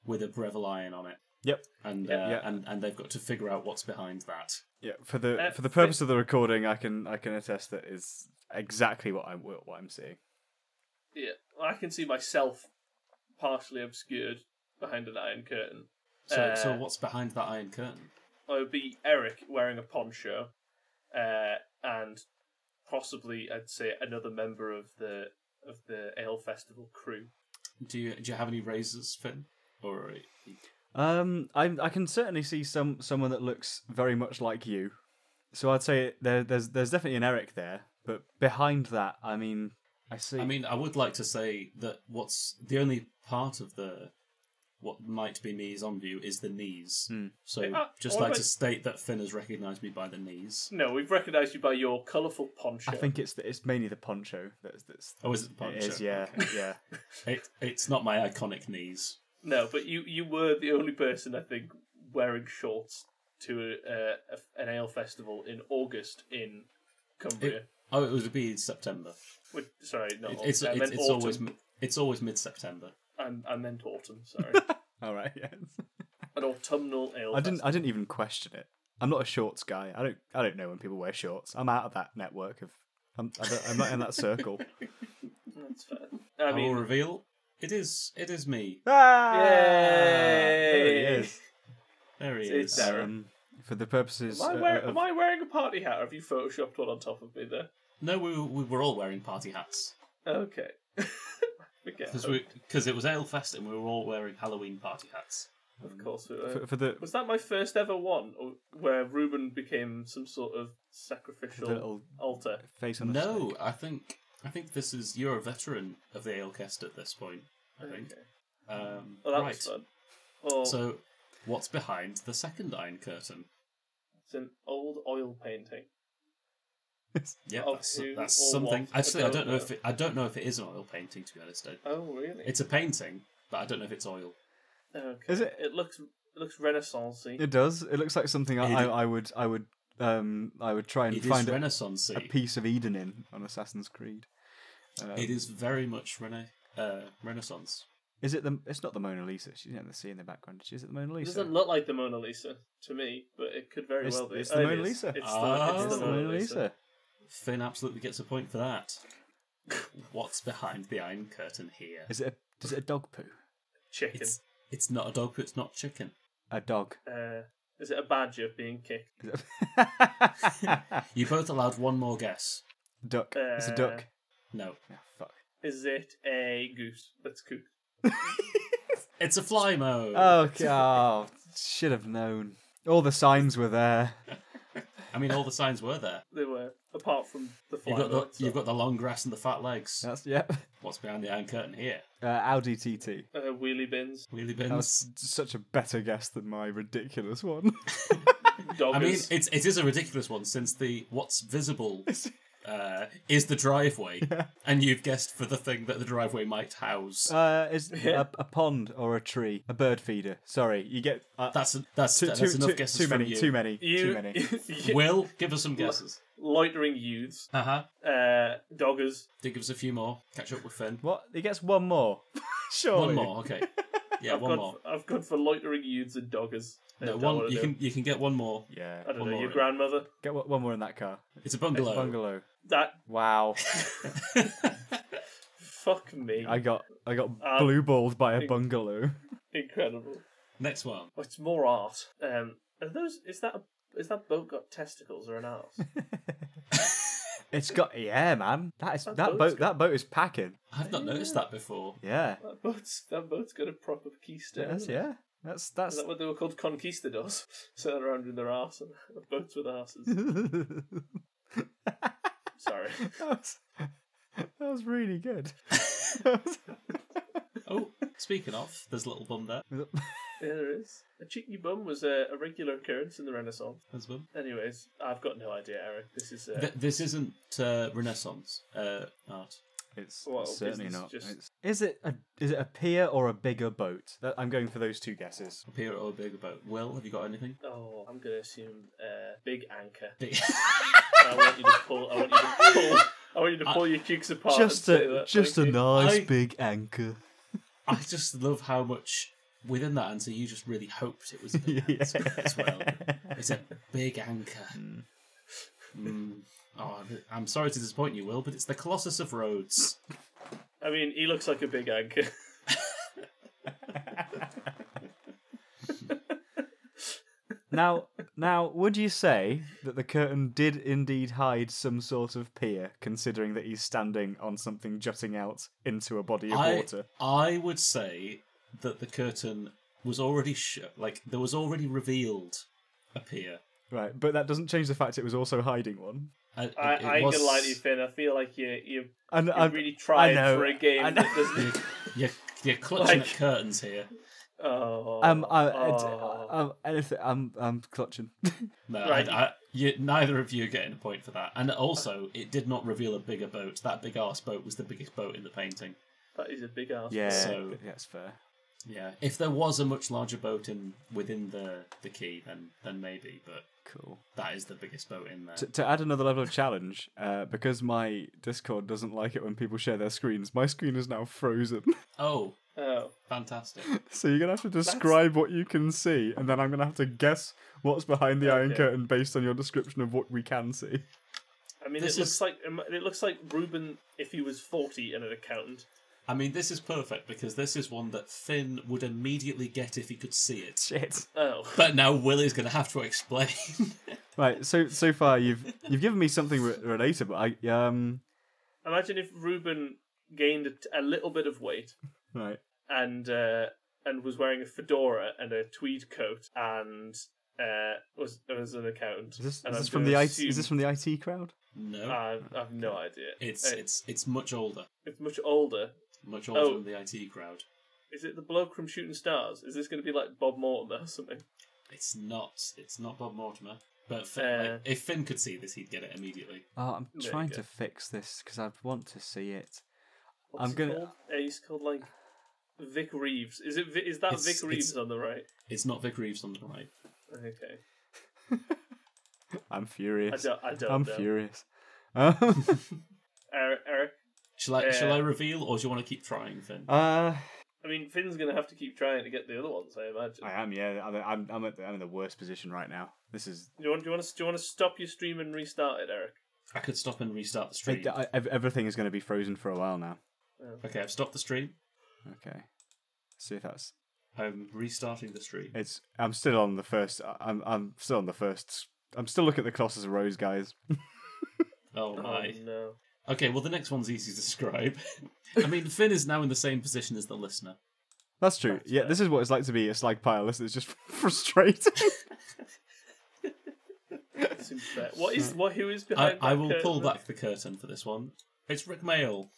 Speaker 3: with a Breville iron on it,
Speaker 1: Yep.
Speaker 3: and uh,
Speaker 2: Yeah.
Speaker 1: Yeah.
Speaker 3: and and they've got to figure out what's behind that.
Speaker 1: Yeah. For the
Speaker 2: Uh,
Speaker 1: for the
Speaker 2: fi-
Speaker 1: purpose of the recording, I can I can attest that is exactly what I'm what I'm seeing.
Speaker 2: yeah, well, I can see myself partially obscured behind an iron curtain.
Speaker 3: So
Speaker 2: Uh,
Speaker 3: so what's behind that Iron Curtain?
Speaker 2: Well, it would be Eric wearing a poncho, uh, and possibly I'd say another member of the of the ale festival crew.
Speaker 3: Do you do you have any razors, Finn? Or
Speaker 1: Um, I I can certainly see some someone that looks very much like you. So I'd say there, there's there's definitely an Eric there, but behind that, I mean, I see.
Speaker 3: I mean, I would like to say that what's the only part of the what might be knees on view is the knees.
Speaker 1: Hmm.
Speaker 3: So
Speaker 2: Uh,
Speaker 3: just
Speaker 2: what
Speaker 3: like to
Speaker 2: about-
Speaker 3: state that Finn has recognised me by the knees.
Speaker 2: No, we've recognised you by your colourful poncho.
Speaker 1: I think it's the, it's mainly the poncho that's that's.
Speaker 3: Oh, is it the poncho?
Speaker 1: It is, yeah,
Speaker 3: Okay.
Speaker 1: yeah.
Speaker 3: It, it's not my iconic knees.
Speaker 2: no, but you you were the only person I think wearing shorts to a, a, an ale festival in August in Cumbria.
Speaker 3: It- oh, it would be September.
Speaker 2: Which, sorry, not
Speaker 3: It-
Speaker 2: August.
Speaker 3: it's
Speaker 2: I
Speaker 3: it's,
Speaker 2: meant
Speaker 3: it's
Speaker 2: Oh, autumn.
Speaker 3: always m- it's always mid September.
Speaker 2: I'm- I meant autumn. Sorry,
Speaker 1: All right, yes.
Speaker 2: an autumnal ale.
Speaker 1: I didn't I didn't even question it. I'm not a shorts guy. I don't I don't know when people wear shorts. I'm out of that network of. I'm I don't, I'm not in that circle.
Speaker 2: festival. That's fair. I
Speaker 3: I will
Speaker 2: mean,
Speaker 3: reveal. It is it is me.
Speaker 1: Ah,
Speaker 2: Yay!
Speaker 1: there he is.
Speaker 3: There he
Speaker 2: It's
Speaker 3: is.
Speaker 2: Eric.
Speaker 1: Um, for the purposes.
Speaker 2: Am I,
Speaker 1: uh,
Speaker 2: wear-
Speaker 1: of-
Speaker 2: am I wearing a party hat? Or have you photoshopped one on top of me there?
Speaker 3: No, we were, we were all wearing party hats
Speaker 2: Okay. Forget.
Speaker 3: because because it was Ale Fest and we were all wearing Halloween party hats.
Speaker 2: Of course we were.
Speaker 1: for, for the,
Speaker 2: Was that my first ever one, or where Reuben became some sort of
Speaker 1: the
Speaker 2: sacrificial
Speaker 1: little
Speaker 2: altar?
Speaker 1: face on a
Speaker 3: no,
Speaker 1: stick.
Speaker 3: I think I think this is you're a veteran of the Alecast at this point. I think.
Speaker 2: Okay.
Speaker 3: Um,
Speaker 2: Well, that
Speaker 3: right.
Speaker 2: was fun. Oh, Or
Speaker 3: So, what's behind the second Iron Curtain?
Speaker 2: it's an old oil painting.
Speaker 3: Yeah,
Speaker 2: Of
Speaker 3: that's,
Speaker 2: who
Speaker 3: that's
Speaker 2: or
Speaker 3: something.
Speaker 2: what? I
Speaker 3: Actually, I
Speaker 2: don't
Speaker 3: don't know
Speaker 2: know.
Speaker 3: if it, I don't know if it is an oil painting. To be honest, I-
Speaker 2: Oh, really?
Speaker 3: it's a painting, but I don't know if it's oil.
Speaker 2: okay.
Speaker 1: Is it-
Speaker 2: It looks it looks Renaissancey.
Speaker 1: It does. It looks like something I,
Speaker 3: It-
Speaker 1: I, I would I would um I would try and
Speaker 3: It is
Speaker 1: find a-
Speaker 3: Renaissance.
Speaker 1: a piece of Eden in on Assassin's Creed. Um,
Speaker 3: It is very much rena- uh, Renaissance.
Speaker 1: Is it the? It's not the Mona Lisa. She's you know, the sea in the background. Is it the Mona
Speaker 2: It
Speaker 1: Lisa?
Speaker 2: doesn't look like the Mona Lisa to me, but it could very
Speaker 1: It's-
Speaker 2: well be.
Speaker 1: it's
Speaker 2: Oh,
Speaker 1: the
Speaker 2: it
Speaker 1: Mona
Speaker 2: is.
Speaker 1: Lisa.
Speaker 2: It's,
Speaker 3: Ah.
Speaker 2: the, it's the Mona Lisa.
Speaker 3: Finn absolutely gets a point for that. What's behind the Iron Curtain here?
Speaker 1: Is it? A, is it a dog poo?
Speaker 2: Chicken.
Speaker 3: It's it's not a dog. It's not chicken.
Speaker 1: A dog.
Speaker 2: Uh, is it a badger being kicked?
Speaker 1: Is it-
Speaker 3: You both allowed one more guess.
Speaker 1: duck. it's a
Speaker 2: Uh,
Speaker 1: duck.
Speaker 3: No,
Speaker 1: Oh, fuck.
Speaker 2: Is it a goose that's cooked?
Speaker 3: it's a fly mode.
Speaker 1: Oh, g- oh should have known. All the signs were there.
Speaker 3: I mean, all the signs were there.
Speaker 2: They were, apart from the fly.
Speaker 3: You've got
Speaker 2: mode,
Speaker 3: the,
Speaker 2: so-
Speaker 3: you've got the long grass and the fat legs.
Speaker 1: That's yep.
Speaker 3: What's behind the Iron Curtain here?
Speaker 1: Uh, Audi TT.
Speaker 2: uh, wheelie bins,
Speaker 3: Wheelie
Speaker 1: That
Speaker 3: bins.
Speaker 1: was such a better guess than my ridiculous one.
Speaker 2: doggers.
Speaker 3: I mean, it's it is a ridiculous one since the what's visible uh, is the driveway, and you've guessed for the thing that the driveway might house.
Speaker 1: Uh, is a, a pond or a tree? A bird feeder. Sorry, you get uh,
Speaker 3: that's that's
Speaker 1: too,
Speaker 3: that's
Speaker 1: too,
Speaker 3: enough
Speaker 1: too,
Speaker 3: guesses
Speaker 1: too
Speaker 3: from
Speaker 1: many.
Speaker 3: you.
Speaker 1: Too many. Too
Speaker 2: you,
Speaker 1: many.
Speaker 2: you-
Speaker 3: Will give us some guesses.
Speaker 2: loitering youths,
Speaker 3: Uh huh.
Speaker 2: uh, doggers.
Speaker 3: Dig us a few more. Catch up with Finn.
Speaker 1: What? He gets one more. Surely.
Speaker 3: One more. Okay. Yeah,
Speaker 2: I've
Speaker 3: one
Speaker 2: gone
Speaker 3: more.
Speaker 2: For, I've gone for loitering youths and doggers. I
Speaker 3: No,
Speaker 2: don't
Speaker 3: one.
Speaker 2: wanna
Speaker 3: You
Speaker 2: do
Speaker 3: can
Speaker 2: it.
Speaker 3: you can get one more.
Speaker 1: Yeah.
Speaker 2: I don't
Speaker 3: one
Speaker 2: know.
Speaker 3: more
Speaker 2: Your
Speaker 3: in.
Speaker 2: grandmother.
Speaker 1: Get one one more in that car.
Speaker 3: It's a
Speaker 1: It's
Speaker 3: bungalow.
Speaker 1: bungalow.
Speaker 2: That
Speaker 1: Wow.
Speaker 2: fuck me.
Speaker 1: I got I got
Speaker 2: Um,
Speaker 1: blue balled by a
Speaker 2: think-
Speaker 1: bungalow.
Speaker 2: Incredible.
Speaker 3: Next one.
Speaker 2: Well, it's more art. Um, are those? Is that? A, is that boat got testicles or an arse?
Speaker 1: It's got yeah, man. That is
Speaker 2: That
Speaker 1: that,
Speaker 2: boat's
Speaker 1: boat. That boat is packing.
Speaker 3: I've not noticed that before.
Speaker 1: Yeah.
Speaker 2: that boat's that boat's got a proper keister.
Speaker 1: That's yeah. That's
Speaker 2: Is
Speaker 1: that's.
Speaker 2: that what they were called? Conquistadors. Sat around in their arse and boats with arses.
Speaker 1: that
Speaker 2: Sorry.
Speaker 1: was that was really good.
Speaker 3: Oh, speaking of, there's a little bum there.
Speaker 2: Yeah, there is. A cheeky bum was a, a regular occurrence in the Renaissance.
Speaker 3: There's a bum.
Speaker 2: Anyways, I've got no idea, Eric. This is uh,
Speaker 3: Th- this isn't uh, Renaissance uh, art.
Speaker 1: It's
Speaker 2: Well,
Speaker 1: certainly
Speaker 2: business
Speaker 1: not.
Speaker 2: just-
Speaker 1: It's- Is it a is it a pier or a bigger boat? That, I'm going for those two guesses.
Speaker 3: Up here or a big boat. Will, have you got anything?
Speaker 2: oh, I'm gonna assume uh, big anchor.
Speaker 3: Big-
Speaker 2: I want you to pull. I want you to pull. I want you to pull your cheeks apart.
Speaker 1: Just
Speaker 2: and Oh, say
Speaker 1: a
Speaker 2: that,
Speaker 1: just a
Speaker 2: thank you.
Speaker 1: nice
Speaker 3: I-
Speaker 1: big anchor.
Speaker 3: I just love how much within that answer you just really hoped it was an answer as well. It's a big anchor. Mm. Oh, I'm- I'm sorry to disappoint you, Will, but it's the Colossus of Rhodes.
Speaker 2: I mean, he looks like a big anchor.
Speaker 1: Now, now, would you say that the curtain did indeed hide some sort of pier, considering that he's standing on something jutting out into a body of
Speaker 3: I,
Speaker 1: water?
Speaker 3: I would say that the curtain was already sh- like there was already revealed a pier.
Speaker 1: Right, but that doesn't change the fact it was also hiding one.
Speaker 3: I, it-
Speaker 2: I,
Speaker 3: it
Speaker 2: I ain't
Speaker 3: was-
Speaker 2: gonna lie to you, Finn. I feel like you you,
Speaker 1: And um,
Speaker 2: you
Speaker 1: I'm
Speaker 2: really tried
Speaker 1: know,
Speaker 2: for a game
Speaker 1: I know.
Speaker 2: that doesn't.
Speaker 3: You're, you're clutching
Speaker 2: Like-
Speaker 3: at curtains here.
Speaker 2: Oh,
Speaker 1: um, I,
Speaker 2: oh.
Speaker 1: I, um, anything, I'm, I'm clutching.
Speaker 3: No,
Speaker 2: Right.
Speaker 3: I, I, you, neither of you are getting a point for that. And also, it did not reveal a bigger boat. That big ass boat was the biggest boat in the painting.
Speaker 2: that is a big ass.
Speaker 1: yeah,
Speaker 3: So-
Speaker 1: that's fair.
Speaker 3: Yeah, if there was a much larger boat in within the the key, then then maybe. But
Speaker 1: Cool.
Speaker 3: that is the biggest boat in there.
Speaker 1: To, to add another level of challenge, uh, because my Discord doesn't like it when people share their screens, my screen is now frozen.
Speaker 3: Oh,
Speaker 2: Oh,
Speaker 3: fantastic!
Speaker 1: So you're gonna have to describe what you can see, and then I'm gonna have to guess what's behind the Iron
Speaker 2: Okay.
Speaker 1: Curtain based on your description of what we can see.
Speaker 2: I mean,
Speaker 3: This
Speaker 2: it looks
Speaker 3: is-
Speaker 2: like it looks like Ruben if he was forty and an accountant.
Speaker 3: I mean, this is perfect because this is one that Finn would immediately get if he could see it.
Speaker 1: Shit.
Speaker 2: Oh,
Speaker 3: But now Willie's going to have to explain.
Speaker 1: Right. So so far you've you've given me something re- relatable. I um.
Speaker 2: imagine if Ruben gained a, t- a little bit of weight
Speaker 1: Right.
Speaker 2: and uh, and was wearing a fedora and a tweed coat and uh, was was an accountant.
Speaker 1: Is this,
Speaker 2: and
Speaker 1: is
Speaker 2: I'm
Speaker 1: this from
Speaker 2: gonna
Speaker 1: the IT?
Speaker 2: assume-
Speaker 1: Is this from the IT crowd?
Speaker 3: no,
Speaker 2: I've, I've no idea.
Speaker 3: it's
Speaker 2: Uh,
Speaker 3: it's it's much older,
Speaker 2: it's much older.
Speaker 3: much older
Speaker 2: Oh.
Speaker 3: than the IT crowd.
Speaker 2: Is it the bloke from Shooting Stars? Is this going to be like Bob Mortimer or something?
Speaker 3: It's not it's not Bob Mortimer. But Finn,
Speaker 2: Uh.
Speaker 3: like, if Finn could see this, he'd get it immediately.
Speaker 1: Oh, I'm
Speaker 2: There you
Speaker 1: trying
Speaker 2: go.
Speaker 1: to fix this because I want to see it.
Speaker 2: What's
Speaker 1: I'm
Speaker 2: it
Speaker 1: gonna-
Speaker 2: Called? Uh, he's called like Vic Reeves. Is it? Vi- Is that
Speaker 3: It's-
Speaker 2: Vic
Speaker 3: it's-
Speaker 2: Reeves on the right?
Speaker 3: It's not Vic Reeves on the right.
Speaker 2: Okay.
Speaker 1: I'm
Speaker 2: I
Speaker 1: furious.
Speaker 2: don't. I don't
Speaker 1: I'm
Speaker 2: know.
Speaker 1: furious. Um,
Speaker 2: Eric, Eric.
Speaker 3: Shall I shall
Speaker 2: Uh.
Speaker 3: I reveal or do you want to keep trying, Finn?
Speaker 1: uh,
Speaker 2: I mean, Finn's going to have to keep trying to get the other ones. I imagine.
Speaker 1: I am. Yeah, I'm. I'm, I'm, at the, I'm in the worst position right now. This is
Speaker 2: Do you want? Do you want to? Do you want to stop your stream and restart it, Eric?
Speaker 3: I could stop and restart the stream.
Speaker 1: I, I- ev- everything is going to be frozen for a while now. Oh,
Speaker 3: Okay, I've stopped the stream.
Speaker 1: Okay. See if that's.
Speaker 3: I'm restarting the stream.
Speaker 1: It's. I'm still on the first. I'm. I'm still on the first. I'm still looking at the cross as a rose, guys.
Speaker 3: Oh my.
Speaker 2: Oh, no.
Speaker 3: Okay, well the next one's easy to describe. I mean, Finn is now in the same position as the listener.
Speaker 1: That's true.
Speaker 2: That's
Speaker 1: yeah,
Speaker 2: fair.
Speaker 1: this is what it's like to be a slag pile. Listen, it's just frustrating.
Speaker 2: That seems fair. What is? What? Who is
Speaker 3: I,
Speaker 2: behind?
Speaker 3: I will
Speaker 2: curtain?
Speaker 3: pull back the curtain for this one. It's Rick Mail,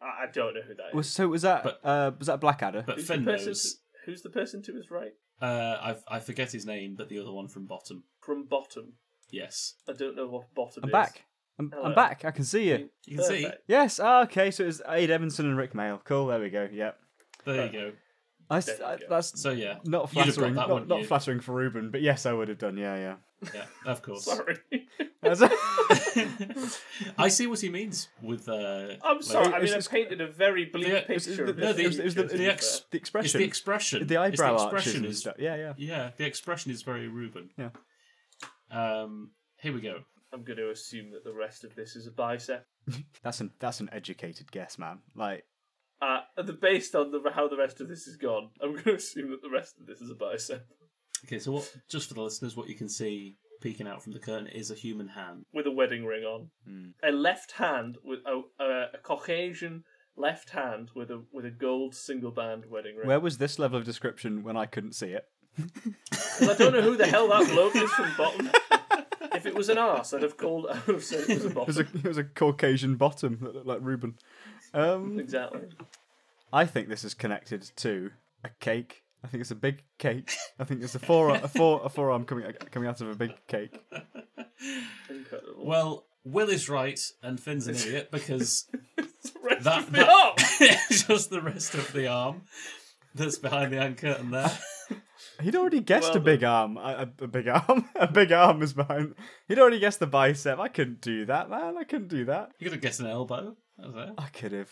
Speaker 2: I, I don't know who that is.
Speaker 1: was so was that
Speaker 3: But-
Speaker 1: uh was that Blackadder?
Speaker 3: but
Speaker 2: who's,
Speaker 3: Finn
Speaker 2: the person
Speaker 3: knows.
Speaker 2: to, who's the person to his right?
Speaker 3: Uh, I've, I forget his name, but the other one from bottom.
Speaker 2: From bottom.
Speaker 3: Yes.
Speaker 2: I don't know what bottom
Speaker 1: I'm
Speaker 2: is.
Speaker 1: back. I'm, I'm
Speaker 2: Hello.
Speaker 1: back. I can see you.
Speaker 3: You can see.
Speaker 2: Perfect.
Speaker 1: Yes. Ah, okay. So it's Aid Evanson and Rick Mail. Cool. There we go. Yep.
Speaker 3: There you go.
Speaker 1: I, s-
Speaker 2: There you
Speaker 1: I-
Speaker 2: go.
Speaker 1: that's
Speaker 3: So yeah,
Speaker 1: not
Speaker 3: You'd have got
Speaker 1: flattering.
Speaker 3: that,
Speaker 1: Not,
Speaker 3: wouldn't
Speaker 1: not
Speaker 3: you?
Speaker 1: flattering for Ruben, but yes, I would have done. Yeah, yeah.
Speaker 3: yeah, of course.
Speaker 2: Sorry.
Speaker 1: That's-
Speaker 3: I see what he means with. Uh,
Speaker 2: I'm sorry. I
Speaker 1: it's-
Speaker 2: mean, I
Speaker 1: it's-
Speaker 2: painted a very bleak
Speaker 3: The-
Speaker 2: picture.
Speaker 1: it's- it's the-
Speaker 2: of his
Speaker 3: no, the-
Speaker 2: future,
Speaker 1: it's the-
Speaker 2: to be
Speaker 1: the
Speaker 2: fair.
Speaker 3: ex-
Speaker 1: the
Speaker 3: It's
Speaker 1: expression,
Speaker 3: the expression.
Speaker 1: the, eyebrow
Speaker 3: it's the
Speaker 1: arches
Speaker 3: expression
Speaker 1: and
Speaker 3: is
Speaker 1: stuff. Yeah, yeah.
Speaker 3: yeah. The expression is very Ruben.
Speaker 1: Yeah.
Speaker 3: Um. Here we go.
Speaker 2: I'm going to assume that the rest of this is a bicep.
Speaker 1: That's an that's an educated guess, man. Like
Speaker 2: Uh, the, based on the, how the rest of this is gone, I'm going to assume that the rest of this is a bicep
Speaker 3: Okay, so what? Just for the listeners, what you can see peeking out from the curtain is a human hand.
Speaker 2: with a wedding ring on.
Speaker 3: Hmm.
Speaker 2: A left hand with a, a, a Caucasian left hand with a with a gold single band wedding ring.
Speaker 1: Where was this level of description when I couldn't see it?
Speaker 2: Well, I don't know who the hell that bloke is from bottom. if it was an arse, I'd have called. I would have said it was a
Speaker 1: It was
Speaker 2: bottom.
Speaker 1: a it was a Caucasian bottom that looked like Ruben. Um,
Speaker 2: Exactly.
Speaker 1: I think this is connected to a cake. I think it's a big cake. I think it's a forearm a, fore, a forearm coming coming out of a big cake.
Speaker 2: Incredible.
Speaker 3: Well, Will is right and Finn's an idiot because
Speaker 2: Rest
Speaker 3: that,
Speaker 2: of the arse!
Speaker 3: that just the rest of the arm that's behind the hand curtain there.
Speaker 1: He'd already guessed
Speaker 2: Well
Speaker 1: a big arm. A, a- a big arm. a big arm is behind. He'd already guessed the bicep. I couldn't do that, man. I couldn't do that.
Speaker 3: You could have guessed an elbow. That was it.
Speaker 1: I could have.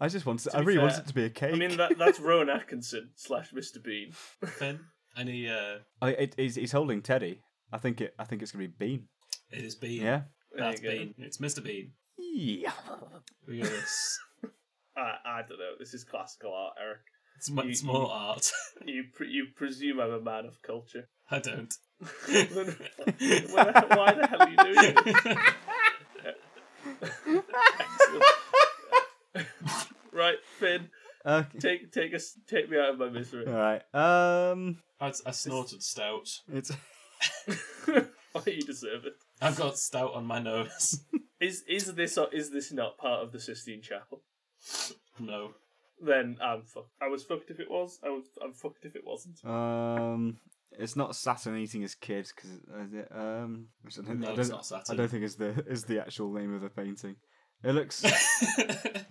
Speaker 1: I just wanted.
Speaker 2: To
Speaker 1: I
Speaker 2: be
Speaker 1: really
Speaker 2: fair,
Speaker 1: wanted it to be a cake.
Speaker 2: I mean, that, that's Rowan Atkinson slash Mr. Bean.
Speaker 3: Finn. Any uh
Speaker 1: I, it, he's, he's holding Teddy. I think it. I think it's gonna be Bean.
Speaker 3: it is Bean.
Speaker 1: Yeah.
Speaker 2: There
Speaker 3: That's
Speaker 2: you go.
Speaker 3: Bean. It's Mr. Bean.
Speaker 1: Yeah.
Speaker 3: We got this.
Speaker 2: I, I don't know. This is classical art, Eric.
Speaker 3: It's, mu- it's more art.
Speaker 2: You pre- you presume I'm a man of culture.
Speaker 3: I don't.
Speaker 2: Then why, why the hell are you doing this? Right, Finn,
Speaker 1: Okay.
Speaker 2: take take us take me out of my misery.
Speaker 1: All right. Um.
Speaker 3: I, I snorted stout.
Speaker 1: It's.
Speaker 2: Why you deserve it.
Speaker 3: I've got stout on my nose.
Speaker 2: Is is this or is this not part of the Sistine Chapel?
Speaker 3: No.
Speaker 2: Then I'm fucked. I was fucked if it was. I was I'm fucked if it wasn't.
Speaker 1: Um. It's not Saturn eating his kid because it? Um. which I don't,
Speaker 3: No,
Speaker 1: I
Speaker 3: it's
Speaker 1: don't-
Speaker 3: not
Speaker 1: I
Speaker 3: Saturn.
Speaker 1: don't think is the is the actual name of the painting. It looks.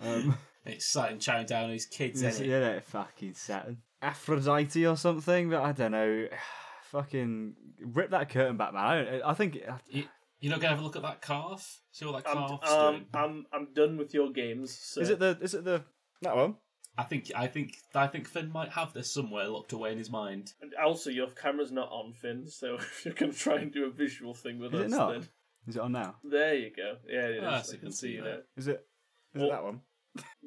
Speaker 1: um.
Speaker 3: it's sat and chowing down on his kids,
Speaker 1: Is
Speaker 3: isn't
Speaker 1: it-
Speaker 3: it?
Speaker 1: yeah, fucking Saturn. Aphrodite or something, but I don't know. fucking rip that curtain back, man. I, don't, I think
Speaker 3: You, you're not going to have a look at that calf? See what that
Speaker 2: I'm,
Speaker 3: calf's
Speaker 2: um,
Speaker 3: doing?
Speaker 2: I'm I'm done with your games. So.
Speaker 1: is it the is it the that one?
Speaker 3: I think I think I think Finn might have this somewhere locked away in his mind.
Speaker 2: And also, your camera's not on, Finn. So if you're gonna try and do a visual thing with
Speaker 1: Is it
Speaker 2: us,
Speaker 1: not?
Speaker 2: then
Speaker 1: Is it on now?
Speaker 2: there you go. Yeah, it is.
Speaker 3: Ah,
Speaker 2: I can see you
Speaker 3: that.
Speaker 2: there.
Speaker 1: Is it? Is it
Speaker 2: Well-
Speaker 1: that one?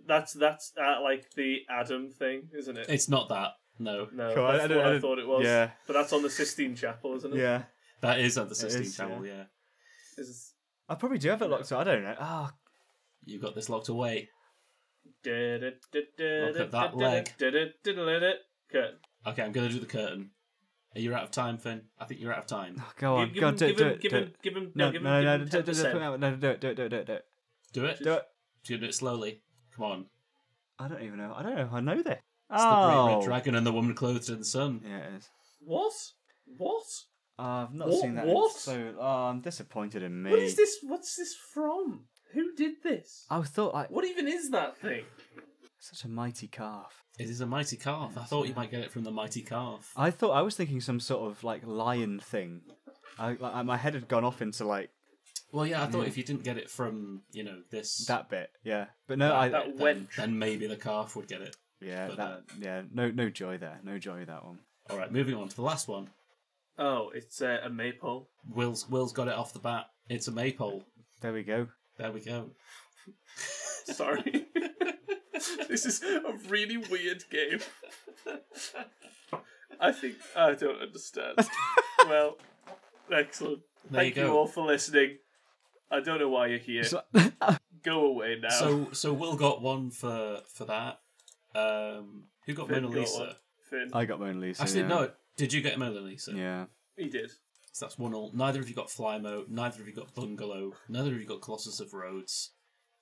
Speaker 2: That's that's uh, like the Adam thing, isn't it?
Speaker 3: It's not that. No,
Speaker 2: no,
Speaker 1: Cool, I-
Speaker 2: that's
Speaker 1: I don't-
Speaker 2: what
Speaker 1: I
Speaker 2: I,
Speaker 1: don't-
Speaker 2: thought it was.
Speaker 1: yeah.
Speaker 2: But that's on the Sistine Chapel, isn't it?
Speaker 1: Yeah.
Speaker 3: that is at the Sistine
Speaker 1: is,
Speaker 3: Chapel. Yeah.
Speaker 2: It's
Speaker 1: I probably do have it locked, so I don't know. Ah,
Speaker 3: you've got this locked away.
Speaker 2: Look
Speaker 3: at that leg.
Speaker 2: Good.
Speaker 3: Okay, I'm gonna do the curtain. Are you out of time, Finn? I think you're out of time.
Speaker 1: oh, go on,
Speaker 2: Give
Speaker 1: go
Speaker 2: him,
Speaker 1: on, do,
Speaker 2: give
Speaker 1: do
Speaker 2: him,
Speaker 1: it,
Speaker 2: give
Speaker 1: do
Speaker 2: him,
Speaker 1: it.
Speaker 2: give him,
Speaker 1: No,
Speaker 2: give him,
Speaker 1: no, no,
Speaker 2: give
Speaker 1: no,
Speaker 2: him
Speaker 1: do, do,
Speaker 2: 10%.
Speaker 1: do, it, put it out. no, do it, do it, do it, do it, do it. Do
Speaker 3: Do it.
Speaker 1: it.
Speaker 3: Just gonna do it slowly. Come on.
Speaker 1: I don't even know. I don't know. if I know this.
Speaker 3: It's the
Speaker 1: oh,
Speaker 3: great red dragon and the woman clothed in the sun.
Speaker 1: yeah, it is.
Speaker 2: What? What?
Speaker 1: Oh, I've not
Speaker 2: What-
Speaker 1: seen that.
Speaker 2: what?
Speaker 1: In so, oh, I'm disappointed in me.
Speaker 2: What is this? What's this from? Who did this?
Speaker 1: I thought like
Speaker 2: What even is that thing?
Speaker 1: such a mighty calf.
Speaker 3: It is a mighty calf. I thought you might get it from the mighty calf.
Speaker 1: I thought I was thinking some sort of like lion thing. I like, my head had gone off into like
Speaker 3: Well, yeah, I thought if you didn't get it from you know this,
Speaker 1: mm. that bit. Yeah, but no, I
Speaker 2: That
Speaker 3: then,
Speaker 2: wench.
Speaker 3: then maybe the calf would get it.
Speaker 1: yeah
Speaker 3: but,
Speaker 1: that yeah no no joy there no joy that one.
Speaker 3: All right, moving on to the last one.
Speaker 2: Oh, it's uh, a maypole.
Speaker 3: Will's Will's got it off the bat. It's a maypole.
Speaker 1: There we go.
Speaker 3: There we go.
Speaker 2: Sorry. this is a really weird game. I think I don't understand. well, excellent.
Speaker 3: There
Speaker 2: Thank
Speaker 3: you
Speaker 2: you,
Speaker 3: go.
Speaker 2: all for listening. I don't know why you're here.
Speaker 1: So-
Speaker 2: Go away now.
Speaker 3: So so Will got one for for that. Um, who got
Speaker 2: Finn
Speaker 3: Mona
Speaker 2: got
Speaker 3: Lisa?
Speaker 2: one. Finn,
Speaker 1: I got Mona Lisa.
Speaker 3: Actually,
Speaker 1: yeah.
Speaker 3: no. Did you get Mona Lisa?
Speaker 1: Yeah.
Speaker 2: he did.
Speaker 3: So that's one all. Neither of you got Flymo. Neither of you got Bungalow. Neither of you got Colossus of Rhodes.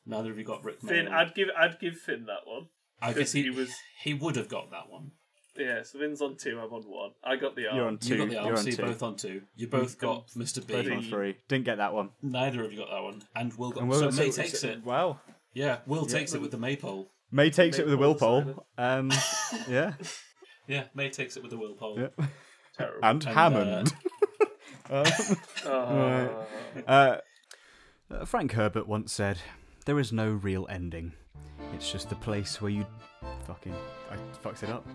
Speaker 3: Neither of you got Rick.
Speaker 2: Finn,
Speaker 3: Mayall.
Speaker 2: I'd give, I'd give Finn that one.
Speaker 3: I guess he,
Speaker 2: he was-
Speaker 3: He would have got that one.
Speaker 2: Yeah, so Finn's on two, I'm on one. I Oh, got the arm.
Speaker 1: You're on
Speaker 3: You
Speaker 1: two.
Speaker 3: got the
Speaker 1: You're
Speaker 3: arm,
Speaker 1: on
Speaker 3: so
Speaker 1: two.
Speaker 3: you're both on two. You both got Mr.
Speaker 1: Both on
Speaker 3: B.
Speaker 1: three. Didn't get that one.
Speaker 3: Neither of you got that one. And Will got
Speaker 1: And Will
Speaker 3: so
Speaker 1: so-
Speaker 3: May takes
Speaker 1: so-
Speaker 3: it.
Speaker 1: Wow.
Speaker 3: Yeah, Will takes it with the Maypole.
Speaker 1: May takes it with a will
Speaker 2: Maypole's
Speaker 1: pole. Um, yeah.
Speaker 3: Yeah, May takes it with the Will pole.
Speaker 1: yeah.
Speaker 2: Terrible.
Speaker 1: And
Speaker 3: uh,
Speaker 1: Hammond. Um,
Speaker 2: Oh.
Speaker 1: uh, uh, Frank Herbert once said, "There is no real ending. It's just the place where you fucking I fucked it up."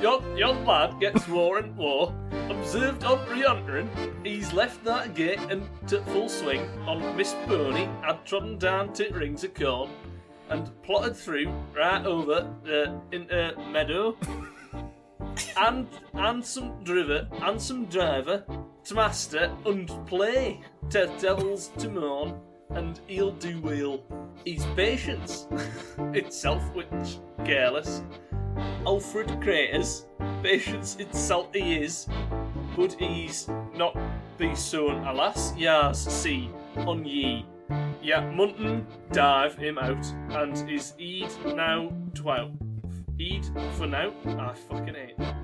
Speaker 2: Yon, yon lad gets warrant war, observed on re-entering, he's left that gate and took full swing on Miss Boney, had trodden down two rings of corn, and plotted through right over uh, into meadow, and and some driver, and some driver, to master and play, to devils to mourn, and he'll do wheel. He's patience, itself which careless, Alfred Craters, patience itself he is, but he's not be soon, alas, yas, see, on ye. Yeah, Munton, dive him out, and is Eid now twelve. Eid for now, I fucking hate that.